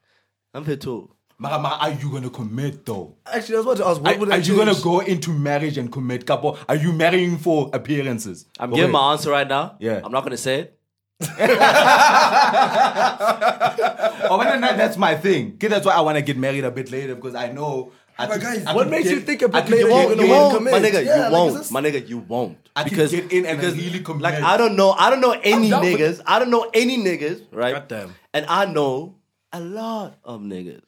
I'm here too. Mara, Mara, are you gonna commit though? Actually, I was about to ask, what Are- would are you actually- gonna go into marriage and commit? Couple, are you marrying for appearances? I'm Go giving ahead. my answer right now. Yeah. I'm not gonna say it. Oh, but no, no, that's my thing. 'Kay, That's why I wanna get married a bit later because I know. I But could- guys, I What could makes get- you think about I could later? get You're in- gonna you wanna won't, commit. my nigga. Yeah, you like, won't, is this- my nigga. You won't. I because because get in and because- really commit. like I don't know, I don't know any down with- niggas. I don't know any niggas, right? Goddamn. And I know a lot of niggas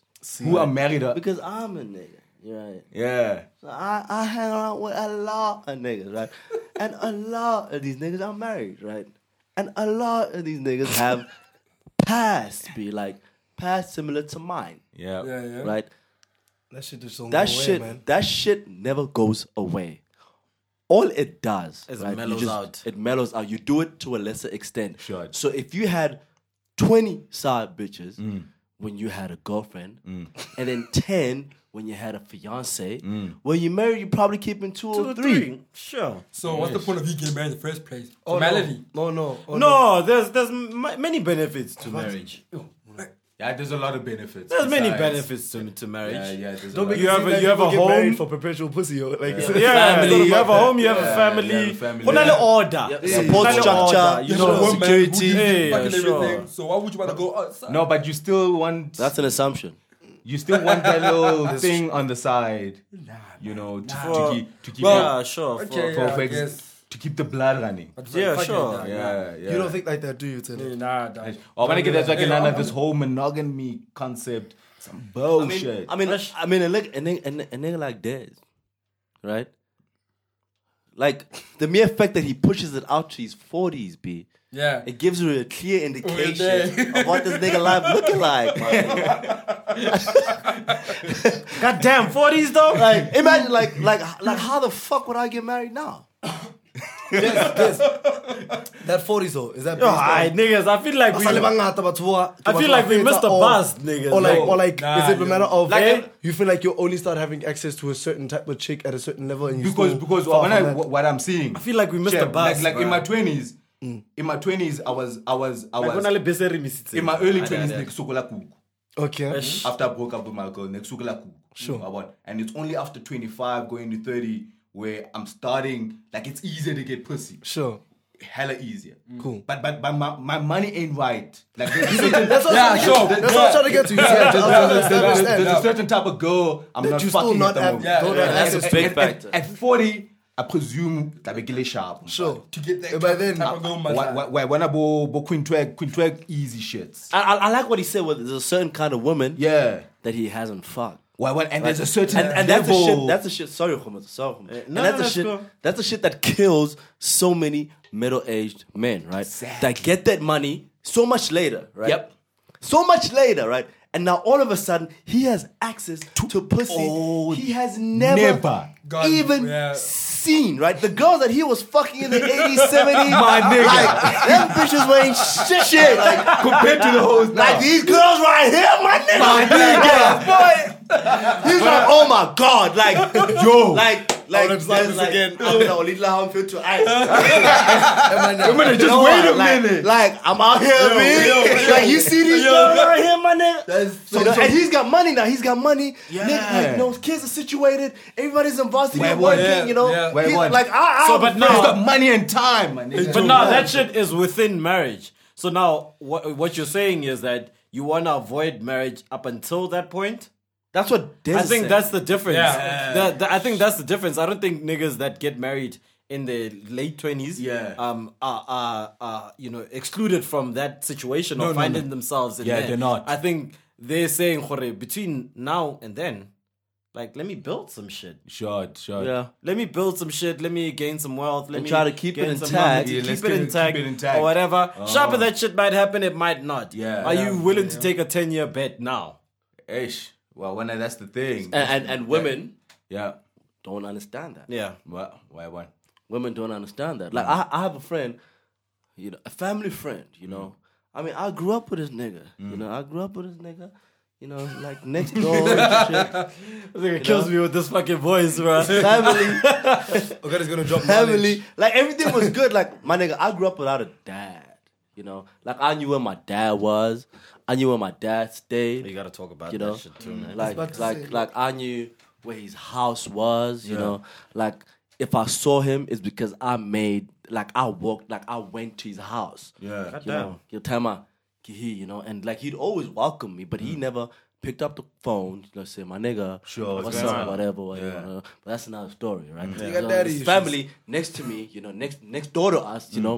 who are married. uh, because I'm a nigga, right? Yeah. So I, I hang around with a lot of niggas, right? and a lot of these niggas are married, right? And a lot of these niggas have past, be like past similar to mine, Yeah. Yeah, yeah. right? That shit just don't That go away, shit, man. that shit never goes away. All it does Is right, you mellows just- out. It mellows out. You do it to a lesser extent. Sure. So if you had twenty side bitches when you had a girlfriend, and then ten when you had a fiance, when you married, you probably keeping two, or three. Sure. So what's the point of you getting married in the first place? Melody. No, no, oh, No, there's there's m- many benefits to marriage. Yeah, there's a lot of benefits. There's many besides- benefits to to marriage. Yeah, yeah. there's a Don't lot make of- it You have seem a- like you have a people get married home. for perpetual pussy, yo. Like, Yeah, It's not you about have a that. home, you have a you family. have a family. Kuna le order. Support Kuna le structure, order, you You know, know, one man who security. did Yeah, fucking sure. everything. So why would you want to go outside? No, but you still want That's an assumption. you still want that little thing on the side, you know, to, to keep to keep Well, it- yeah, sure. Okay, for- yeah, for I ex- guess. to keep the blood running. But Yeah, fuck it, sure. dog. Yeah, yeah. You don't think like that, do you, Teddy? Nah, Nah, um, dog. Oh, I want to get that like Yeah, another I'm- this whole monogamy concept. Some I mean, bullshit. I mean, I mean, a nigga, a nigga, a nigga- a nigga like Dez, right? Like the mere fact that he pushes it out to his forties, b. Yeah. It gives you a clear indication of there. what this nigga life looking like. man. Goddamn, forties though. Like, imagine, like, like, like, how the fuck would I get married now? That 40s though, is that Yo, I niggas, I feel like we. based on- I feel like we missed the bus, niggas. Or like, No. or like, Nah, is it a yo. matter of Like, eh, uh, you feel like you only start having access to a certain type of chick at a certain level, and you because still because far when from I, that? wh- what I'm seeing, I feel like we missed the bus, Like, like in bruh. my twenties, in my twenties, I was I was I Like, kuna le was beseri misitse. in my early Aye, twenties. aye, aye. Like sokola kuku. okay, after I broke up with my girl, next week, like, sure. About, and it's only after 25 going to 30 where I'm starting, like, it's easier to get pussy. sure, hella easier. Cool. But but but my, my money ain't right. Like there's, That's what Yeah, I'm trying to sure. get to. That's what I'm trying to get to. You see, I there's- there's- understand, I there's- understand. there's a certain type of girl I'm That not you still fucking not at the have- moment. Yeah, don't At- have at- access at- to. at- Big factor. At 40, I presume that we get it sharp. Sure. to get that And by then, type of girl, man. Why- why- why- When I bo bo queen twag queen twag easy shits. I, I, I like what he said. Where there's a certain kind of woman Yeah. that he hasn't fucked. Why when and there's a certain and, and that's level. the shit. That's the shit. Sorry, Khumaz, sorry, Khumaz. and no, that's the no, that's shit. cool. That's the shit that kills so many middle-aged men, right? That get that money so much later, right? Yep. So much later, right? And now all of a sudden he has access to, pussy Oh, he has never, never. God, even yeah. seen, right? The girls that he was fucking in the 80s, 70s, My nigga. like, them bitches were ain't shit. shit. Like, compared to the hoes now. like these girls right here, my nigga. My He's like, oh my god, like yo, like like I'm sorry, there's, this like, again. I'm in a little outfit to ice. Women, just No, wait a like, minute. Like I'm out here, man. like you see these girls right here, my nigga. So, so- and he's got money now. He's got money. Yeah. Nigga, like, no kids are situated. Everybody's in varsity Wait, and what? working. Oh, Yeah, you know, yeah. Wait, He's what? like I, I So, have a but friend. now- It's got money and time, man. nigga. But now that shit is within marriage. So now what what you're saying is that you want to avoid marriage up until that point. that's what Des I is think saying. that's the difference. Yeah. The- the- I think that's the difference. I don't think niggas that get married in their late twenties, Yeah. um, are, are, are you know excluded from that situation No, or no, finding no. themselves in Yeah, there. they're not. I think they're saying, "Hore, between now and then, like, let me build some shit. short, short. yeah. Let me build some shit. Let me gain some wealth. Let And me try to keep it gain some intact. money, Yeah, let's keep, keep it it- intact keep it intact. or whatever. Uh-huh. Sharper that shit might happen. It might not. Yeah. Are you Yeah, willing to take a ten year bet now? Ish. Well, when I, that's the thing. And, and and women yeah. don't understand that. Yeah. Mm. Well, why one? women don't understand that. Like I, I have a friend, you know, a family friend, you know. I mean, I grew up with this nigga, you Mm. know. I grew up with this nigga, you know, like next door and It kills me with this fucking voice, bro. shit. Family, Okay, it's gonna drop family, like everything was good. Like my nigga, I grew up without a dad, you know. Like I knew where my dad was, I knew where my dad stayed. You gotta talk about you know, that shit too, man. like about to like say. like I knew where his house was, you know, like if I saw him, it's because I made like I walked, like I went to his house. Yeah. you know, your tama kihi, you know, and like he'd always welcome me, but he Mm. never picked up the phone. You know, say my nigga, Sure, what's what's going up, on? whatever, whatever. Yeah. Mm. whatever. But that's another story, right? You You got know, daddy his issues. family next to me, you know, next next door to us, Mm. you know,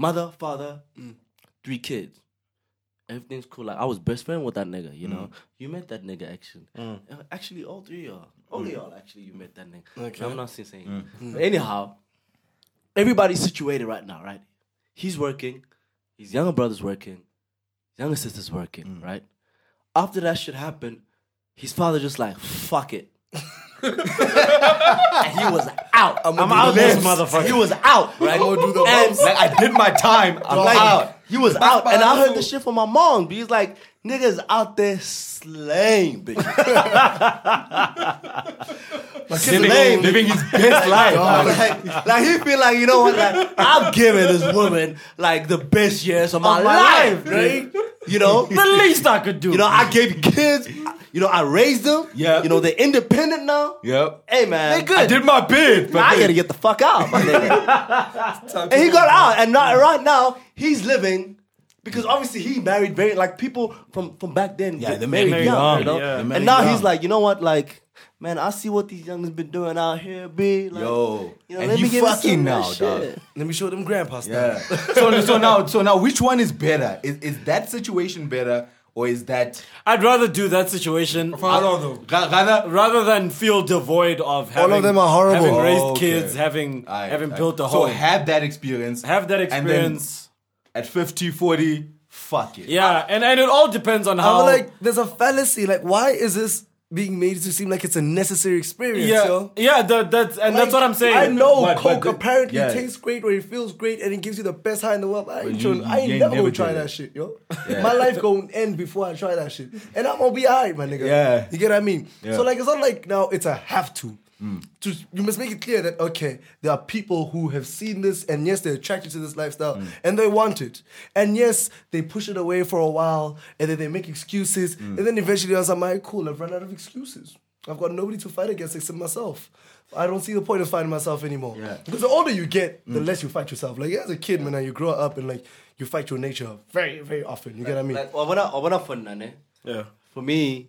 mother, father, Mm. three kids everything's cool. Like I was best friend with that nigga, you Mm. know. You met that nigga actually. Uh, Actually, all three of y'all, all Mm. of y'all actually, you met that nigga. I'm not saying saying. But anyhow, everybody's situated right now, right? He's working, his younger brother's working, his younger sister's working, Mm. right? After that shit happened, his father just like fuck it. and he was out. I'm, do out the this lips. motherfucker. He was out, right? I'ma do the and bumps. Like I did my time. I'm like, out. He was out, and I heard this shit from my mom. He's like, niggas out there slaying, bitch. Living, lame. living his best life. like, like, he feel like, you know what, like, I'm giving this woman, like, the best years of my, my life, life, right? You know? the least I could do. You know, I gave kids, you know, I raised them. Yeah. You know, they're independent now. Yep. Hey, man. They good. I did my bid. But I then- gotta get the fuck out, my nigga. and he got out, and not, right now he's living because obviously he married very like people from from back then. Yeah, they married, married young, young, you know. yeah. They married And now he's young. like, you know what, like. Man, I see what these youngs been doing out here, be like, Yo. you know, And let you me give fucking fucking now, now, dog. shit. Let me show them grandpa stuff. Yeah. so, so now, so now, which one is better? Is, is that situation better, or is that I'd rather do that situation For how long though? ra- rather? rather than feel devoid of having, of them are horrible. having raised Oh, Okay. kids, having I- having I- built a home, So have that experience. have that and then experience. at 50, 40, fuck it. yeah, and, and it all depends on I'm how. like, there's a fallacy. Like, why is this being made to seem like it's a necessary experience? yeah, yo? yeah, that, that's and that's what I'm saying. I know But- but Coke the- apparently yeah. tastes great or it feels great and it gives you the best high in the world. I ain't, you- trying- I you ain't ain't never never gonna try did it. that shit, yo. My life gonna end before I try that shit. And I'm gonna be alright, my nigga. Yeah. You get what I mean? Yeah. So like it's not like now it's a have to. To, you must make it clear that okay, there are people who have seen this and yes, they're attracted to this lifestyle and they want it. And yes, they push it away for a while and then they make excuses and then eventually I was like, "My cool, I've run out of excuses. I've got nobody to fight against except myself. I don't see the point of fighting myself anymore. Yeah. Because the older you get, the less you fight yourself. Like as a kid, man, you grow up and like you fight your nature very, very often. You get what I mean? Like, wabona, wabona for Nane, Yeah. for me,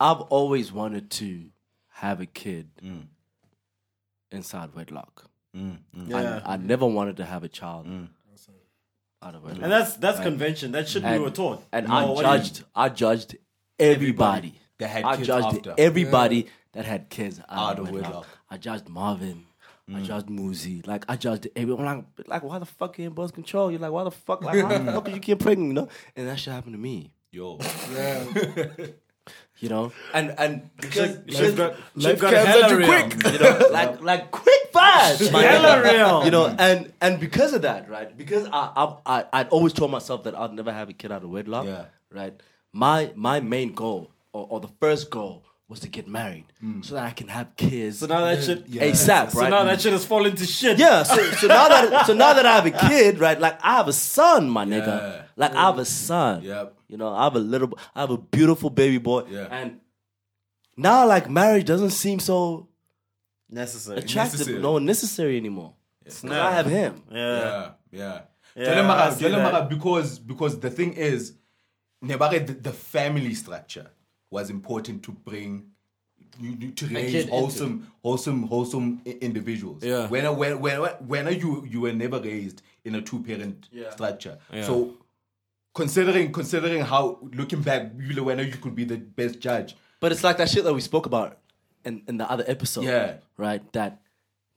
I've always wanted to have a kid Mm. inside wedlock. I- Yeah. I, never wanted to have a child out of wedlock. Mm. And that's that's convention. That should we And- were taught. And No, I what do you- judged, I judged everybody. that had I kids judged after. everybody that had kids out, Out of of wedlock. wedlock. I judged Marvin. I judged Muzi. Like I judged everyone. I'm like, like why the fuck you in birth control? You're like, why the fuck? Like, how the fuck did you get pregnant? You know? And that shit happened to me. Yo. You know? And and because Shit got, shit got comes at hella you real. quick. you know, like like quick fast. my Hella nigga. real. You know, and and because of that, right? Because I I I I'd always told myself that I'd never have a kid out of wedlock. Yeah. Right. My my main goal or, or the first goal was to get married so that I can have kids. Hmm. So now that shit ASAP, So right? now that shit has fallen to shit. yeah, so, so now that so now that I have a kid, right? Like I have a son, my nigga. Like I have a son. Yep. You know, I have a little, I have a beautiful baby boy, Yeah. and now like marriage doesn't seem so Necessary. attractive, Necessary. no necessary anymore. 'Cause I have him. Yeah. yeah, yeah. Yeah, Jwale Mara- I see Jwale that. Mara, because because the thing is, Nebare, the, the family structure was important to bring you, you- to raise kid wholesome, wholesome, wholesome i- individuals. Yeah. When when when when you you were never raised in a two parent structure, so considering considering how looking back, you when you could be the best judge. But it's like that shit that we spoke about in, in the other episode. Yeah. Right? That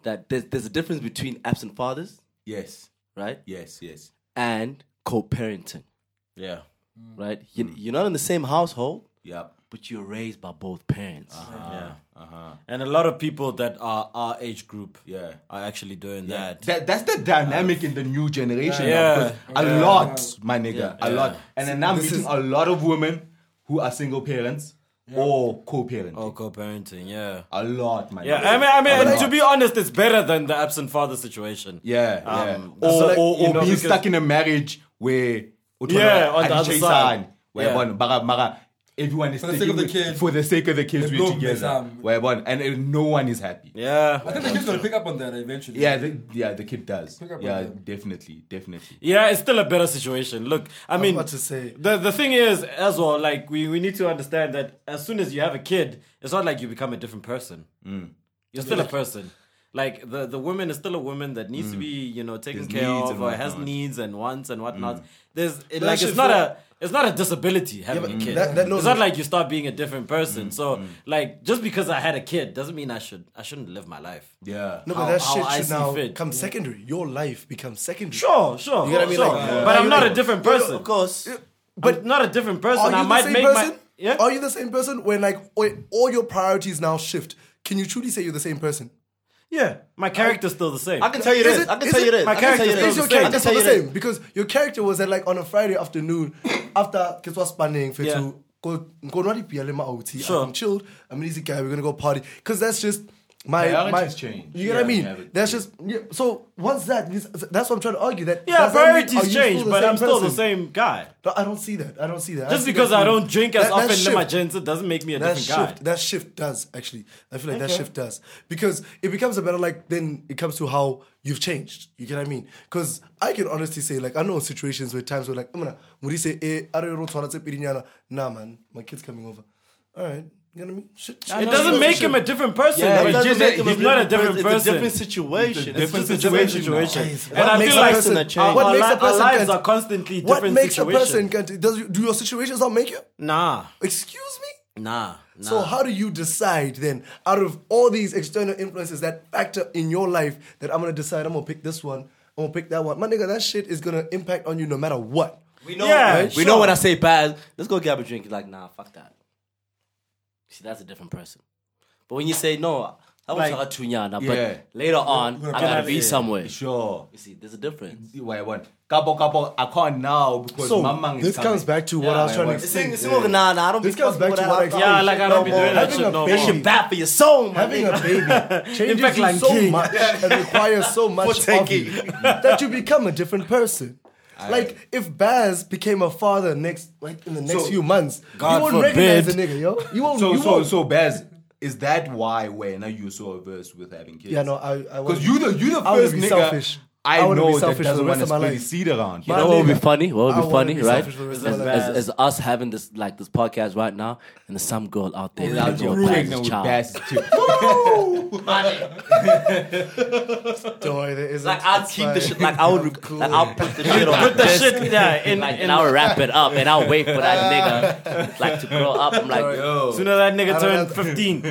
that there's there's a difference between absent fathers, Yes, right? yes, yes. And co parenting. Yeah. Right? You, You're not in the same household, Yep. but you're raised by both parents. Yeah. And a lot of people that are our age group Yeah. are actually doing that. That, that's the dynamic in the new generation. Yeah. now, 'cause a Yeah. lot, my nigga, a Yeah. lot. And then I'm meeting a lot of women who are single parents or co-parent. Oh, co-parenting, yeah. A lot, my Yeah, nigga. I mean, I mean, A and to lot. be honest, it's better than the absent father situation. yeah, Um, yeah. Or, so like, or, you or know, being because- stuck in a marriage where Yeah, on the other side. where Yeah. one, mara, mara, everyone is For the sticking sake of the with- kid. for the sake of the kids They we're broke um, me together. some. Where one, and uh, no one is happy. Yeah. I think the kid's gonna pick up on that eventually. Yeah, the, yeah, the kid does. Pick up on Yeah, them. definitely, definitely. Yeah, it's still a better situation. Look, I mean, about to say. the the thing is as well. Like we, we need to understand that as soon as you have a kid, it's not like you become a different person. Mm. You're still a person. Like the the woman is still a woman that needs to be you know taken Mm. There's care needs of and or has whatnot. Mm. needs and wants and whatnot. There's it, like shit it's not for- a it's not a disability having a kid. that- that knows it's not it. like you start being a different person. Mm, So like just because I had a kid doesn't mean I should I shouldn't live my life. Yeah. no, how- but that how shit I should see now fit. come secondary. Your life becomes secondary. Sure, sure, You get what I mean? sure. Like, Yeah. But are I'm you not a the- different person. Of course. But not a different person. Are I you might the same make person? my yeah. Are you the same person when like when all your priorities now shift? Can you truly say you're the same person? yeah. My character's still the same. I can tell you Is this. it- I can is tell it- you this. my I can tell you character this. Is your I can character tell still the you this. same? Because your character was at like on a Friday afternoon after Kiswa spanning for Yeah. to go go not be my OT. Sure. I'm chilled. I'm an easy guy. We're gonna go party. Cause that's just my, my Priorities change. You get what I Yeah, mean? yeah, but- that's just yeah, so what's that? This- That's what I'm trying to argue. That yeah, does that mean- are priorities you change, still the but same I'm still the person? same guy. No, I don't see that. I don't see that. Just see because that I from- don't drink as That- that often in my shift- gins, it doesn't make me a that different shift, guy. that shift does actually. I feel like that shift does because it becomes a better like. Then it comes to how you've changed. You get what I mean? Because I can honestly say like I know situations where times where like I'm gonna Murise eh, I don't know, toilet, eh, pirinyana. Nah, man, my kid's coming over. All right, you know what I mean? Shit, shit. It doesn't make him a different person. Yeah, but it doesn't just- make him he's not a different it's person. a different situation. It's different just a different different situation. situation. Guys, And I feel like person- our, what our makes li- a our person lives can't- are constantly What different makes situations. a person? Can't, does do your situations not make you? nah, Excuse me. nah, nah. So how do you decide then, out of all these external influences that factor in your life, that I'm gonna decide I'm gonna pick this one, I'm gonna pick that one? My nigga, that shit is gonna impact on you no matter what. We know, Yeah, right? we sure. know when I say bad, let's go grab a drink. You're like, nah, fuck that. See, that's a different person. But when you say no, I want Like- to have tunyana, but Yeah. later on, I out gotta of be here. somewhere. Sure. You see, there's a difference. See why I want. Couple, couple, I can't now because So my mang this is coming. comes back to what I was Yeah, trying why- to explain. Sing, sing, nah, nah, I don't This be comes fucking back with to what I that. explained. yeah, like I don't be No more. doing that Having shit a no baby- more. Shit bad for your soul, man. Having a baby changes fact, you like so king. much and requires so much of you that you become a different person. Like if Baz became a father next, like in the next So- few months, God you won't recognize the forbid. nigga, yo. You won't. So you so won't. so Baz, is that why when you're so averse with having kids? yeah, no, I. I Because you the you the I wanna first be nigga selfish. I, I wanna be know that selfish for doesn't the want rest to of my split life. his seed around. My You know what would be nigga, funny? What I would be wanna funny, be right? selfish for the As, rest of my as, life. as us having this like this podcast right now, and there's some girl out Oh, there Without thinking you you're pregnant Baz's with child. Baz's chick. Joy, there isn't. Like I'll It's keep the fine. shit. Like I'll I'm rec- cool. like I'll put the shit on. Put the desk, shit there in, Like, in and I'll wrap it up, and I'll wait for that nigga like to grow up. I'm like, Sooner that nigga don't turned have- 15.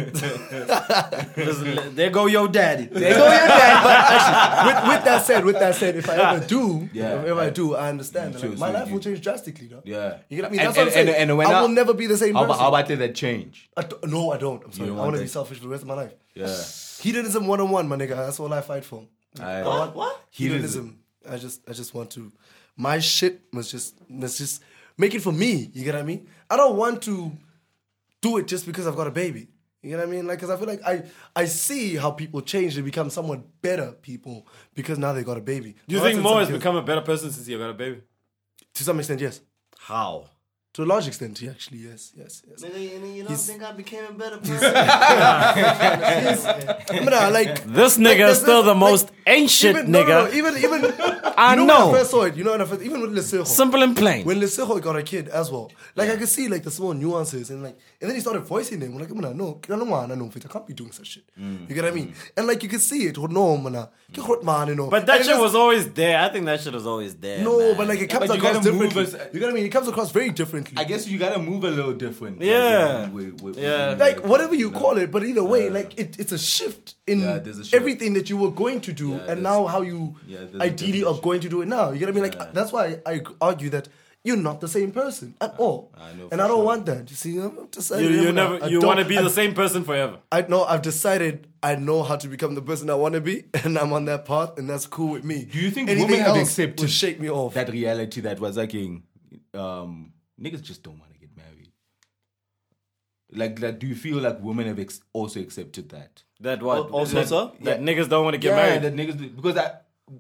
Just le- there go your daddy. They go your dad, but actually, with, with that said, with that said, if I ever do, Yeah. if ever I do, I understand. that, So- like, my so life you- will change drastically, though. Yeah. You get what I mean? And- That's and- what I'm saying. and- and when I will I- never be the same How person. about how about that change? I don't- no, I don't. I'm sorry. I don't want want to be that. selfish for the rest of my life. Yeah. Hedonism one on one, my nigga. That's all I fight for. I- I want- What? Hedonism. I just, I just want to. My shit must just, must just make it for me. You get what I mean? I don't want to do it just because I've got a baby. You know what I mean? Like, cause I feel like I, I see how people change. They become somewhat better people because now they got a baby. Do you Well, think that's Mo has something- become a better person since you got a baby? to some extent, yes. How? To a large extent, actually, yes, yes, yes. you don't think I became a better person? I mean, I like This Like, nigga there's is still this- the like, most ancient even, no, nigga. no, no, even even I you know, know. When I first saw it. You know, when I first, even with Lesejo. Simple and plain. when Lesejo got a kid as well, like I could see like the small nuances and like, and then he started voicing them. Like, man, no, I don't want, I know, I can't be doing such shit. Mm. You get what I mean? And like you could see it. "Oh, No, man, but that shit was always there. I think that shit was always there. no, man. but like it comes but you across gotta move differently. us- you know what I mean? It comes across very differently. I guess you gotta move a little different. Yeah. With- with- Yeah. with- like whatever you call it, but either way, like it, it's a shift in Yeah, there's a shift. everything that you were going to do, there's- and now how you yeah, there's a ideally different are going to do it now. You get what I mean? Like that's why I argue that you're not the same person at all, I know and for I don't sure. want that. You see, I'm decided, you, you I'm not- never I you don't- want to be I, the same person forever. I know I've decided I know how to become the person I want to be, and I'm on that path, and that's cool with me. Do you think Anything women have else accepted would shake me off? that reality that was like in, um niggas just don't want to get married. Like like do you feel like women have ex- also accepted that? That what? also, that, sir? that niggas don't want to get married. that niggas do- because I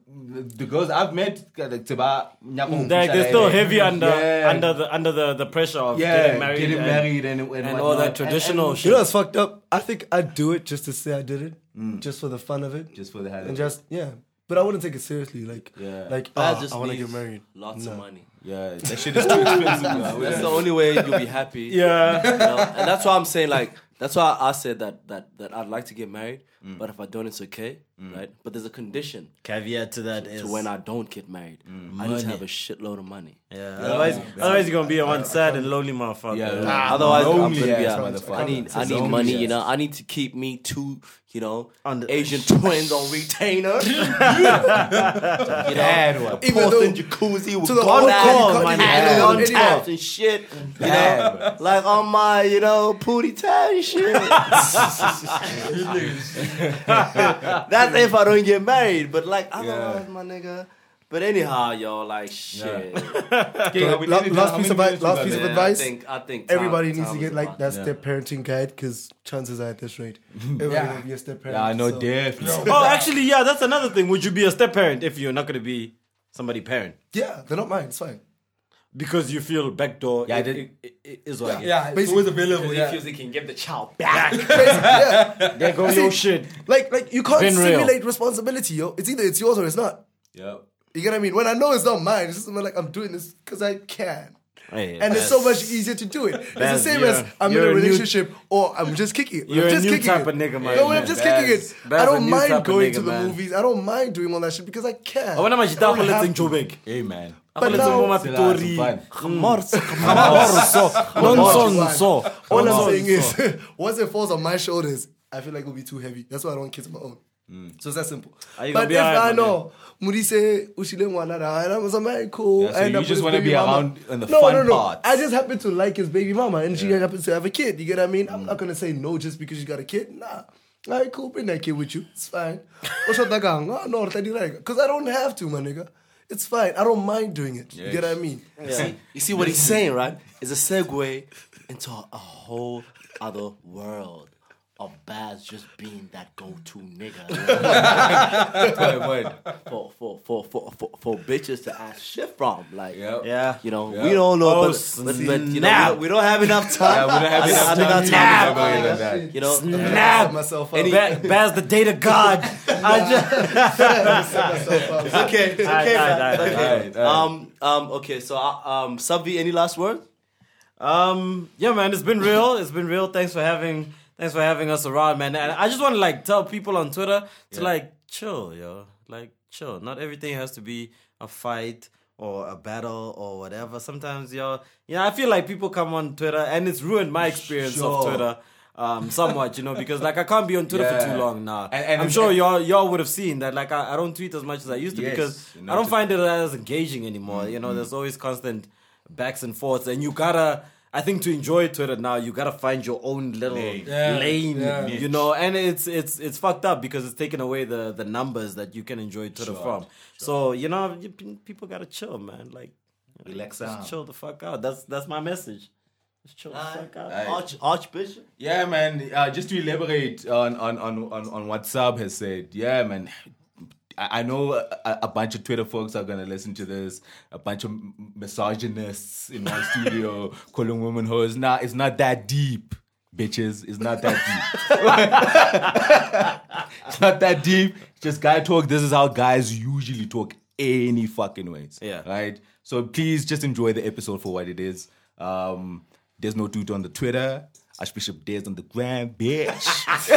the girls I've met like Tiba, Nyako, They're, Mm. like, they're still heavy under yeah, under the under the, the pressure of yeah, getting married, and, and- and, and all whatnot. that traditional You know shit. what's fucked up? I think I'd do it just to say I did it, just for the fun of it, Mm. Just for the hell of and it. just yeah. But I wouldn't take it seriously, like Yeah. like I ah, just I want to need get married. Lots of money. Yeah, that shit is too expensive. bro. That's the only way you'll be happy. Yeah. You know? And that's why I'm saying like that's why I said that that that I'd like to get married, but if I don't, it's okay, right? But there's a condition Caveat to that to when I don't get married. I need to have a shitload of money. yeah. Otherwise, otherwise you're gonna be a one sad and lonely motherfucker. Yeah, Ah, Otherwise, I'm Lonely gonna be ass out. motherfucker. I need, I need Lonely money. ass. You know, I need to keep me two, you know, Under- Asian twins on retainer. you know, Bad one. Even though Portland jacuzzi with to the golden old call, and my paddle nigga. on Anyway. taps and shit. You Bad know, like on my, you know, pooty tab and shit. That's if I don't get married. But like, otherwise, my nigga. But anyhow, yo, like shit. Okay, we la- nearly last done. How piece many minutes we of advi- last got piece of Man, left? advice? I think, I think time- Everybody needs time to is get a like bunch. that's their parenting guide because chances are at this rate, everybody Yeah. will be a step parent. Yeah, I know, so- definitely. oh, actually, yeah, that's another thing. Would you be a step parent if you're not gonna be somebody parent Yeah, they're not mine. It's fine. because you feel backdoor? Yeah, I it- did- it- it- is what I get. Yeah, it's always available. He Yeah. feels he can give the child back. There Oh, go your shit. Like like you can't Been real. simulate responsibility, yo. It's either it's yours or it's not. Yeah. You get what I mean? When I know it's not mine, it's just like I'm doing this because I can. Oh, Hey, and it's so much that's- easier to do it. It's the that's- same you're- as I'm in you're a a new- relationship or I'm just kicking it. You're I'm a just new kicking type it. of nigga, man. No, I'm just That's- kicking it. I that's a don't new type mind of going nigga, to the man. movies. I don't mind doing all that shit because I can. I want to I don't have to. Jobek. Hey, man. But now, Still have some fun. Mm. all I'm saying is, once it falls on my shoulders, I feel like it'll be too heavy. That's why I don't kiss my own. Mm. So it's that simple. Are you gonna But be if alright, I man? know, Murise, Ushile, Wanara, and I'm like, cool. Yeah, so I end you up just with his wanna baby be mama. around in the no, fun no, no. parts. I just happen to like his baby mama, and she happens to have a kid. You get what I mean? I'm Mm. not gonna say no just because you got a kid. Nah. All right, cool. Bring that kid with you. It's fine. Ah, Because I don't have to, my nigga. It's fine. I don't mind doing it. You get what I mean? See, you see what he's saying, right? It's a segue into a whole other world of Baz just being that go-to nigga for for for for for, for bitches to ask shit from. Like, Yep. Yeah. you know, Yep. we don't know, Oh, but, but, but you know, snap. we, we don't have enough Yeah, time. we don't have I- I enough time think that's to talk half. about it like that. you know, Snap. myself up. Any- Ba- Baz, the date of God. I just. it's okay, it's okay. man. Alright, alright. Um, um, okay. So, uh, um, Subvi, any last word? Um, yeah, man, it's been real. It's been real. Thanks for having, thanks for having us around, man. And I just want to like tell people on Twitter to like chill, yo, like chill. Not everything has to be a fight or a battle or whatever. Sometimes, yo, you know, I feel like people come on Twitter and it's ruined my experience of Sure. Twitter. Um, somewhat, you know, because like I can't be on Twitter for Yeah. too long now. And- and- I'm sure y'all y'all would have seen that. Like I, I don't tweet as much as I used to Yes, because you Mm-hmm. I don't noticed. find it as engaging anymore. You know, there's always constant backs and forths, and you gotta. I think to enjoy Twitter now, you gotta find your own little lane, Lane. Yeah, yeah. you know. And it's it's it's fucked up because it's taken away the the numbers that you can enjoy Twitter from. So you know, you, p- people gotta chill, man. Like, Relax just out. chill the fuck out. That's that's my message. Just chill the fuck out. Arch, Archbishop. Yeah, man. Uh, just to elaborate on, on, on, on, on what Sub has said. Yeah, man. I, I know a, a a bunch of Twitter folks are going to listen to this. A bunch of m- misogynists in my studio calling women hoes. Nah, it's not that deep, bitches. It's not that deep. it's not that deep. It's Just guy talk. This is how guys usually talk any fucking ways. Yeah. Right? So please just enjoy the episode for what it is. Um, there's no dude on the Twitter. Archbishop Dares on the gram, bitch.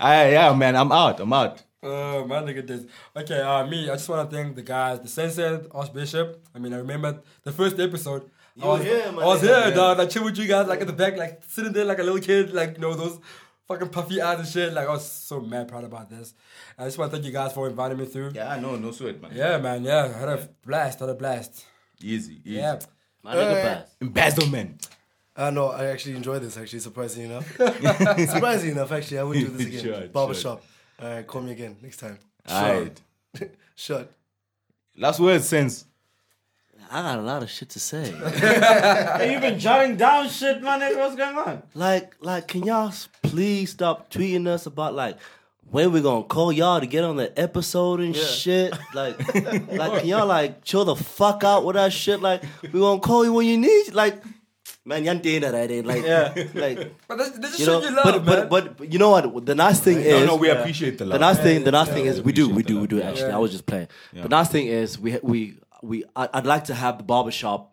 I, yeah, man, I'm out. I'm out. Oh, man, look at this. Okay, uh, me, I just want to thank the guys, the sensei, Archbishop. I mean, I remember the first episode. I was here, my I was nigga. here, dog. I chill with you guys, like in the back, like sitting there like a little kid, like, you know, those fucking puffy eyes and shit. Like, I was so mad proud about this. I just want to thank you guys for inviting me through. Yeah, no, no sweat, man. Yeah, man, yeah. I had a blast, had a blast. Easy, easy. Yeah. My nigga Baz. Embezzlement. Uh, no, I actually enjoy this, actually, surprisingly enough. surprisingly enough, actually, I would do this again. Sure, Barbershop. All right, call me again next time. All right. Shut. Last word, sense. I got a lot of shit to say. Hey, you've been jotting down shit, man. nigga. What's going on? like, like, can y'all s- please stop tweeting us about like when we gonna call y'all to get on the episode and shit? Like, like, can y'all like chill the fuck out with that shit? Like, we gonna call you when you need. Like, man, y'all doing that, eh? Like, like. But this, this is You shit know, you love, but, man. but but you know what? The nice thing is, no, no, we appreciate the love. The nice thing, the nice thing is, we do, appreciate we the do, we love. do. Actually, I was just playing. The nice thing is, we we we. I, I'd like to have the barbershop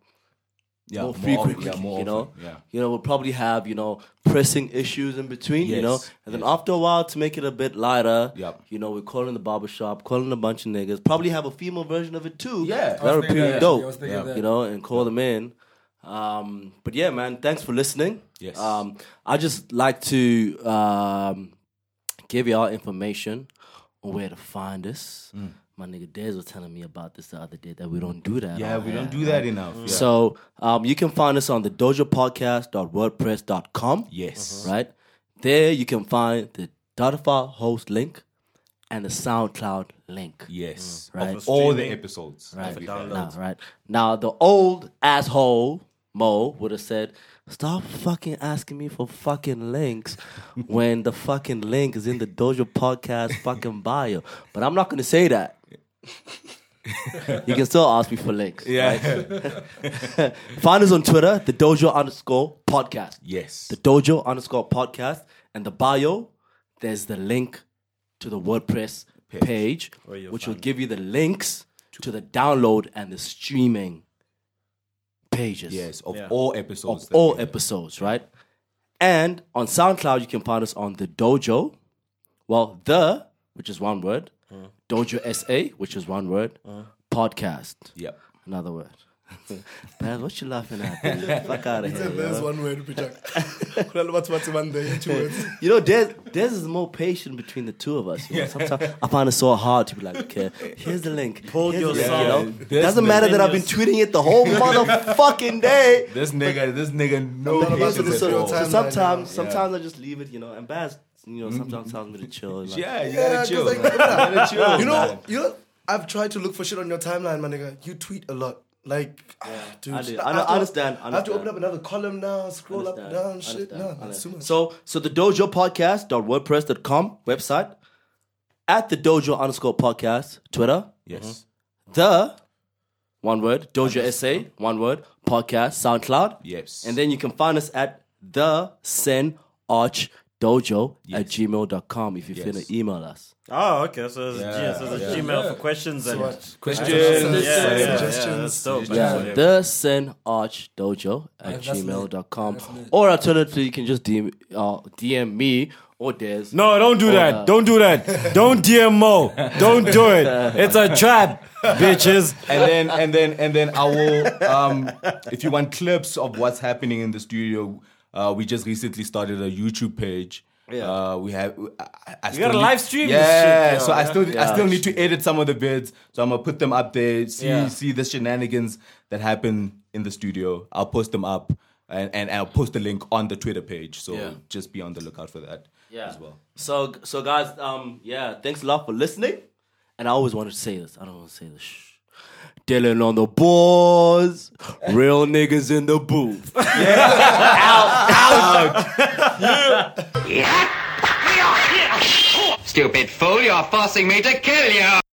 Yeah, more frequently. often, yeah, more you know, often, Yeah. you know, we'll probably have you know pressing issues in between. You Yes, know, and then after a while, to make it a bit lighter, Yep. you know, we're calling the barbershop, calling a bunch of niggas. Probably have a female version of it too. Yeah, I I was that would be thinking that, actually. I was dope. thinking Yeah. that. You know, and call them in. Um, but yeah, man, thanks for listening. Yes. Um, I just like to um, give y'all information on where to find us. Mm. My nigga Dez was telling me about this the other day that we don't do that. Yeah, on we here. don't do that enough. Yeah. So um, you can find us on the dojopodcast.wordpress.com. Yes. Right? There you can find the Datafile host link and the SoundCloud link. yes. Right. Of all the episodes. Right. to be fair. Now, right. Now the old asshole Mo would have said, Stop fucking asking me for fucking links when the fucking link is in the Dojo Podcast fucking bio. But I'm not gonna say that. you can still ask me for links. Yeah. Find us on Twitter, the dojo underscore podcast. yes. The dojo underscore podcast and the bio, there's the link to the WordPress page, which will give you the links to the download and the streaming pages yes. Of all episodes. of that all we- episodes, right? And on SoundCloud, you can find us on the Dojo. Well, the, which is one word, Dojo SA, which is one word, podcast, Yep. another word. Man, what you laughing at? Get the fuck out of here. There's yo. one word, Pijak. Well, what's what's one there? Two words. You know, Des, Des is more patient between the two of us. You know? Sometimes I find it so hard to be like, okay, here's the link. Hold here's the link, yourself. you know? Des Doesn't matter that I've been tweeting it the whole motherfucking day. This nigga, this nigga, no not about to patience at destroy all. So time. timeline, sometimes, sometimes I just leave it, you know. And Baz, you know, sometimes tells me to chill. and Like, Yeah, you Mm-hmm. Yeah, gotta 'cause chill. like, Oh, man. You gotta chill. You know, man. you know, I've tried to look for shit on your timeline, my nigga. You tweet a lot. Like, ah, dude, I do. have I to- understand, I have to understand. open up another column now, scroll Understand, up and down, shit. understand, Nah, it's too understand. much. So, so the dojo podcast.wordpress.com website, at the dojo underscore podcast, Twitter, Mm-hmm. Yes. the one word, dojo SA, one word, podcast, SoundCloud. Yes. And then you can find us at the Sen Arch Dojo at gmail.com if you Yes. finna email us. Oh, okay. So it's, yeah, so it's a Gmail for Yeah. questions and what? Questions. Suggestions. yeah, yeah, yeah, Suggestions. that's dope, man. Yeah, Uh, Yeah. the Sen Arch Dojo at That's lit. gmail.com. That's lit. Or alternatively, you can just DM, uh, DM me or Des. No, don't do that. uh, don't do that. Don't DMO. Don't do it. It's a trap, bitches. and then and then and then I will um if you want clips of what's happening in the studio, uh we just recently started a YouTube page. Yeah. Uh, we have. I, I- I gotta still need- live stream this Yeah, shit, yo. so I still I Yeah. still need to edit some of the vids, so I'm gonna put them up there. See Yeah. see the shenanigans that happen in the studio. I'll post them up, and, and I'll post the link on the Twitter page. So Yeah. just be on the lookout for that as well. So, so guys, um, yeah, thanks a lot for listening. And I always wanted to say this. I don't want to say this. Shh. Dylan on the boards, real niggas in the booth. Stupid fool, you're forcing me to kill you!